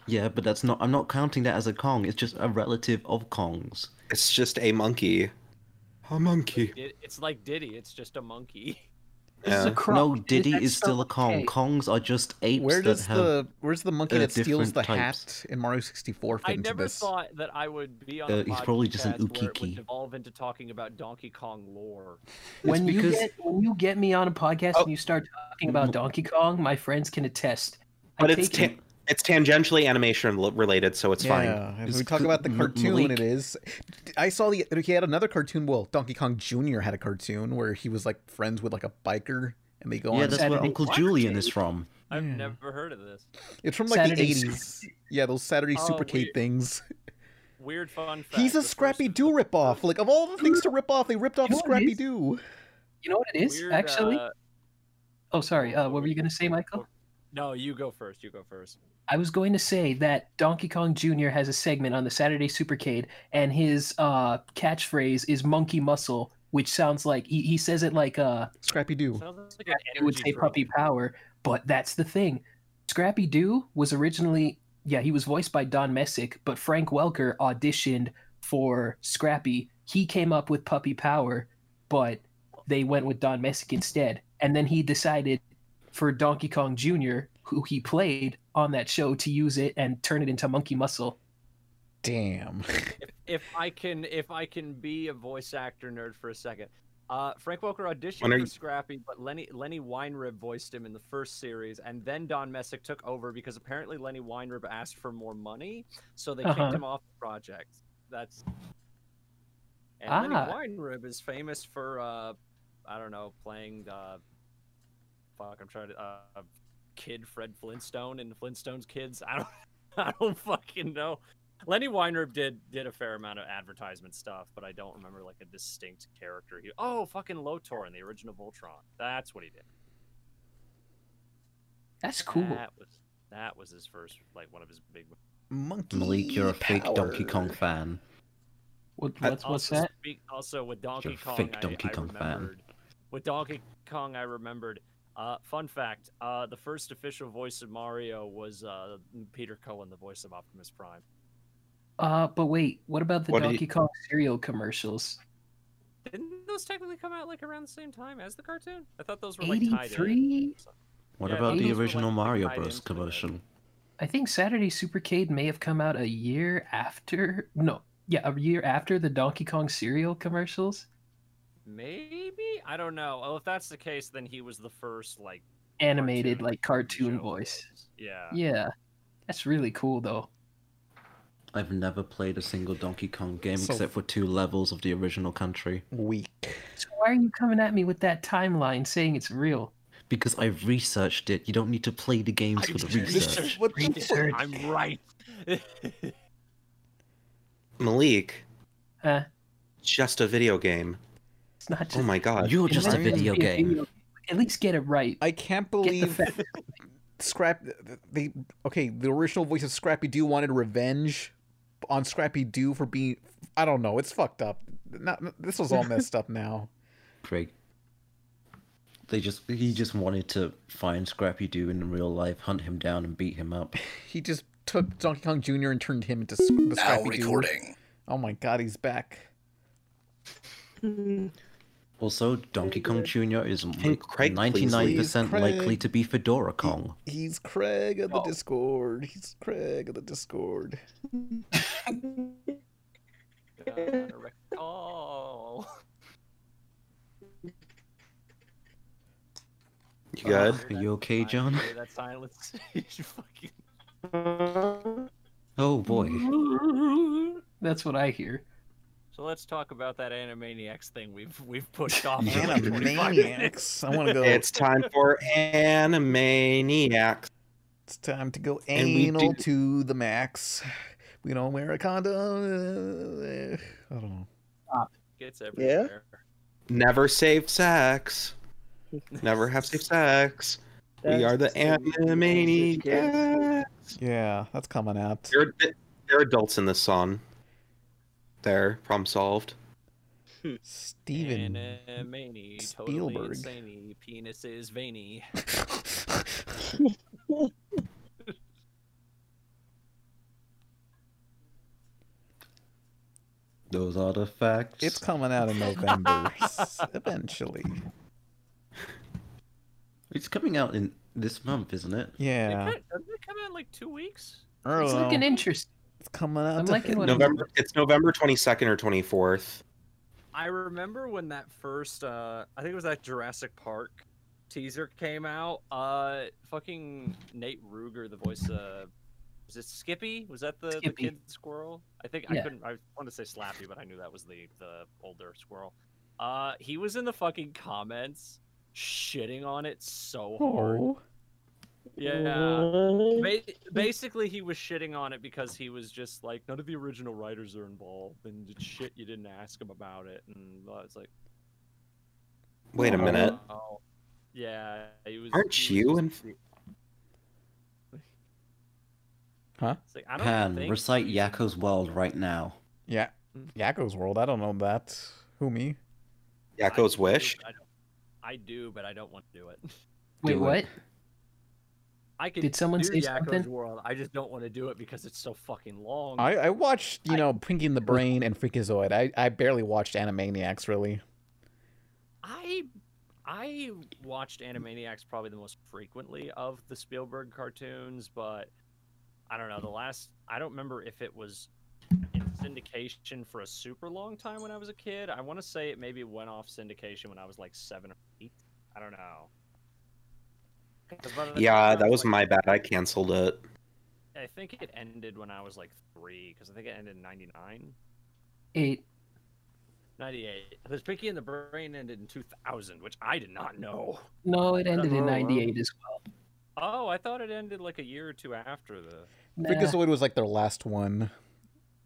Speaker 8: Yeah, but that's not. I'm not counting that as a Kong. It's just a relative of Kongs.
Speaker 14: It's just a monkey. A monkey.
Speaker 6: It- It's like Diddy, it's just a monkey.
Speaker 8: No, Diddy is still a Kong. Kongs are just apes
Speaker 9: Where
Speaker 8: that
Speaker 9: does
Speaker 8: have.
Speaker 9: the where's the monkey
Speaker 8: uh,
Speaker 9: that steals
Speaker 8: different
Speaker 9: the
Speaker 8: types.
Speaker 9: hat in Mario 64 fit
Speaker 6: I
Speaker 9: into
Speaker 6: never
Speaker 9: this?
Speaker 6: thought that I would be on
Speaker 9: Uh,
Speaker 6: a
Speaker 9: he's probably just an
Speaker 6: podcast where it would
Speaker 9: ukiki.
Speaker 6: devolve into talking about Donkey Kong lore.
Speaker 4: When you get when you get me on a podcast
Speaker 8: Oh.
Speaker 4: and you start talking
Speaker 8: Mm-hmm.
Speaker 4: about Donkey Kong, my friends can attest.
Speaker 14: But
Speaker 4: I
Speaker 14: it's
Speaker 4: take it.
Speaker 14: ta- it's tangentially animation l- related, so it's
Speaker 9: Yeah,
Speaker 14: fine.
Speaker 9: if we talk about the cartoon, it is. I saw the he had another cartoon. Well, Donkey Kong Jr. had a cartoon where he was like friends with like a biker, and they go
Speaker 8: yeah,
Speaker 9: on.
Speaker 8: that's where Uncle Julian is from.
Speaker 6: I've never heard of this.
Speaker 9: It's from like
Speaker 6: Saturday
Speaker 9: the eighties. Yeah, those Saturday
Speaker 6: Oh,
Speaker 9: Super K things.
Speaker 6: Weird fun fact.
Speaker 9: He's a Scrappy Doo ripoff. Like of all the things to rip off, they ripped off
Speaker 4: You know what
Speaker 9: Scrappy
Speaker 4: it is?
Speaker 9: Doo.
Speaker 4: You know what it is
Speaker 6: Weird,
Speaker 4: actually.
Speaker 6: uh,
Speaker 4: Oh, sorry. Uh, what were you going to say, Michael?
Speaker 6: No, you go first. You go first.
Speaker 4: I was going to say that Donkey Kong Jr. has a segment on the Saturday Supercade, and his uh, catchphrase is "Monkey Muscle," which sounds like he, he says it like uh,
Speaker 9: Scrappy Doo.
Speaker 4: It would say Puppy Power, but that's the thing. Scrappy Doo was originally yeah he was voiced by Don Messick, but Frank Welker auditioned for Scrappy. He came up with Puppy Power, but they went with Don Messick instead, and then he decided for Donkey Kong Jr., who he played on that show, to use it and turn it into Monkey Muscle.
Speaker 9: Damn.
Speaker 6: If I can, if I can be a voice actor nerd for a second. Uh, Frank Welker auditioned
Speaker 14: When are
Speaker 6: for
Speaker 14: you-
Speaker 6: Scrappy, but Lenny Lenny Weinrib voiced him in the first series, and then Don Messick took over because apparently Lenny Weinrib asked for more money, so they
Speaker 4: Uh-huh.
Speaker 6: kicked him off the project. That's and
Speaker 4: Ah.
Speaker 6: Lenny Weinrib is famous for uh, I don't know, playing uh, fuck, I'm trying to uh, kid Fred Flintstone and the Flintstones kids. I don't, I don't fucking know. Lenny Weinrib did did a fair amount of advertisement stuff, but I don't remember like a distinct character. He oh fucking Lotor in the original Voltron. That's what he did.
Speaker 4: That's cool.
Speaker 6: That was that was his first like one of his big.
Speaker 9: Monkey.
Speaker 8: Malik, you're a fake Donkey Kong fan.
Speaker 4: What,
Speaker 8: what's- what's
Speaker 6: also
Speaker 8: that?
Speaker 6: Speak, also with Donkey
Speaker 8: You're a
Speaker 6: Kong,
Speaker 8: fake
Speaker 6: I-
Speaker 8: Donkey
Speaker 6: I
Speaker 8: Kong fan.
Speaker 6: remembered- With Donkey Kong, I remembered. Uh, fun fact: uh, the first official voice of Mario was uh, Peter Cohen, the voice of Optimus Prime.
Speaker 4: Uh, but wait, what about the
Speaker 6: What do you-
Speaker 4: Donkey Kong cereal commercials?
Speaker 6: Didn't those technically come out like around the same time as the cartoon? I thought those were like tied in.
Speaker 4: 83?
Speaker 8: What
Speaker 6: Yeah,
Speaker 8: about
Speaker 4: those
Speaker 8: the
Speaker 4: were, like,
Speaker 8: original Mario
Speaker 4: tied
Speaker 8: Bros. commercial?
Speaker 4: I think Saturday Supercade may have come out a year after. No, yeah, a year after the Donkey Kong cereal commercials.
Speaker 6: Maybe I don't know. Well, if that's the case, then he was the first like
Speaker 4: Animated, like cartoon voice.
Speaker 6: yeah.
Speaker 4: Yeah. That's really cool, though.
Speaker 8: I've never played a single Donkey Kong game
Speaker 4: So-
Speaker 8: except for two levels of the original country.
Speaker 9: Weak.
Speaker 4: So why are you coming at me with that timeline saying it's real?
Speaker 8: Because I've researched it. You don't need to play the games for the research.
Speaker 9: What the
Speaker 6: Research. I'm right.
Speaker 14: Malik,
Speaker 4: Huh?
Speaker 14: just a video game.
Speaker 4: It's not just
Speaker 14: Oh my god.
Speaker 4: Let it be At least get it right.
Speaker 9: I can't believe Scrap. They okay. The original voice of Scrappy Doo wanted revenge on Scrappy Doo for being. I don't know. It's fucked up. Not, this was all messed up now.
Speaker 8: Craig. They just he just wanted to find Scrappy Doo in real life, hunt him down and beat him up.
Speaker 9: He just took Donkey Kong Jr. and turned him into s- the
Speaker 8: Now
Speaker 9: Scrappy Doo.
Speaker 8: recording.
Speaker 9: Oh my god, he's back.
Speaker 8: Also, Donkey Kong Jr. is
Speaker 9: Craig, please.
Speaker 8: ninety nine percent
Speaker 9: Please, Craig.
Speaker 8: likely to be Fedora Kong.
Speaker 9: He's Craig of the Discord. He's Craig of the Discord.
Speaker 6: Oh.
Speaker 8: You good? Are you okay, John?
Speaker 6: Hear that silence? You fucking-
Speaker 8: Oh boy.
Speaker 4: That's what I hear.
Speaker 6: So let's talk about that Animaniacs thing we've we've pushed off. for like 25 minutes.
Speaker 9: Animaniacs. I want to go.
Speaker 14: It's time for Animaniacs.
Speaker 9: It's time to go
Speaker 14: And we
Speaker 9: anal
Speaker 14: do-
Speaker 9: to the max. We don't wear a condom. I don't know.
Speaker 6: It's everywhere.
Speaker 14: Never save sex. Never have safe sex. we are the Animaniacs.
Speaker 9: Yeah, that's coming out.
Speaker 14: They're, they're adults in this song. There, problem solved.
Speaker 9: Steven
Speaker 6: Animani,
Speaker 9: Spielberg.
Speaker 6: Totally insaney, penis is veiny.
Speaker 8: Those are the facts.
Speaker 9: It's coming out in November s- eventually.
Speaker 8: It's coming out in this month, isn't it?
Speaker 9: Yeah.
Speaker 6: Doesn't it come out in like two weeks?
Speaker 9: It's looking
Speaker 4: Fucking interesting.
Speaker 9: It's coming out.
Speaker 4: I'm liking what I'm-
Speaker 14: November. It's November twenty second or twenty fourth.
Speaker 6: I remember when that first, uh, I think it was that Jurassic Park teaser came out. Uh, fucking Nate Ruger, the voice of, was it Skippy? Was that the, the
Speaker 4: Skippy.
Speaker 6: kid squirrel? I think I
Speaker 4: Yeah.
Speaker 6: couldn't. I wanted to say Slappy, but I knew that was the the older squirrel. Uh, he was in the fucking comments shitting on it so hard.
Speaker 9: Oh.
Speaker 6: Yeah. Ba- basically, he was shitting on it because he was just like, none of the original writers are involved, and it's shit you didn't ask him about it, and uh, it's like,
Speaker 14: Wait a minute.
Speaker 6: oh, yeah, he was.
Speaker 14: Aren't
Speaker 6: he was
Speaker 14: you in?
Speaker 6: just-
Speaker 9: Huh?
Speaker 6: it's like, I don't
Speaker 8: Pan,
Speaker 6: think
Speaker 8: recite Yakko's World right now.
Speaker 9: Yeah. Yakko's World. I don't know that. Who me?
Speaker 14: Yakko's Wish.
Speaker 6: I, don't, I do, but I don't want to do it.
Speaker 4: Wait, what?
Speaker 6: I could
Speaker 4: Did someone
Speaker 6: do
Speaker 4: say
Speaker 6: Yakko's
Speaker 4: something?
Speaker 6: World. I just don't want to do it because it's so fucking long.
Speaker 9: I, I watched, you know, Pinky and the Brain and Freakazoid. I, I barely watched Animaniacs, really.
Speaker 6: I I watched Animaniacs probably the most frequently of the Spielberg cartoons, but I don't know. The last I don't remember if it was in syndication for a super long time when I was a kid. I want to say it maybe went off syndication when I was like seven or eight. I don't know. 'Cause by the time I
Speaker 14: Yeah, that was my bad. I canceled it.
Speaker 6: I think it ended when I was like three, because I think it ended in '99.
Speaker 4: Eight.
Speaker 6: 98. There's Pinky and the Brain ended in 2000, which I did not know.
Speaker 4: No, it ended
Speaker 6: Oh,
Speaker 4: in
Speaker 6: wow.
Speaker 4: '98 as well.
Speaker 6: Oh, I thought it ended like a year or two after the.
Speaker 4: Nah.
Speaker 9: Freakazoid was like their last one.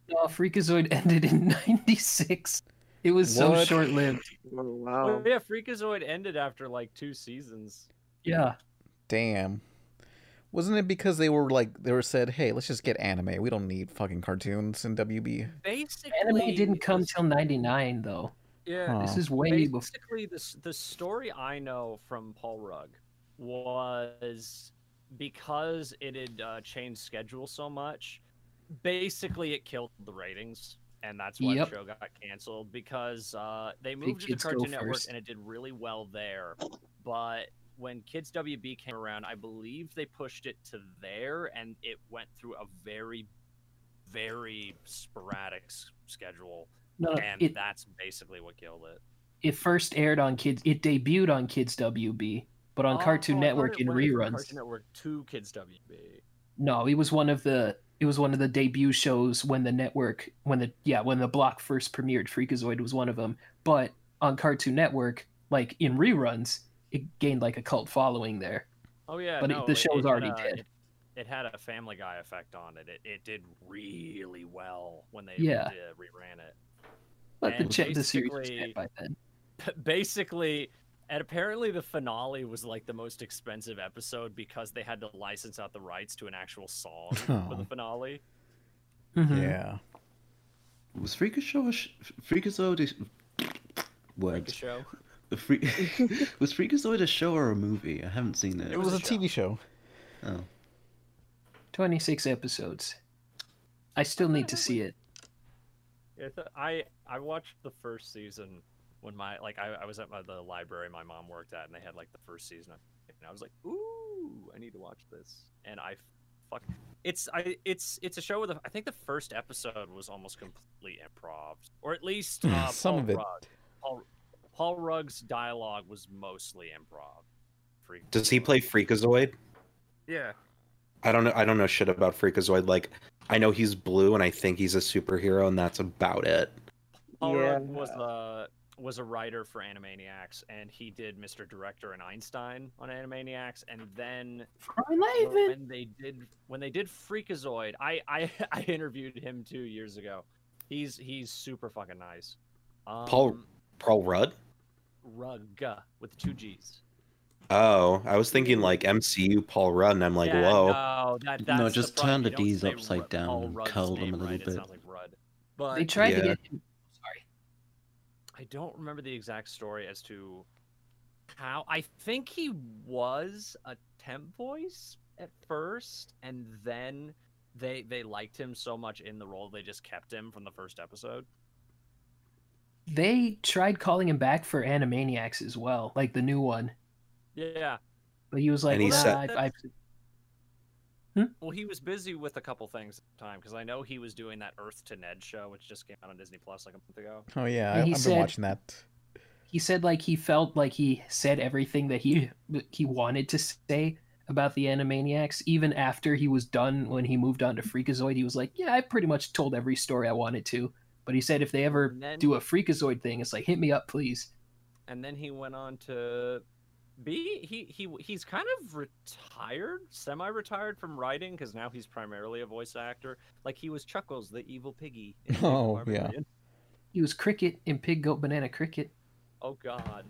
Speaker 4: No, Freakazoid ended in '96. It was so
Speaker 9: What?
Speaker 4: short lived.
Speaker 6: Oh,
Speaker 7: Um.
Speaker 6: yeah, Freakazoid ended after like two seasons.
Speaker 4: Yeah.
Speaker 9: Damn. Wasn't it because they were like, they were said, hey, let's just get anime. We don't need fucking cartoons in WB.
Speaker 6: Basically,
Speaker 4: Anime didn't come till '99 though.
Speaker 6: Yeah,
Speaker 9: Huh.
Speaker 4: This is way before.
Speaker 6: basically the s- the story I know from Paul Rugg was because it had uh, changed schedule so much. Basically, it killed the ratings, and that's why
Speaker 4: Yep.
Speaker 6: the show got canceled because uh, they
Speaker 4: Big
Speaker 6: moved it
Speaker 4: kids
Speaker 6: to
Speaker 4: go
Speaker 6: Cartoon Network
Speaker 4: first.
Speaker 6: and it did really well there. But when Kids WB came around, I believe they pushed it to there, and it went through a very, very sporadic s- schedule,
Speaker 4: No,
Speaker 6: and
Speaker 4: Uh, it-
Speaker 6: that's basically what killed it.
Speaker 4: It first aired on kids. It debuted on Kids WB, but on
Speaker 6: Oh,
Speaker 4: Cartoon
Speaker 6: I thought
Speaker 4: Network
Speaker 6: it
Speaker 4: in
Speaker 6: went from
Speaker 4: reruns.
Speaker 6: Cartoon Network to Kids WB.
Speaker 4: No, he was one of the it was one of the debut shows when the network when the yeah when the block first premiered freakazoid was one of them but on cartoon network like in reruns it gained like a cult following there
Speaker 6: Oh yeah,
Speaker 4: but it-
Speaker 6: no,
Speaker 4: the show's
Speaker 6: had
Speaker 4: already
Speaker 6: a-
Speaker 4: dead.
Speaker 6: It, it had a Family Guy effect on it. It, it did really well when they
Speaker 4: Yeah.
Speaker 6: uh, reran it.
Speaker 4: but the,
Speaker 6: And
Speaker 4: ch- the series was dead
Speaker 6: basically-
Speaker 4: by then
Speaker 6: basically and apparently the finale was like the most expensive episode because they had to license out the rights to an actual song for
Speaker 8: Oh.
Speaker 6: the finale
Speaker 4: Mm-hmm.
Speaker 9: Yeah.
Speaker 8: Was Freakazoid a sh- Freakazoid is
Speaker 6: Freak a
Speaker 8: words?
Speaker 6: show
Speaker 8: The Freak was Freakazoid a show or a movie? I haven't seen it.
Speaker 9: It was a TV show.
Speaker 8: Oh,
Speaker 4: 26 episodes i still need to see it
Speaker 6: Yeah, th- i i watched the first season when my like i, I was at my, the library my mom worked at and they had like the first season of it, and i was like ooh i need to watch this and i fuck it's i it's it's a show with a, i think the first episode was almost complete improv or at least uh,
Speaker 9: Some
Speaker 6: Paul
Speaker 9: of it.
Speaker 6: Rudd- Paul, Paul Rugg's dialogue was mostly improv. Freak.
Speaker 5: Does he play Freakazoid?
Speaker 6: Yeah.
Speaker 5: I don't know. I don't know shit about Freakazoid. Like, I know he's blue, and I think he's a superhero, and that's about it.
Speaker 6: Paul
Speaker 10: Yeah.
Speaker 6: Rudd was the was a writer for Animaniacs, and he did Mr. Director and Einstein on Animaniacs, and then when they did when they did Freakazoid, I I, I interviewed him two years ago. He's he's super fucking nice. Um,
Speaker 5: Paul Paul Rudd.
Speaker 6: Rugg with two G's.
Speaker 5: Oh, I was thinking like MCU Paul Rudd, and I'm like,
Speaker 6: Yeah,
Speaker 5: whoa.
Speaker 6: No, that, that's
Speaker 8: no, just
Speaker 6: the problem.
Speaker 8: turn the
Speaker 6: You don't
Speaker 8: D's
Speaker 6: say
Speaker 8: upside
Speaker 6: Ru-
Speaker 8: down
Speaker 6: Paul
Speaker 8: and
Speaker 6: Rudd's
Speaker 8: curl them
Speaker 6: name
Speaker 8: a little
Speaker 6: right, It
Speaker 8: bit.
Speaker 6: sounds like Rudd. But
Speaker 4: they tried to
Speaker 5: Yeah.
Speaker 4: get him
Speaker 6: I don't remember the exact story as to how. I think he was a temp voice at first, and then they they liked him so much in the role they just kept him from the first episode.
Speaker 4: they tried calling him back for animaniacs as well like the new one
Speaker 6: Yeah.
Speaker 4: but he was like
Speaker 5: And he
Speaker 4: nah,
Speaker 5: said-
Speaker 4: I, I,
Speaker 6: Well, he was busy with a couple things at the time because I know he was doing that Earth to Ned show, which just came out on Disney Plus like a month ago.
Speaker 9: Oh yeah,
Speaker 4: And
Speaker 9: I,
Speaker 4: he
Speaker 9: I've
Speaker 4: said-
Speaker 9: been watching that.
Speaker 4: he said like he felt like he said everything that he he wanted to say about the Animaniacs. Even after he was done, when he moved on to Freakazoid, he was like, "Yeah, I pretty much told every story I wanted to." But he said if they ever
Speaker 6: And then-
Speaker 4: do a Freakazoid thing, it's like hit me up, please.
Speaker 6: and then he went on to be he he he's kind of retired, semi-retired from writing because now he's primarily a voice actor. Like he was Chuckles, the evil piggy. in Big
Speaker 9: Oh yeah.
Speaker 6: Barbarian.
Speaker 4: He was Cricket in Pig Goat Banana Cricket.
Speaker 6: Oh God.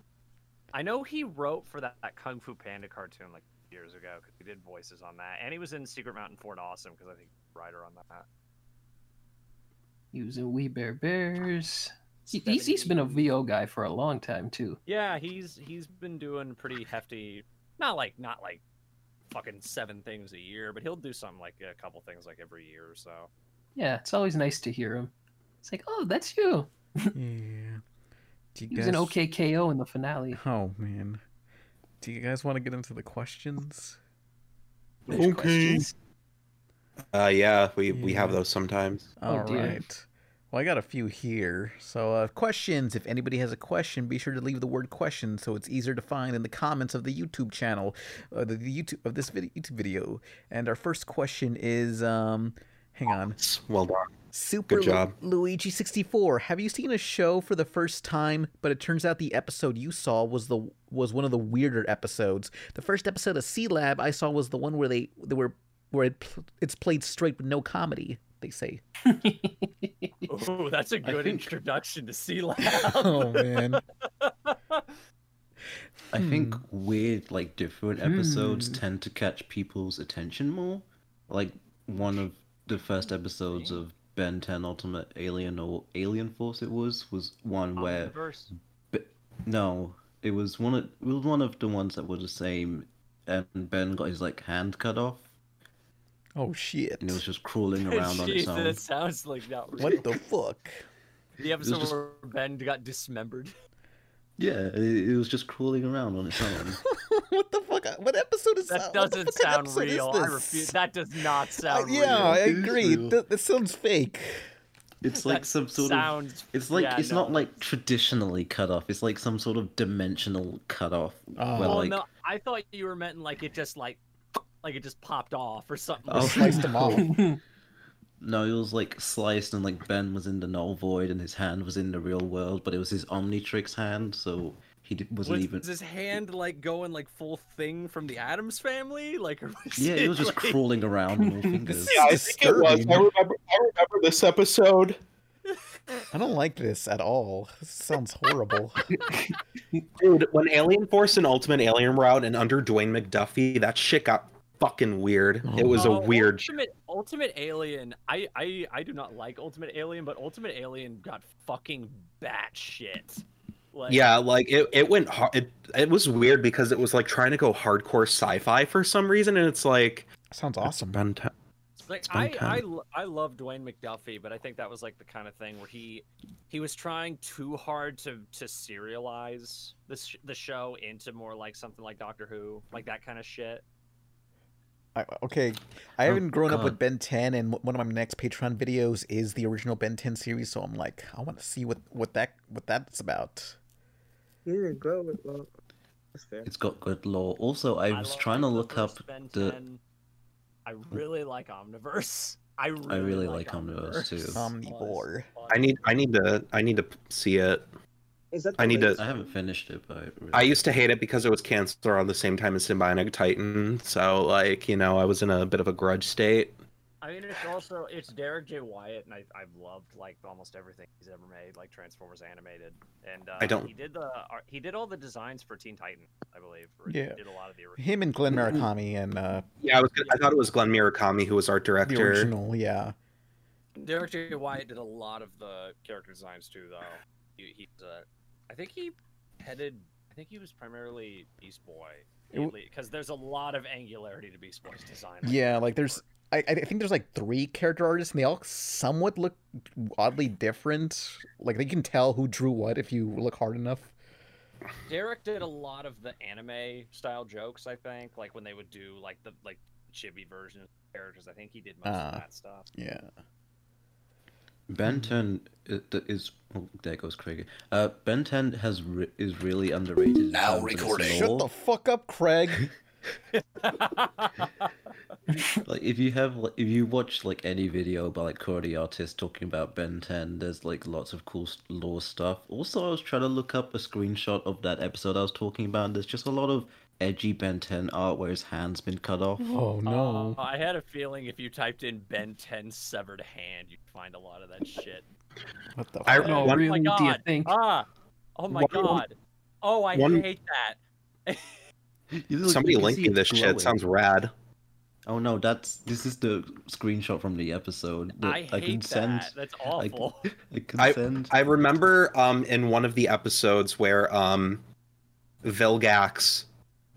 Speaker 6: I know he wrote for that, that Kung Fu Panda cartoon like years ago because he did voices on that, and he was in Secret Mountain Fort Awesome because I think he's a writer on that.
Speaker 4: He was in We Bear Bears. He, he's, he's been a VO guy for a long time too.
Speaker 6: Yeah, he's he's been doing pretty hefty. Not like not like fucking seven things a year, but he'll do something like a couple things like every year or so.
Speaker 4: Yeah, it's always nice to hear him. It's like, oh, that's you.
Speaker 9: Yeah. Do you
Speaker 4: He was an
Speaker 9: guys-
Speaker 4: OKKO in the finale.
Speaker 9: Oh man. Do you guys want to get into the questions?
Speaker 4: There's questions.
Speaker 5: Uh, yeah, we we have
Speaker 9: Yeah.
Speaker 5: those sometimes.
Speaker 9: All right.
Speaker 4: dear.
Speaker 9: Well, I got a few here. So, uh, questions. If anybody has a question, be sure to leave the word "question" so it's easier to find in the comments of the YouTube channel, uh, the, the YouTube of this video, YouTube video. And our first question is, um, hang on.
Speaker 5: Well done.
Speaker 9: Super
Speaker 5: Good
Speaker 9: Lu-
Speaker 5: job.
Speaker 9: Luigi 64. Have you seen a show for the first time, but it turns out the episode you saw was the was one of the weirder episodes. The first episode of C Lab I saw was the one where they they were where it, pl- it's played straight with no comedy, they say.
Speaker 6: Oh, that's a good
Speaker 8: think-
Speaker 6: introduction to Sea Lab.
Speaker 9: Oh man.
Speaker 8: I think
Speaker 6: Hmm.
Speaker 8: weird, like different episodes tend to catch people's attention more. Like one of the first episodes of Ben 10 Ultimate Alien or Alien Force, it was was
Speaker 6: Oh,
Speaker 8: one where
Speaker 6: Verse.
Speaker 8: But no, it was one of it was one of the ones that were the same, and Ben got his like hand cut off,
Speaker 9: Oh shit.
Speaker 8: and it was just crawling around on its
Speaker 6: Jeez,
Speaker 8: own.
Speaker 6: that sounds like not real.
Speaker 9: What the fuck?
Speaker 6: The episode
Speaker 8: just-
Speaker 6: where Ben got dismembered.
Speaker 8: Yeah, it, it was just crawling around on its own.
Speaker 9: what the fuck? What episode is
Speaker 6: That
Speaker 9: that? What the
Speaker 6: doesn't
Speaker 9: fuck kind
Speaker 6: sound
Speaker 9: of episode is
Speaker 6: real. I
Speaker 9: this? Uh,
Speaker 6: refuse. That does not sound
Speaker 9: yeah, I
Speaker 6: real.
Speaker 8: It is
Speaker 9: agree.
Speaker 8: real.
Speaker 9: That, that sounds fake.
Speaker 8: It's like
Speaker 6: That
Speaker 8: some sort
Speaker 6: sounds-
Speaker 8: of. It's like
Speaker 6: yeah,
Speaker 8: it's
Speaker 6: no.
Speaker 8: not like traditionally cut off. It's like some sort of dimensional cut off.
Speaker 9: Oh.
Speaker 8: where
Speaker 6: Oh
Speaker 8: like
Speaker 6: no, I thought you were meant like it just like like it just popped off or something.
Speaker 8: Oh,
Speaker 6: like
Speaker 8: sliced 'em off. Niall's like sliced and like Ben was in the null void and his hand was in the real world, but it was his Omnitrix hand, so he d- wasn't
Speaker 6: Was
Speaker 8: even.
Speaker 6: his hand like going like full thing from the Adams family? Like, or was
Speaker 8: Yeah, it was just
Speaker 6: like-
Speaker 8: crawling around with all fingers.
Speaker 15: Yeah, I think it was. I remember, I remember this episode.
Speaker 9: I don't like this at all. This sounds horrible.
Speaker 5: Dude, when Alien Force and Ultimate Alien were out and under Dwayne McDuffie, that shit got fucking weird. It was
Speaker 6: Oh,
Speaker 5: a weird. sh-
Speaker 6: Ultimate, Ultimate Alien. I, I I do not like Ultimate Alien, but Ultimate Alien got fucking bat shit. Like,
Speaker 5: Yeah, like it, it went hard. It, it was weird because it was like trying to go hardcore sci fi for some reason. And it's like.
Speaker 9: Sounds awesome.
Speaker 6: It's Like
Speaker 5: It's been
Speaker 6: I,
Speaker 5: time.
Speaker 6: I, lo- I love Dwayne McDuffie, but I think that was like the kind of thing where he he was trying too hard to to serialize the sh- the show into more like something like Doctor Who, like that kind of shit.
Speaker 9: I, okay, I
Speaker 6: Oh,
Speaker 9: haven't grown up with
Speaker 6: God.
Speaker 9: Ben 10, and one of my next Patreon videos is the original Ben 10 series, so I'm like, I want to see what what that what that's about.
Speaker 7: He didn't grow with well. That's fair.
Speaker 8: It's got good lore. Also, I was trying to look up
Speaker 6: Ben
Speaker 8: the.
Speaker 6: 10. I really like Omniverse. I really,
Speaker 8: I really
Speaker 6: like
Speaker 8: like Omniverse too.
Speaker 9: Omnivore.
Speaker 5: I need, I need to, I need to see it.
Speaker 7: Is that
Speaker 5: I need to.
Speaker 8: I haven't finished it, but I, really...
Speaker 5: I used to hate it because it was canceled around the same time as Symbionic Titan. So, like, you know, I was in a bit of a grudge state.
Speaker 6: I mean, it's also it's Derek J. Wyatt, and I, I've loved like almost everything he's ever made, like Transformers animated, and uh,
Speaker 9: I don't-
Speaker 6: He did the ar- he did all the designs for Teen Titan, I believe. or he
Speaker 9: Yeah,
Speaker 6: did a lot of the original.
Speaker 9: him and Glenn Murakami and uh,
Speaker 5: Yeah, I was. Gonna, I thought it was Glenn Murakami who was art
Speaker 9: the
Speaker 5: director.
Speaker 9: original, yeah.
Speaker 6: Derek J. Wyatt did a lot of the character designs too, though. He, he's uh, I think he headed. I think he was primarily Beast Boy,
Speaker 9: It w-
Speaker 6: because there's a lot of angularity to Beast Boy's design.
Speaker 9: Yeah, like there's, I, I think there's like three character artists, and they all somewhat look oddly different. Like they can tell who drew what if you look hard enough.
Speaker 6: Derek did a lot of the anime style jokes, I think, like when they would do like the like chibi version of the characters. I think he did most of
Speaker 8: Ah,
Speaker 6: that stuff.
Speaker 9: Yeah.
Speaker 8: Ben 10 i- th- is oh, there goes Craig. Uh, ben 10 has re- is really underrated. in terms of its
Speaker 9: Shut the
Speaker 8: lore.
Speaker 9: fuck up, Craig.
Speaker 8: like if you have like, if you watch like any video by like Cody artists talking about Ben 10, there's like lots of cool s- lore stuff. Also, I was trying to look up a screenshot of that episode I was talking about. And there's just a lot of edgy Ben 10 art where his hand's been cut off.
Speaker 9: Oh no.
Speaker 6: Uh, I had a feeling if you typed in Ben 10 severed hand, you'd find a lot of that shit. Uh,
Speaker 9: What the
Speaker 5: I-
Speaker 9: fuck?
Speaker 5: No,
Speaker 6: oh my
Speaker 5: really, do you
Speaker 6: god.
Speaker 5: think?
Speaker 6: Ah, oh my
Speaker 5: One-
Speaker 6: god. Oh, I
Speaker 5: one-
Speaker 6: hate that. Mm-hmm.
Speaker 5: Somebody
Speaker 8: you can
Speaker 5: link
Speaker 8: see
Speaker 5: me
Speaker 8: it
Speaker 5: this shit.
Speaker 8: glowing.
Speaker 5: Sounds rad.
Speaker 8: Oh no, that's this is the screenshot from the episode that
Speaker 6: I
Speaker 8: I, can
Speaker 6: hate
Speaker 8: send.
Speaker 6: that. That's
Speaker 8: I can-
Speaker 6: awful.
Speaker 8: I can
Speaker 5: I,
Speaker 8: send.
Speaker 5: I remember um in one of the episodes where um Vilgax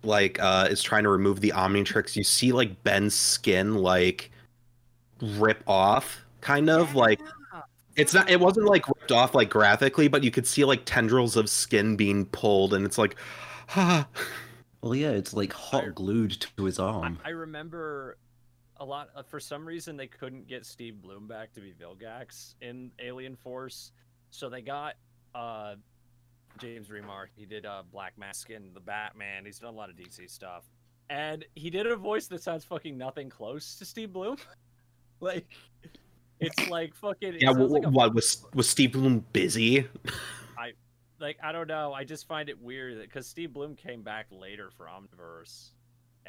Speaker 5: like uh is trying to remove the Omnitrix, you see like Ben's skin like rip off kind of like it's not it wasn't like ripped off like graphically, but you could see like tendrils of skin being pulled and it's like ah.
Speaker 8: Well, yeah, it's like hot glued to his arm.
Speaker 6: I remember a lot. uh, For some reason, they couldn't get Steve Bloom back to be Vilgax in Alien Force, so they got uh, James Remar. He did uh, Black Mask in the Batman. He's done a lot of DC stuff, and he did a voice that sounds fucking nothing close to Steve Bloom. like, it's like fucking. it
Speaker 5: yeah,
Speaker 6: sounds
Speaker 5: what,
Speaker 6: like a
Speaker 5: what was was Steve Bloom busy?
Speaker 6: I like I don't know. I just find it weird because Steve Bloom came back later for Omniverse,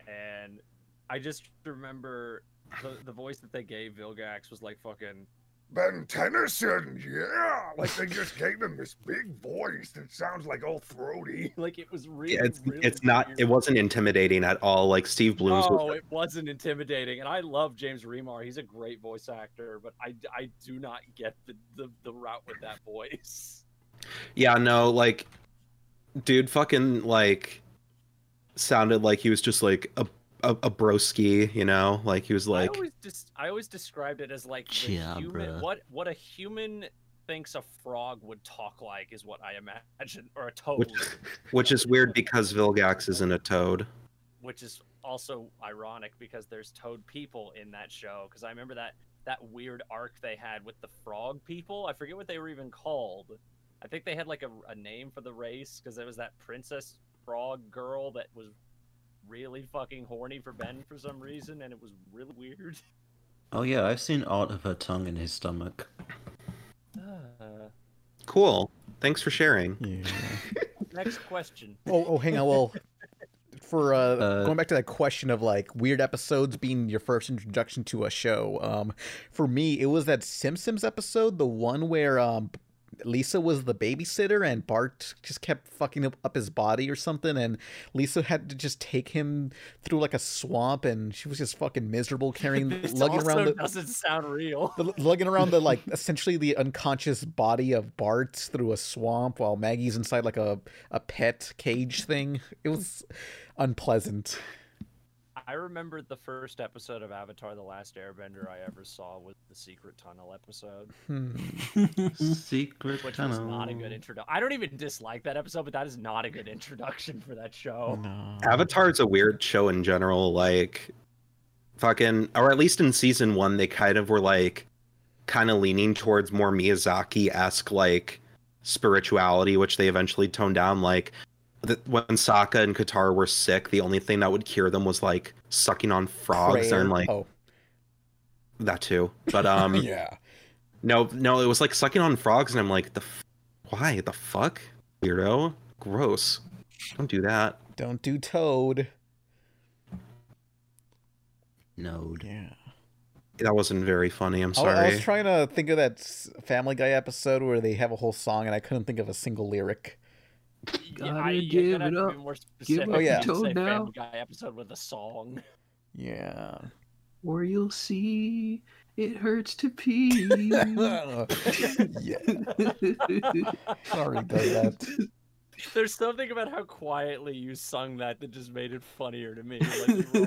Speaker 6: and I just remember the the voice that they gave Vilgax was like fucking.
Speaker 16: Ben Tennyson, yeah. Like they just gave him this big voice that sounds like all throaty.
Speaker 6: Like it was really.
Speaker 5: Yeah, it's
Speaker 6: really
Speaker 5: it's not it wasn't intimidating at all. Like Steve Bloom's was
Speaker 6: No, Oh, it wasn't intimidating, and I love James Remar. He's a great voice actor, but I, I do not get the, the, the route with that voice.
Speaker 5: Yeah, no, like, dude, fucking like, sounded like he was just like a a, a broski, you know, like he was like,
Speaker 6: I always just I always described it as like the
Speaker 5: Yeah,
Speaker 6: human,
Speaker 5: bruh.
Speaker 6: what what a human thinks a frog would talk like is what I imagine, or a toad,
Speaker 5: which, which is weird because Vilgax isn't a toad.
Speaker 6: which is also ironic because there's toad people in that show. Because I remember that that weird arc they had with the frog people. I forget what they were even called. I think they had like a, a name for the race because there was that princess frog girl that was really fucking horny for Ben for some reason, and it was really weird.
Speaker 8: Oh yeah, I've seen art of her tongue in his stomach.
Speaker 5: Cool. Thanks for sharing.
Speaker 6: Next question.
Speaker 9: Oh, oh, hang on. Well, for uh, going back to that question of like weird episodes being your first introduction to a show, um, for me it was that Simpsons episode, the one where um, Lisa was the babysitter and Bart just kept fucking up, up his body or something, and Lisa had to just take him through like a swamp, and she was just fucking miserable carrying
Speaker 6: This
Speaker 9: lugging
Speaker 6: also
Speaker 9: around the,
Speaker 6: doesn't sound real.
Speaker 9: the, lugging around the like essentially the unconscious body of Bart through a swamp while Maggie's inside like a a pet cage thing. It was unpleasant.
Speaker 6: I remember the first episode of Avatar: The Last Airbender I ever saw was the secret tunnel episode.
Speaker 1: Hmm.
Speaker 8: Secret
Speaker 6: Which
Speaker 8: tunnel.
Speaker 6: was not a good intro. I don't even dislike that episode, but that is not a good introduction for that
Speaker 9: Oh
Speaker 6: show.
Speaker 5: Avatar's a weird show in general, like fucking or at least in season one they kind of were like kind of leaning towards more Miyazaki esque like spirituality, which they eventually toned down. Like th- when Sokka and Katara were sick, the only thing that would cure them was like sucking on frogs
Speaker 9: Prayer-
Speaker 5: and like
Speaker 9: oh,
Speaker 5: that too. But um
Speaker 9: Yeah.
Speaker 5: No, no, it was like sucking on frogs and I'm like the f- why the fuck? Weirdo. Gross. Don't do that.
Speaker 9: don't do Toad.
Speaker 8: Node.
Speaker 9: Yeah.
Speaker 5: That wasn't very funny. I'm
Speaker 9: I-
Speaker 5: sorry.
Speaker 9: I, was trying to think of that s- Family Guy episode where they have a whole song, and I couldn't think of a single lyric.
Speaker 6: Yeah, I,
Speaker 9: Gotta
Speaker 6: you're
Speaker 9: give
Speaker 6: gonna
Speaker 9: it
Speaker 6: have to
Speaker 9: up.
Speaker 6: be more
Speaker 9: Give
Speaker 6: specific.
Speaker 9: up the
Speaker 6: You have to
Speaker 9: toad
Speaker 6: say
Speaker 9: now.
Speaker 6: Family Guy episode with a song.
Speaker 9: Yeah.
Speaker 4: Or you'll see it hurts to pee.
Speaker 9: Sorry, does that.
Speaker 6: There's something about how quietly you sung that that just made it funnier to me. Like you were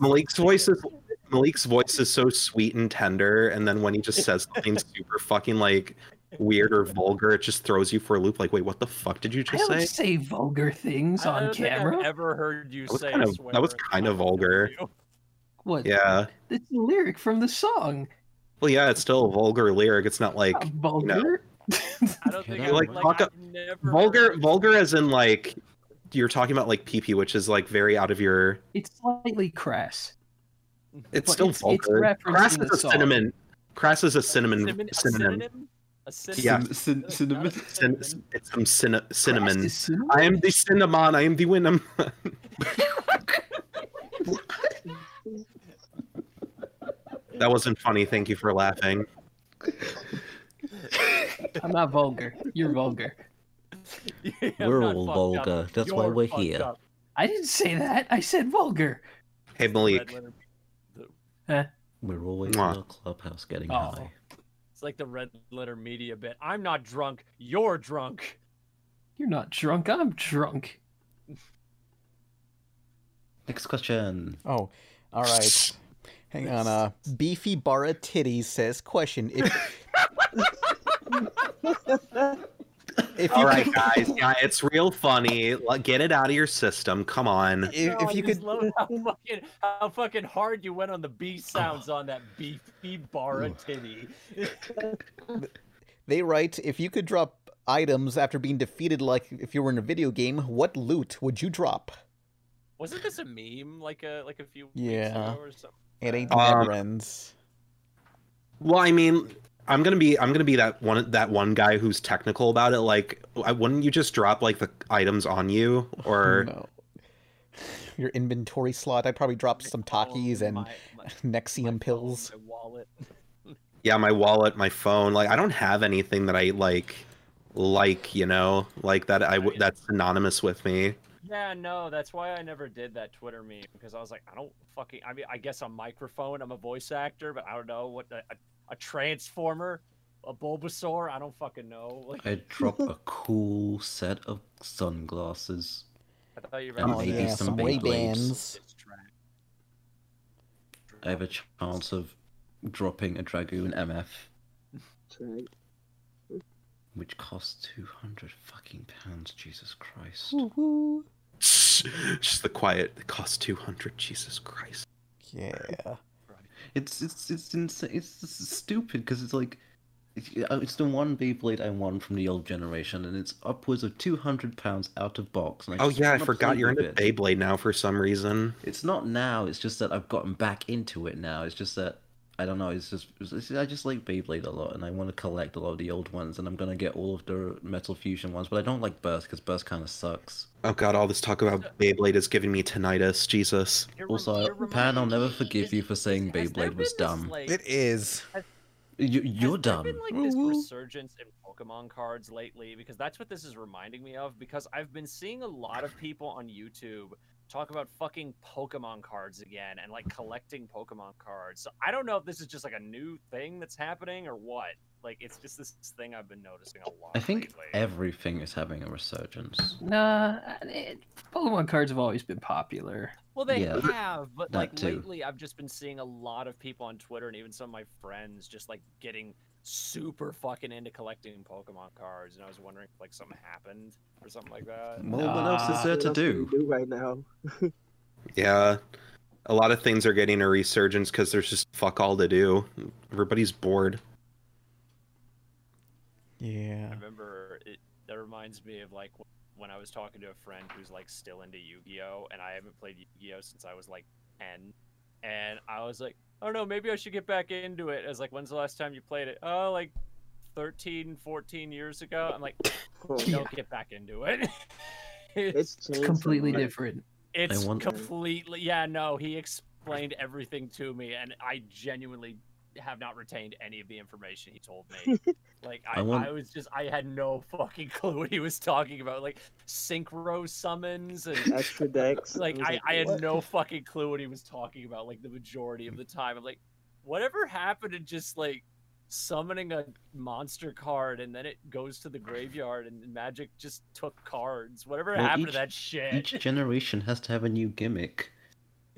Speaker 5: Malik's
Speaker 6: embarrassed.
Speaker 5: Malik's voice is Malik's voice is so sweet and tender, and then when he just says something super fucking like weird or vulgar, it just throws you for a loop. Like, wait, what the fuck did you
Speaker 4: I
Speaker 5: just
Speaker 4: don't
Speaker 5: say?
Speaker 4: say vulgar things
Speaker 6: I
Speaker 4: on
Speaker 6: don't think I've
Speaker 4: camera.
Speaker 6: ever heard you
Speaker 5: That was
Speaker 6: say
Speaker 5: kind
Speaker 6: a
Speaker 5: of
Speaker 6: swear
Speaker 5: that was
Speaker 6: word.
Speaker 5: kind of vulgar.
Speaker 4: What?
Speaker 5: Yeah.
Speaker 4: It's a lyric from the song.
Speaker 5: Well, yeah, it's still a vulgar lyric. It's not like
Speaker 4: vulgar.
Speaker 6: I don't think
Speaker 5: You like,
Speaker 6: like,
Speaker 5: talk
Speaker 6: I've
Speaker 5: up, vulgar, vulgar as in like you're talking about like pee pee, which is like very out of your.
Speaker 4: It's slightly crass.
Speaker 5: It's
Speaker 4: But
Speaker 5: still
Speaker 4: it's- it's
Speaker 5: vulgar.
Speaker 4: referencing
Speaker 5: Crass
Speaker 4: the
Speaker 5: is a
Speaker 4: song.
Speaker 5: cinnamon. Crass is a cinnamon.
Speaker 6: Cinnamon- a
Speaker 5: synonym.
Speaker 6: synonym? A synonym?
Speaker 5: Yeah,
Speaker 8: cinnamon.
Speaker 5: it's some cinna- cinnamon.
Speaker 6: is cinnamon?
Speaker 5: I am the cinnamon. I am the Winham. that wasn't funny. Thank you for laughing.
Speaker 4: I'm not vulgar. You're vulgar.
Speaker 8: We're all vulgar. That's why we're here.
Speaker 4: I didn't say that. I said vulgar.
Speaker 5: Hey Malik,
Speaker 8: We're always in
Speaker 5: Mwah.
Speaker 8: our clubhouse getting
Speaker 6: Oh.
Speaker 8: high.
Speaker 6: It's like the red letter media bit. I'm not drunk. You're drunk.
Speaker 4: You're not drunk. I'm drunk.
Speaker 8: Next question.
Speaker 9: Oh, all right. Hang on. Uh, Beefy Barra Titties says, "Question: If if you
Speaker 5: all right,
Speaker 9: could-
Speaker 5: guys, yeah, it's real funny. Like, Get it out of your system. Come on.
Speaker 9: If-
Speaker 6: No,
Speaker 9: if
Speaker 6: I
Speaker 9: you
Speaker 6: just
Speaker 9: could-
Speaker 6: love how fucking, how fucking hard you went on the B sounds on that beefy barra titty.
Speaker 9: they write, if you could drop items after being defeated, like if you were in a video game, what loot would you drop?"
Speaker 6: Wasn't this a meme like a like a few weeks
Speaker 9: Yeah.
Speaker 6: ago or something?
Speaker 9: It ain't
Speaker 5: Um,
Speaker 9: never ends.
Speaker 5: Well, I mean, I'm gonna be I'm gonna be that one that one guy who's technical about it. Like, I, wouldn't you just drop like the items on you or?
Speaker 1: Hmm.
Speaker 9: Your inventory slot. I'd probably drop some Takis and Nexium pills.
Speaker 6: Oh, My wallet.
Speaker 5: yeah my wallet my phone like i don't have anything that i like like you know like that i w- that's synonymous with me
Speaker 6: Yeah, no, that's why I never did that Twitter meme because I was like, I don't fucking. I mean, I guess a microphone. I'm a voice actor, but I don't know what a, a, a transformer, a Bulbasaur. I don't fucking know. Like,
Speaker 8: I'd drop a cool set of sunglasses.
Speaker 6: I thought you were
Speaker 8: And
Speaker 6: about to
Speaker 8: maybe
Speaker 6: say-
Speaker 8: some Beyblades. I have a chance of dropping a Dragoon MF, which costs 200 fucking pounds. Jesus Christ.
Speaker 5: just the quiet it costs 200 jesus christ
Speaker 9: yeah
Speaker 8: It's it's it's insane. It's, it's stupid because it's like it's uh, it's the one Beyblade I won from the old generation, and it's upwards of two hundred pounds out of box. And I
Speaker 5: oh
Speaker 8: just
Speaker 5: yeah i
Speaker 8: wanna
Speaker 5: forgot
Speaker 8: play
Speaker 5: you're
Speaker 8: with
Speaker 5: into
Speaker 8: it.
Speaker 5: beyblade now for some reason
Speaker 8: It's not now. It's just that I've gotten back into it now. It's just that I don't know. It's just it's- it's- I just like Beyblade a lot, and I want to collect a lot of the old ones, and I'm gonna get all of the Metal Fusion ones, but I don't like Burst because Burst kind of sucks.
Speaker 5: Oh god, all this talk about Beyblade is giving me tinnitus. Jesus.
Speaker 8: Also, Pan, I'll never forgive you for saying Beyblade was dumb.
Speaker 6: like-
Speaker 5: It is.
Speaker 8: You, you're dumb.
Speaker 6: been like this resurgence in Pokemon cards lately because that's what this is reminding me of. Because I've been seeing a lot of people on YouTube talk about fucking Pokemon cards again and like collecting Pokemon cards. So I don't know if this is just like a new thing that's happening or what. Like it's just this thing I've been noticing a lot.
Speaker 8: I think everything is having a resurgence.
Speaker 4: Nah, it, Pokemon cards have always been popular.
Speaker 6: Well, they
Speaker 8: Yeah,
Speaker 6: have, but
Speaker 8: that
Speaker 6: like
Speaker 8: too.
Speaker 6: lately, I've just been seeing a lot of people on Twitter and even some of my friends just like getting super fucking into collecting Pokemon cards, and I was wondering if like something happened or something like that.
Speaker 7: do right now?
Speaker 5: Yeah. A lot of things are getting a resurgence because there's just fuck all to do. Everybody's bored.
Speaker 1: Yeah.
Speaker 6: I remember it. That reminds me of like when I was talking to a friend who's like still into Yu-Gi-Oh, and I haven't played Yu-Gi-Oh since I was like ten, and I was like, I don't know, maybe I should get back into it. I was like, when's the last time you played it? Oh, like 13, 14 years ago. I'm like, don't get back into it.
Speaker 7: It's changed so
Speaker 4: completely
Speaker 7: much.
Speaker 4: different.
Speaker 6: It's
Speaker 8: want-
Speaker 6: completely yeah, no, he explained everything to me and I genuinely have not retained any of the information he told me. like I,
Speaker 8: I
Speaker 6: I,
Speaker 8: want-
Speaker 6: was just I had no fucking clue what he was talking about. Like synchro summons and
Speaker 7: Extra decks.
Speaker 6: like
Speaker 7: was
Speaker 6: I, I had
Speaker 7: what?
Speaker 6: no fucking clue what he was talking about, like the majority of the time. I'm like, whatever happened to just like summoning a monster card and then it goes to the graveyard and magic just took cards. Whatever
Speaker 8: Well,
Speaker 6: happened
Speaker 8: each-
Speaker 6: to that shit?
Speaker 8: Each generation has to have a new gimmick.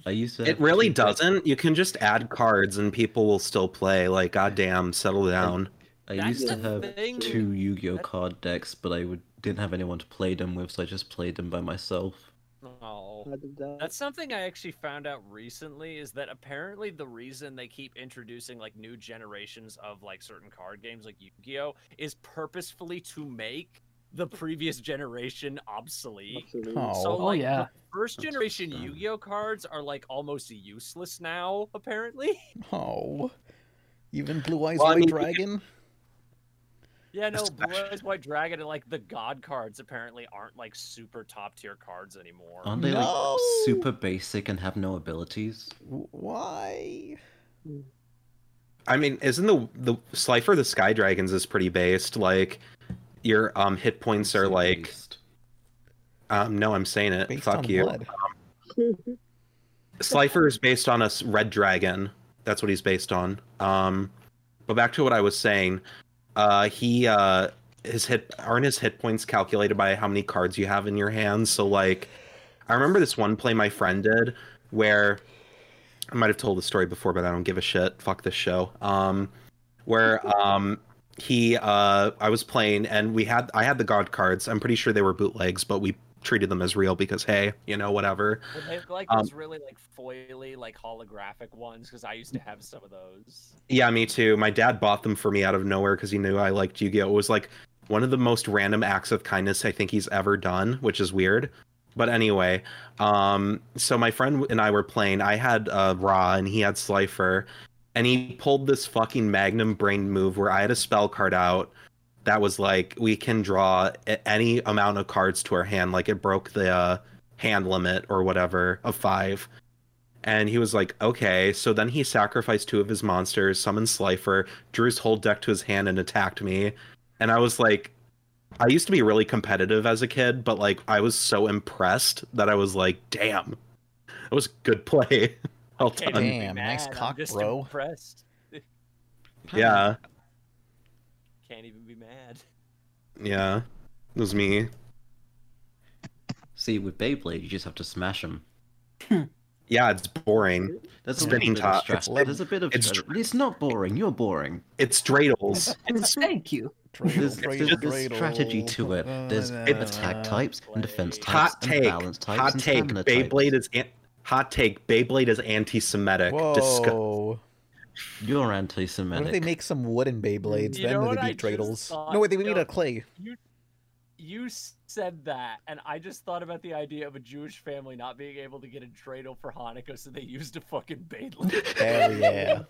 Speaker 8: I used to.
Speaker 5: It really doesn't. You can just add cards and people will still play. Like, goddamn, settle down.
Speaker 8: I used to have two Yu-Gi-Oh card decks, but I would, didn't have anyone to play them with, so I just played them by myself.
Speaker 6: Oh, that's something I actually found out recently is that apparently the reason they keep introducing like new generations of like certain card games like Yu-Gi-Oh is purposefully to make the previous generation obsolete.
Speaker 4: Oh.
Speaker 6: so
Speaker 4: Oh,
Speaker 6: like
Speaker 4: yeah.
Speaker 6: the first generation Yu-Gi-Oh cards are like almost useless now apparently.
Speaker 1: Oh. Even Blue Eyes
Speaker 6: Well, I
Speaker 1: White
Speaker 6: mean, you can-
Speaker 1: Dragon?
Speaker 6: Yeah, no, Blue Eyes White Dragon and like the God cards apparently aren't like super top tier cards anymore.
Speaker 8: Aren't they like super basic and have no abilities?
Speaker 1: Why?
Speaker 5: I mean, isn't the the Slifer the Sky Dragons is pretty based? Like, your um hit points are like. Um, no, I'm saying it.
Speaker 1: Based
Speaker 5: Fuck
Speaker 1: on
Speaker 5: you.
Speaker 1: blood.
Speaker 5: Slifer is based on a s- red dragon. That's what he's based on. Um, but back to what I was saying. Uh, he uh, his hit aren't his hit points calculated by how many cards you have in your hand. So like, I remember this one play my friend did where I might have told the story before, but I don't give a shit. Fuck this show. Um, where um he uh I was playing and we had I had the god cards. I'm pretty sure they were bootlegs, but we treated them as real because hey, you know whatever.
Speaker 6: Well, they have, like
Speaker 5: Um,
Speaker 6: those really like foily, like holographic ones because I used to have some of those.
Speaker 5: Yeah, me too. My dad bought them for me out of nowhere because he knew I liked Yu-Gi-Oh. It was like one of the most random acts of kindness I think he's ever done, which is weird. But anyway, um, so my friend and I were playing. I had uh, Ra and he had Slifer, and he pulled this fucking Magnum Brain move where I had a spell card out that was like we can draw a- any amount of cards to our hand. Like it broke the uh, hand limit or whatever of five. And he was like, okay. So then he sacrificed two of his monsters, summoned Slifer, drew his whole deck to his hand, and attacked me. And I was like, I used to be really competitive as a kid, but like I was so impressed that I was like, damn, that was good play. well
Speaker 6: Okay,
Speaker 5: done.
Speaker 6: don't be mad, I'm just Impressed.
Speaker 5: Yeah,
Speaker 6: Can't even be mad.
Speaker 5: yeah. It was me.
Speaker 8: See, with Beyblade, you just have to smash them.
Speaker 5: Yeah, it's boring.
Speaker 8: That's
Speaker 5: Spinning
Speaker 8: a little
Speaker 5: top.
Speaker 8: bit of stra- There's a bit of. It's, it's not boring. You're boring.
Speaker 5: It's dreidels.
Speaker 4: Thank you.
Speaker 8: There's, there's,
Speaker 5: dreidel,
Speaker 8: there's strategy to it. There's
Speaker 5: It's-
Speaker 8: attack types and defense types
Speaker 5: Hot
Speaker 8: and
Speaker 5: take.
Speaker 8: balance types
Speaker 5: Hot
Speaker 8: and
Speaker 5: take.
Speaker 8: stamina types.
Speaker 5: Beyblade is an- hot take. Beyblade is anti-Semitic.
Speaker 1: Whoa.
Speaker 8: You're
Speaker 1: What if they
Speaker 8: anti-Semitic.
Speaker 1: make some wooden Beyblades?
Speaker 6: You
Speaker 1: then
Speaker 6: know
Speaker 1: they
Speaker 6: what
Speaker 1: would
Speaker 6: I
Speaker 1: be
Speaker 6: just
Speaker 1: dreidels.
Speaker 6: thought,
Speaker 1: No, wait, they would
Speaker 6: yo,
Speaker 1: need a clay.
Speaker 6: you s- said that, and I just thought about the idea of a Jewish family not being able to get a dreidel for Hanukkah, so they used a fucking ladle.
Speaker 1: Hell yeah.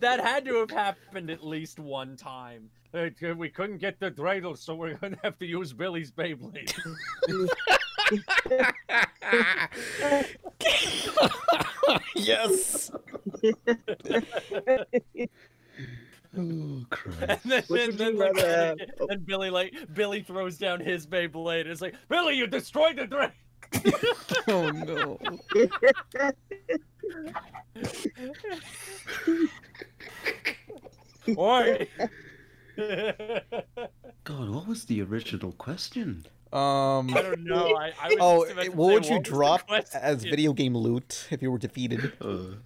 Speaker 6: that had to have happened at least one time. Uh, We couldn't get the dreidel, so we're gonna have to use Billy's Beyblade.
Speaker 1: yes.
Speaker 8: oh,
Speaker 6: And
Speaker 8: Christ.
Speaker 6: then,
Speaker 8: Which
Speaker 6: then,
Speaker 8: would
Speaker 6: then,
Speaker 8: you
Speaker 6: like,
Speaker 8: rather
Speaker 6: then Billy like Billy throws down his Beyblade. It's like Billy, you destroyed the dreidel.
Speaker 1: Oh no.
Speaker 6: Oi.
Speaker 8: God, what was the original question?
Speaker 1: Um,
Speaker 6: I don't know. I, I was
Speaker 1: oh,
Speaker 6: just about
Speaker 1: what would
Speaker 6: to say,
Speaker 1: you
Speaker 6: what was the
Speaker 1: drop
Speaker 6: question?
Speaker 1: as video game loot if you were defeated?
Speaker 5: Uh, Oh.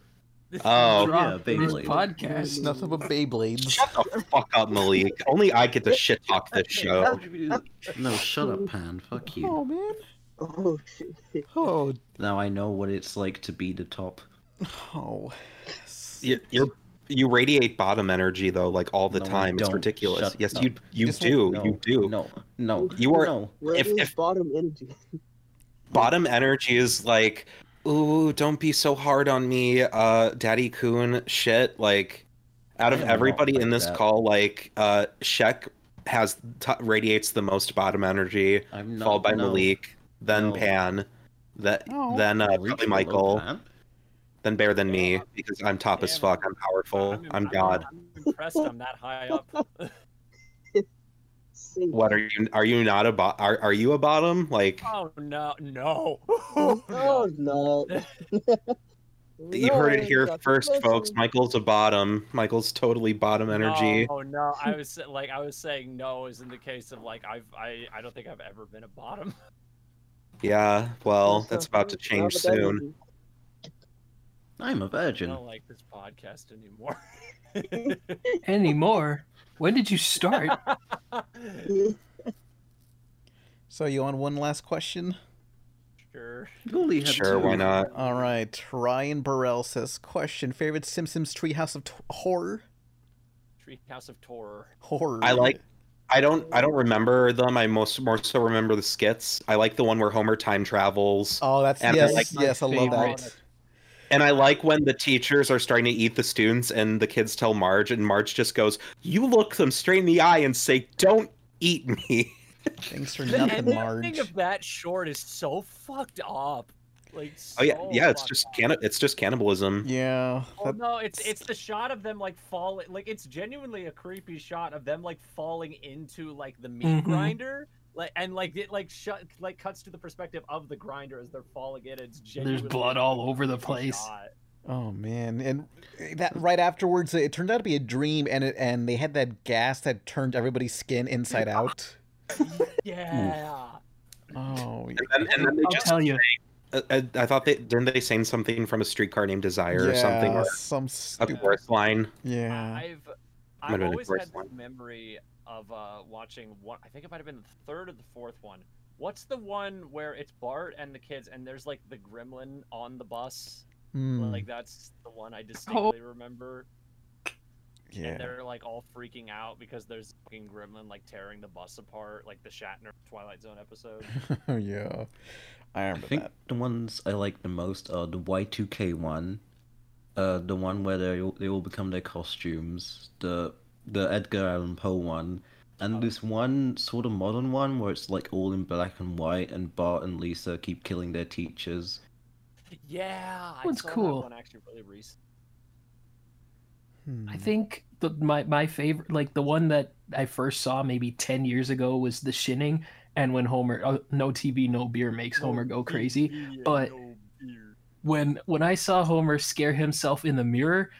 Speaker 1: yeah,
Speaker 5: Drop in this Beyblade.
Speaker 1: podcast. Nothing but Beyblades.
Speaker 5: Fuck up, Malik. Only I get to shit talk this show.
Speaker 8: No, shut
Speaker 5: uh,
Speaker 8: up, Pan. Fuck you.
Speaker 1: Oh man.
Speaker 7: Oh shit.
Speaker 1: Oh.
Speaker 8: Now I know what it's like to be the top.
Speaker 1: Oh.
Speaker 5: You, you're, you radiate bottom energy though, like all the
Speaker 8: No, you
Speaker 5: time. It's
Speaker 8: don't.
Speaker 5: ridiculous.
Speaker 8: Shut
Speaker 5: yes,
Speaker 8: up.
Speaker 5: you you
Speaker 8: Just-
Speaker 5: do.
Speaker 8: no,
Speaker 5: you do.
Speaker 8: No, no.
Speaker 5: You are.
Speaker 8: No.
Speaker 7: Where
Speaker 5: If,
Speaker 7: is
Speaker 5: if
Speaker 7: bottom energy?
Speaker 5: bottom energy is like, ooh, don't be so hard on me, uh, Daddy Coon. Shit, like, out of
Speaker 8: I am not
Speaker 5: everybody in
Speaker 8: like
Speaker 5: this
Speaker 8: that.
Speaker 5: call, like, uh, Shek has t- radiates the most bottom energy,
Speaker 8: I'm not-
Speaker 5: followed by
Speaker 8: no.
Speaker 5: Malik, then
Speaker 8: No.
Speaker 5: Pan, that
Speaker 1: No.
Speaker 5: then uh,
Speaker 8: Malik's
Speaker 5: probably
Speaker 8: below
Speaker 5: Michael.
Speaker 8: Pan.
Speaker 5: Then bear than me because I'm top as fuck. I'm powerful. I'm, God.
Speaker 6: Impressed I'm that high up.
Speaker 5: What are you? Are you not a bot? Are, are you a bottom? Like
Speaker 6: Oh no, no.
Speaker 7: no, Oh, no.
Speaker 5: you
Speaker 7: Oh, No,
Speaker 5: heard it
Speaker 7: I
Speaker 5: here
Speaker 7: got the
Speaker 5: first, folks.
Speaker 7: question.
Speaker 5: Michael's a bottom. Michael's totally bottom energy.
Speaker 6: Oh no, I was sa- like I was saying no is in the case of like I've I, I don't think I've ever been a bottom.
Speaker 5: Yeah. Well, that's about to
Speaker 7: Not
Speaker 5: change
Speaker 7: with that
Speaker 5: soon.
Speaker 7: energy.
Speaker 8: I'm a virgin.
Speaker 6: I don't like this podcast anymore.
Speaker 4: Anymore? When did you start?
Speaker 1: So you on one last question?
Speaker 6: sure.
Speaker 8: You only had
Speaker 5: uh, Sure,
Speaker 8: two.
Speaker 5: why not?
Speaker 1: All right. Ryan Burrell says, "Question: Favorite Simpsons Treehouse of t- Horror?
Speaker 6: Treehouse of Horror.
Speaker 1: Horror?
Speaker 5: I like. I don't. I don't remember them. I most more so remember the skits. I like the one where Homer time travels.
Speaker 1: Oh, that's
Speaker 5: And I
Speaker 1: yes,
Speaker 5: like-
Speaker 1: yes. I love that.
Speaker 5: And I like when the teachers are starting to eat the students, and the kids tell Marge, and Marge just goes, "You look them straight in the eye and say, don't eat me.'"
Speaker 1: Thanks for
Speaker 6: The
Speaker 1: nothing,
Speaker 6: ending
Speaker 1: Marge.
Speaker 6: of that short is so fucked up. Like
Speaker 5: Oh yeah,
Speaker 6: so
Speaker 5: yeah. It's
Speaker 6: fucked
Speaker 5: just
Speaker 6: up.
Speaker 5: canna- It's just cannibalism.
Speaker 1: Yeah.
Speaker 6: Oh
Speaker 1: that-
Speaker 6: no, it's it's the shot of them like falling like it's genuinely a creepy shot of them like falling into like the meat
Speaker 4: Mhm.
Speaker 6: grinder. Like and like it like shut like cuts to the perspective of the grinder as they're falling in. It's genuinely
Speaker 4: There's blood all over the place.
Speaker 6: shot.
Speaker 1: Oh man, and that right afterwards, it turned out to be a dream, and it, and they had that gas that turned everybody's skin inside out.
Speaker 6: Yeah.
Speaker 1: Oh,
Speaker 5: And then, and then they
Speaker 4: I'll
Speaker 5: just.
Speaker 4: tell you.
Speaker 5: I, I, I thought they didn't they sing something from a streetcar named Desire or something
Speaker 1: yeah,
Speaker 5: or
Speaker 1: some
Speaker 5: a
Speaker 1: stupid.
Speaker 5: chorus line.
Speaker 1: Yeah.
Speaker 6: I've
Speaker 5: Might have
Speaker 6: I've
Speaker 5: been a
Speaker 6: always
Speaker 5: worse
Speaker 6: had this
Speaker 5: one.
Speaker 6: memory of uh, watching one. I think it might have been the third or the fourth one. What's the one where it's Bart and the kids and there's like the gremlin on the bus?
Speaker 1: Hmm,
Speaker 6: Like that's the one I distinctly
Speaker 4: Oh.
Speaker 6: remember. And
Speaker 1: yeah.
Speaker 6: they're like all freaking out because there's a fucking gremlin like tearing the bus apart, like the Shatner Twilight Zone episode.
Speaker 1: yeah. I
Speaker 8: I
Speaker 1: remember
Speaker 8: think
Speaker 1: that.
Speaker 8: the ones I like the most are the Y2K one, uh, the one where they all, they all become their costumes, the the Edgar Allan Poe one,
Speaker 5: Oh.
Speaker 8: and this one sort of modern one where it's like all in black and white, and Bart and Lisa keep killing their teachers.
Speaker 6: yeah, I
Speaker 4: One's
Speaker 6: saw that
Speaker 4: cool.
Speaker 6: one actually really recent.
Speaker 1: Hmm.
Speaker 4: I think the, my my favorite, like the one that I first saw maybe ten years ago, was the Shinning, and when Homer, oh, no TV, no beer makes Homer go
Speaker 5: Mm-hmm.
Speaker 4: crazy.
Speaker 6: uh,
Speaker 4: but when when I saw Homer scare himself in the mirror,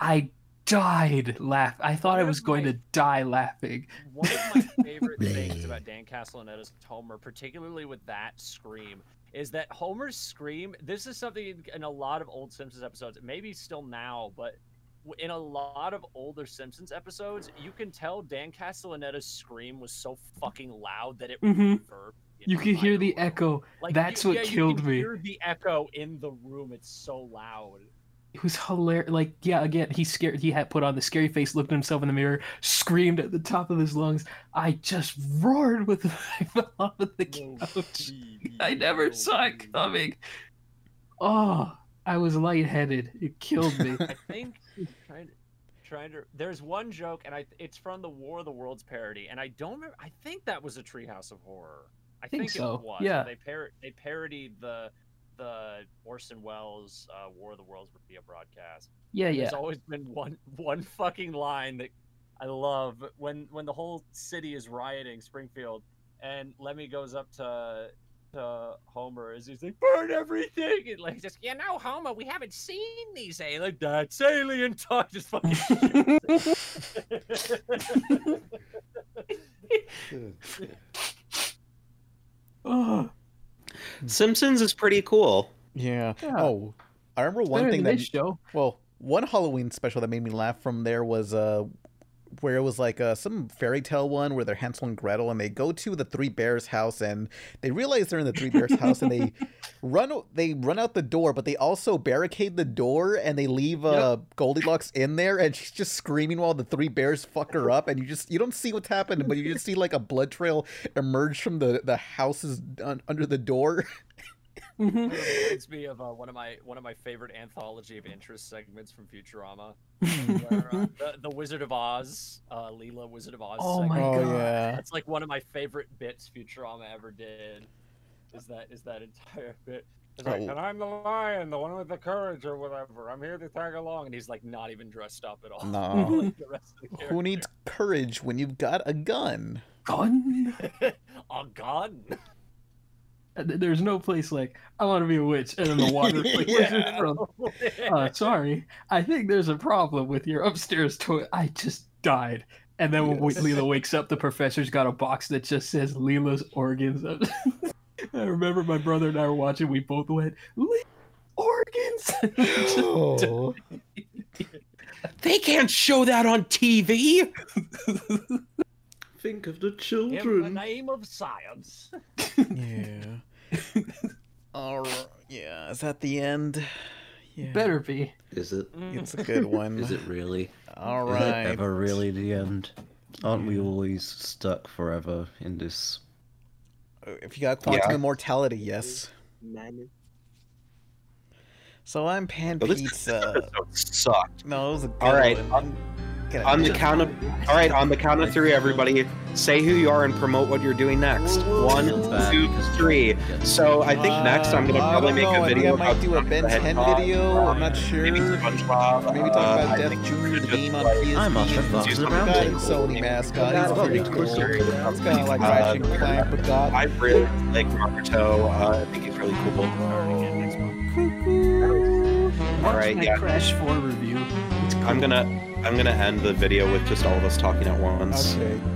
Speaker 4: I died laugh. I thought I
Speaker 6: One
Speaker 4: was
Speaker 6: of
Speaker 4: going
Speaker 6: my-
Speaker 4: to die laughing.
Speaker 6: One of my favorite things about Dan Castellaneta's Homer, particularly with that scream, is that Homer's scream. This is something in- in a lot of old Simpsons episodes, maybe still now, but w- in a lot of older Simpsons episodes, you can tell Dan Castellaneta's scream was so fucking loud that it
Speaker 4: Mhm.
Speaker 6: reverbed the
Speaker 4: You could hear the
Speaker 6: entire room.
Speaker 4: echo.
Speaker 6: Like,
Speaker 4: That's
Speaker 6: you-
Speaker 4: what
Speaker 6: yeah, you
Speaker 4: killed
Speaker 6: can
Speaker 4: me.
Speaker 6: Hear the echo in the room. It's so loud.
Speaker 4: It was hilarious. Like, yeah, again, he scared. He had put on the scary face, looked at himself in the mirror, screamed at the top of his lungs. I just roared with. I fell off of the
Speaker 1: Oh,
Speaker 4: couch. I never saw it coming. Oh, I was lightheaded. It killed me.
Speaker 6: I think trying to, trying to there's one joke and I it's from the War of the Worlds parody and I don't remember I think that was a Treehouse of Horror. I
Speaker 4: Think
Speaker 6: think,
Speaker 4: so,
Speaker 6: it was.
Speaker 4: yeah.
Speaker 6: They par- they parodied the the Orson Welles uh, War of the Worlds via broadcast.
Speaker 4: Yeah,
Speaker 6: There's
Speaker 4: yeah.
Speaker 6: always been one one fucking line that I love when when the whole city is rioting Springfield and Lemmy goes up to to Homer as he's like burn everything and like just you know Homer we haven't seen these aliens like that's alien talk just fucking
Speaker 5: Simpsons is pretty cool.
Speaker 1: Yeah.
Speaker 4: Yeah.
Speaker 1: Oh, I remember one
Speaker 4: better
Speaker 1: thing
Speaker 4: than
Speaker 1: that
Speaker 4: this show.
Speaker 1: Well, one Halloween special that made me laugh from there was uh, where it was like uh, some fairy tale one where they're Hansel and Gretel and they go to the Three Bears house and they realize they're in the Three Bears house and they run they run out the door but they also barricade the door and they leave uh, Goldilocks in there and she's just screaming while the Three Bears fuck her up and you just you don't see what's happening but you just see like a blood trail emerge from the the houses un- under the door.
Speaker 4: Mm-hmm.
Speaker 6: reminds me of uh, one of my one of my favorite anthology of interest segments from Futurama, where, uh, the, the Wizard of Oz, uh, Leela Wizard of Oz.
Speaker 4: Oh my
Speaker 6: segment.
Speaker 4: Oh, God. yeah.
Speaker 6: that's like one of my favorite bits Futurama ever did. Is that is that entire bit? It's like,
Speaker 17: Oh.
Speaker 6: and I'm the lion, the one with the courage or whatever. I'm here to tag along, and he's like not even dressed up at all.
Speaker 1: No.
Speaker 6: like the rest of the
Speaker 1: Who needs courage when you've got a gun?
Speaker 4: Gun?
Speaker 6: oh God.
Speaker 4: Uh, th- There's no place like I want to be a witch and in the water. Like, where's this
Speaker 6: Yeah.
Speaker 4: from? Uh, sorry, I think there's a problem with your upstairs toilet. I just died. And then when
Speaker 18: Yes.
Speaker 4: Leela wakes up, the professor's got a box that just says Leela's organs. I remember my brother and I were watching. We both went, "Leela, organs.
Speaker 5: Oh. they can't show that on TV.
Speaker 8: Think of the
Speaker 6: In the
Speaker 8: children.
Speaker 6: name of science.
Speaker 1: Yeah. All right. Yeah. Is that the end? Yeah.
Speaker 4: Better be.
Speaker 8: Is it?
Speaker 5: Mm.
Speaker 1: It's a good one.
Speaker 8: Is it really?
Speaker 1: All
Speaker 8: Is
Speaker 1: right.
Speaker 8: it ever really the end? Aren't we always stuck forever in this?
Speaker 1: If you got quantum
Speaker 8: Yeah.
Speaker 1: immortality, yes.
Speaker 7: Man,
Speaker 1: So I'm Pan
Speaker 5: Well, this- this
Speaker 1: Pizza.
Speaker 5: Sucked.
Speaker 1: No, it was a good
Speaker 5: All right.
Speaker 1: one.
Speaker 5: On,
Speaker 1: Gonna-
Speaker 5: on the count of all right, on the count of three, everybody, say who you are and promote what you're doing next. One, two, three. So I think next I'm gonna
Speaker 1: Uh, I
Speaker 5: probably
Speaker 1: don't
Speaker 5: make
Speaker 1: know,
Speaker 5: a
Speaker 1: I think
Speaker 5: video.
Speaker 1: I might
Speaker 5: about
Speaker 1: do a
Speaker 5: Sonic
Speaker 1: Ben
Speaker 5: the
Speaker 1: 10
Speaker 5: Hedgehog,
Speaker 1: video,
Speaker 5: uh,
Speaker 1: I'm not sure.
Speaker 5: Maybe SpongeBob. uh,
Speaker 1: Maybe talk about
Speaker 5: I
Speaker 1: Death
Speaker 5: think
Speaker 1: Junior the
Speaker 5: just,
Speaker 1: game on
Speaker 5: like,
Speaker 1: PSP.
Speaker 5: I'm off the
Speaker 1: and
Speaker 5: box
Speaker 1: it's
Speaker 5: of
Speaker 1: got
Speaker 5: roundtable.
Speaker 1: Sony mascot. It's
Speaker 5: Uh,
Speaker 1: pretty cool. It's kind of like
Speaker 5: uh,
Speaker 1: Ratchet and Clank, but God.
Speaker 5: I really like Makoto. Uh, I think it's really cool. All right,
Speaker 4: my
Speaker 5: yeah.
Speaker 4: Crash Four review.
Speaker 5: I'm gonna I'm gonna end the video with just all of us talking at once.
Speaker 1: Okay.